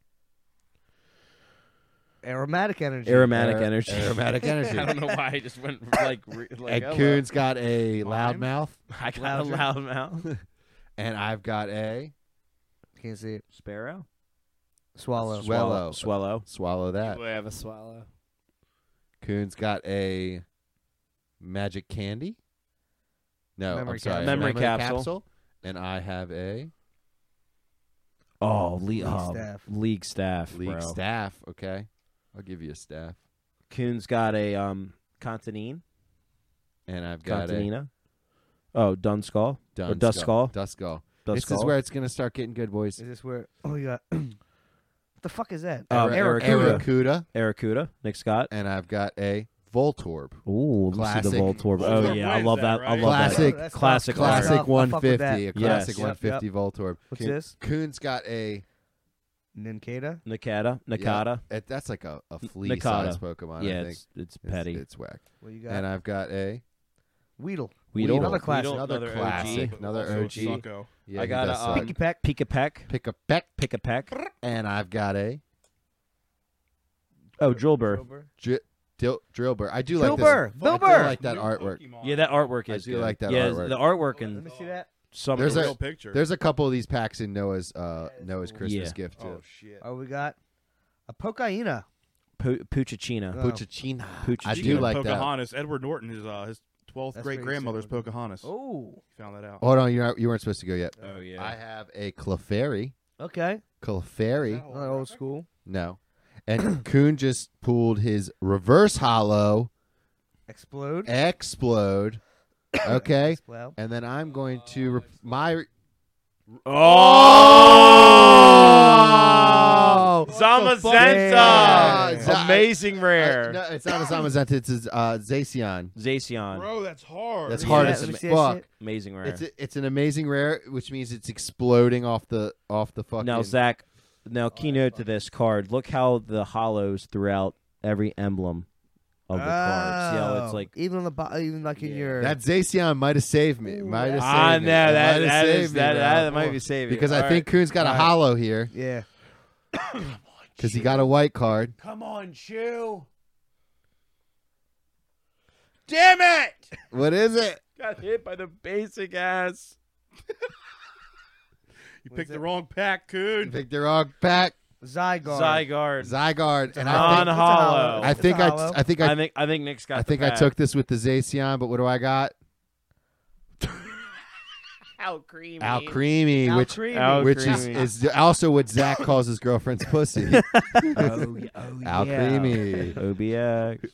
Speaker 7: Aromatic energy.
Speaker 3: Aromatic
Speaker 2: Ar-
Speaker 3: energy.
Speaker 7: <laughs>
Speaker 2: aromatic energy.
Speaker 3: I don't know why I just went like re- like.
Speaker 2: and
Speaker 3: hello.
Speaker 2: Coon's got a loudmouth,
Speaker 3: I got a loud mouth.
Speaker 2: and I've got a
Speaker 7: Can't see it.
Speaker 3: Sparrow.
Speaker 7: Swallow.
Speaker 2: swallow.
Speaker 3: Swallow.
Speaker 2: Swallow that.
Speaker 11: We have a swallow.
Speaker 2: Coon's got a magic candy. No,
Speaker 7: Memory
Speaker 2: I'm sorry.
Speaker 7: capsule.
Speaker 3: Memory capsule.
Speaker 2: And I have a
Speaker 3: Oh, le- oh,
Speaker 7: staff.
Speaker 3: league staff.
Speaker 2: league
Speaker 3: bro.
Speaker 2: staff. Okay, I'll give you a staff.
Speaker 3: Coon's got a um Contanine.
Speaker 2: And I've got a
Speaker 3: Contanina. Oh, Dunskull.
Speaker 2: dun
Speaker 3: Duskull.
Speaker 2: Duskull.
Speaker 3: Duskull.
Speaker 2: This is where it's gonna start getting good, boys.
Speaker 7: Is this where? Oh yeah. <clears throat> what the fuck is that?
Speaker 3: Um, Aracuda.
Speaker 2: Aracuda.
Speaker 3: Aracuda. Nick Scott.
Speaker 2: And I've got a Voltorb.
Speaker 3: Ooh,
Speaker 2: Classic.
Speaker 3: Lucy the Voltorb. Oh
Speaker 4: Voltorb
Speaker 3: yeah, I
Speaker 4: wins
Speaker 3: love
Speaker 4: that,
Speaker 3: that. I
Speaker 4: right?
Speaker 3: love
Speaker 2: Classic-
Speaker 3: that.
Speaker 7: That's
Speaker 3: Classic,
Speaker 7: tough. That's
Speaker 3: classic.
Speaker 2: Classic
Speaker 7: tough. I fuck with
Speaker 2: 150, a
Speaker 3: that. Yes.
Speaker 2: classic
Speaker 7: Yep,
Speaker 2: 150 Voltorb.
Speaker 7: What's
Speaker 2: Coon-
Speaker 7: this?
Speaker 2: Coon's got a
Speaker 7: Ninkata.
Speaker 3: Nakata. Nakata.
Speaker 2: Yeah, it- that's like a, a flea sized Pokemon.
Speaker 3: Yeah,
Speaker 2: I think
Speaker 3: it's it's
Speaker 2: It's-
Speaker 3: petty.
Speaker 2: It's, whack.
Speaker 7: What you
Speaker 2: And
Speaker 7: got?
Speaker 2: I've got a
Speaker 7: Weedle.
Speaker 3: Weedle.
Speaker 7: Another classic.
Speaker 3: Weedle,
Speaker 2: another,
Speaker 3: another OG.
Speaker 2: classic, another
Speaker 4: Also
Speaker 2: OG.
Speaker 4: Sucko.
Speaker 2: Yeah,
Speaker 3: I
Speaker 2: he
Speaker 3: got
Speaker 2: does
Speaker 3: a, um,
Speaker 2: suck.
Speaker 7: Picky peck.
Speaker 3: Peek a peck.
Speaker 2: pick a peck,
Speaker 3: Pick a peck.
Speaker 2: and I've got a
Speaker 3: Oh, Drillbur.
Speaker 2: dri- dil- Drillbur. I do like
Speaker 7: Bilber.
Speaker 2: this. I do
Speaker 7: Bilber.
Speaker 2: like that
Speaker 4: New
Speaker 2: artwork.
Speaker 4: Pokemon.
Speaker 3: Yeah, that artwork
Speaker 2: I
Speaker 3: is.
Speaker 2: do
Speaker 3: good.
Speaker 2: like that
Speaker 3: yeah,
Speaker 2: artwork.
Speaker 3: the artwork
Speaker 7: Let
Speaker 3: and
Speaker 7: me see that.
Speaker 3: some.
Speaker 2: There's
Speaker 4: There's
Speaker 2: a-
Speaker 4: a real picture.
Speaker 2: There's a couple of these packs in Noah's uh, Noah's Christmas
Speaker 3: Yeah.
Speaker 2: gift
Speaker 4: oh
Speaker 2: too.
Speaker 4: shit.
Speaker 7: Oh, we got a Pokaina.
Speaker 3: Pu- Puchachina.
Speaker 7: Oh.
Speaker 2: Puchachina. Ah, I
Speaker 3: Puchachina.
Speaker 2: do like that.
Speaker 4: Pocahontas. Edward Norton is uh, his twelfth
Speaker 7: That's
Speaker 4: great grandmother's
Speaker 7: what he
Speaker 4: Pocahontas.
Speaker 7: Oh,
Speaker 4: Found that out.
Speaker 2: Hold on, you're not, you weren't supposed to go yet.
Speaker 3: Oh yeah.
Speaker 2: I have a Clefairy.
Speaker 7: okay.
Speaker 2: Clefairy.
Speaker 7: Not old school.
Speaker 2: No. And <clears throat> Kuhn just pulled his reverse hollow
Speaker 7: Explode.
Speaker 2: explode. Okay.
Speaker 7: Explode.
Speaker 2: And then I'm going to re- my Oh!
Speaker 3: Oh!
Speaker 5: Zama
Speaker 3: uh,
Speaker 2: Yeah.
Speaker 3: Zamazenta!
Speaker 2: Yeah.
Speaker 3: Ah, Amazing
Speaker 2: Uh,
Speaker 3: rare.
Speaker 2: no, it's not Azamazenta. It's uh, Zacian.
Speaker 3: Zacian.
Speaker 4: Bro, that's hard.
Speaker 2: That's
Speaker 3: Yeah,
Speaker 2: hard
Speaker 3: that's-
Speaker 2: as
Speaker 7: we see that
Speaker 2: fuck.
Speaker 7: shit.
Speaker 3: Amazing rare.
Speaker 2: It's a, it's an amazing rare, which means it's exploding off the off the fucking. Oh,
Speaker 3: Now, Zach, now keynote to this card. Look how the hollows throughout every emblem of the card. See how it's
Speaker 7: Oh,
Speaker 3: like.
Speaker 7: even on the bo- even like in your
Speaker 2: that Zacian might have saved me. Might have saved
Speaker 3: I
Speaker 2: me.
Speaker 3: know
Speaker 2: Oh. Might
Speaker 3: Ah, that
Speaker 2: have
Speaker 3: that
Speaker 2: saved
Speaker 3: is
Speaker 2: me,
Speaker 3: that,
Speaker 2: bro.
Speaker 3: that might be saving
Speaker 2: because
Speaker 3: All
Speaker 2: I
Speaker 3: right.
Speaker 2: think Kuhn's got a hollow here
Speaker 7: yeah.
Speaker 2: because he got a white card.
Speaker 4: Come on, chew. Damn it!
Speaker 2: What is it?
Speaker 3: got hit by the basic ass.
Speaker 4: You picked the wrong pack, coon.
Speaker 2: Victor Og pack.
Speaker 7: Zygarde.
Speaker 1: Zygarde.
Speaker 2: Zygarde, and
Speaker 1: Ron
Speaker 2: I think
Speaker 1: Oh, Hollow.
Speaker 2: I think I, I think
Speaker 1: I
Speaker 2: I,
Speaker 1: think I think Nick's got.
Speaker 2: I
Speaker 1: the
Speaker 2: think I
Speaker 1: fat.
Speaker 2: took this with the Zacian, but what do I got?
Speaker 1: Al Creamy.
Speaker 2: Al creamy,
Speaker 7: Al
Speaker 2: which
Speaker 7: Creamy.
Speaker 1: Al
Speaker 2: which
Speaker 1: Creamy.
Speaker 2: is is also what
Speaker 1: <laughs>
Speaker 2: Zach calls his girlfriend's pussy.
Speaker 1: oh, yeah, oh,
Speaker 2: <laughs> Al
Speaker 1: yeah.
Speaker 2: creamy.
Speaker 3: OBX.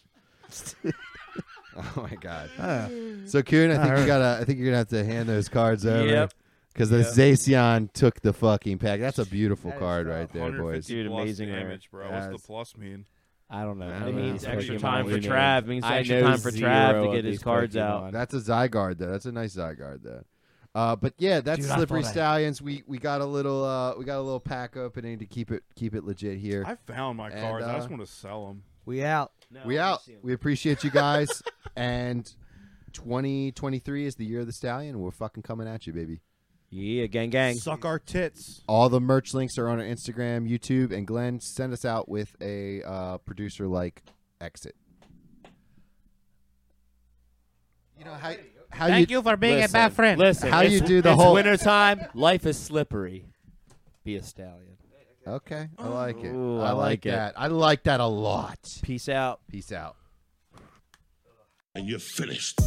Speaker 2: Oh my god.
Speaker 7: Huh.
Speaker 2: So Kieran, I think you gotta. I think you're gonna have to hand those cards over.
Speaker 1: Yep.
Speaker 2: Because the Zacian took the fucking pack. That's a beautiful
Speaker 7: That is
Speaker 2: card
Speaker 7: rough.
Speaker 2: right there, boys.
Speaker 4: 150
Speaker 1: Dude,
Speaker 4: plus
Speaker 1: amazing
Speaker 4: damage, bro. What's
Speaker 2: Yes.
Speaker 4: the plus mean?
Speaker 5: I don't know.
Speaker 2: I
Speaker 1: It
Speaker 2: don't
Speaker 1: means
Speaker 2: know.
Speaker 1: extra
Speaker 2: Pokemon
Speaker 1: time for
Speaker 2: we need.
Speaker 1: Trav. Means
Speaker 5: I
Speaker 1: extra
Speaker 5: know
Speaker 1: time for Trav
Speaker 5: zero
Speaker 1: to
Speaker 5: of
Speaker 1: get his
Speaker 5: these
Speaker 1: cards out.
Speaker 5: Pokemon.
Speaker 2: That's a Zygarde though. That's a nice Zygarde though. Uh, but yeah, that's
Speaker 7: Dude, I
Speaker 2: slippery
Speaker 7: thought I-
Speaker 2: stallions. We we got a little uh, we got a little pack opening to keep it keep it legit here.
Speaker 4: I found my
Speaker 2: And,
Speaker 4: cards. I
Speaker 2: uh,
Speaker 4: just want to sell them.
Speaker 7: We out.
Speaker 2: we out. We appreciate you guys. and 2023 is the year of the stallion. We're fucking coming at you, baby.
Speaker 1: Yeah, gang, gang.
Speaker 4: Suck our tits.
Speaker 2: All the merch links are on our Instagram, YouTube, and Glenn send us out with a uh, producer like exit. You know how how you,
Speaker 1: for
Speaker 2: listen.
Speaker 1: friend.
Speaker 5: Listen,
Speaker 2: How you
Speaker 5: it's-
Speaker 2: do the
Speaker 5: it's
Speaker 2: whole-
Speaker 5: wintertime. Life is slippery. Be a stallion.
Speaker 2: Okay, I like it.
Speaker 1: Ooh,
Speaker 2: I,
Speaker 1: I
Speaker 2: like
Speaker 1: like it.
Speaker 2: that. I like that a lot.
Speaker 1: Peace out.
Speaker 2: Peace out.
Speaker 6: and you're finished.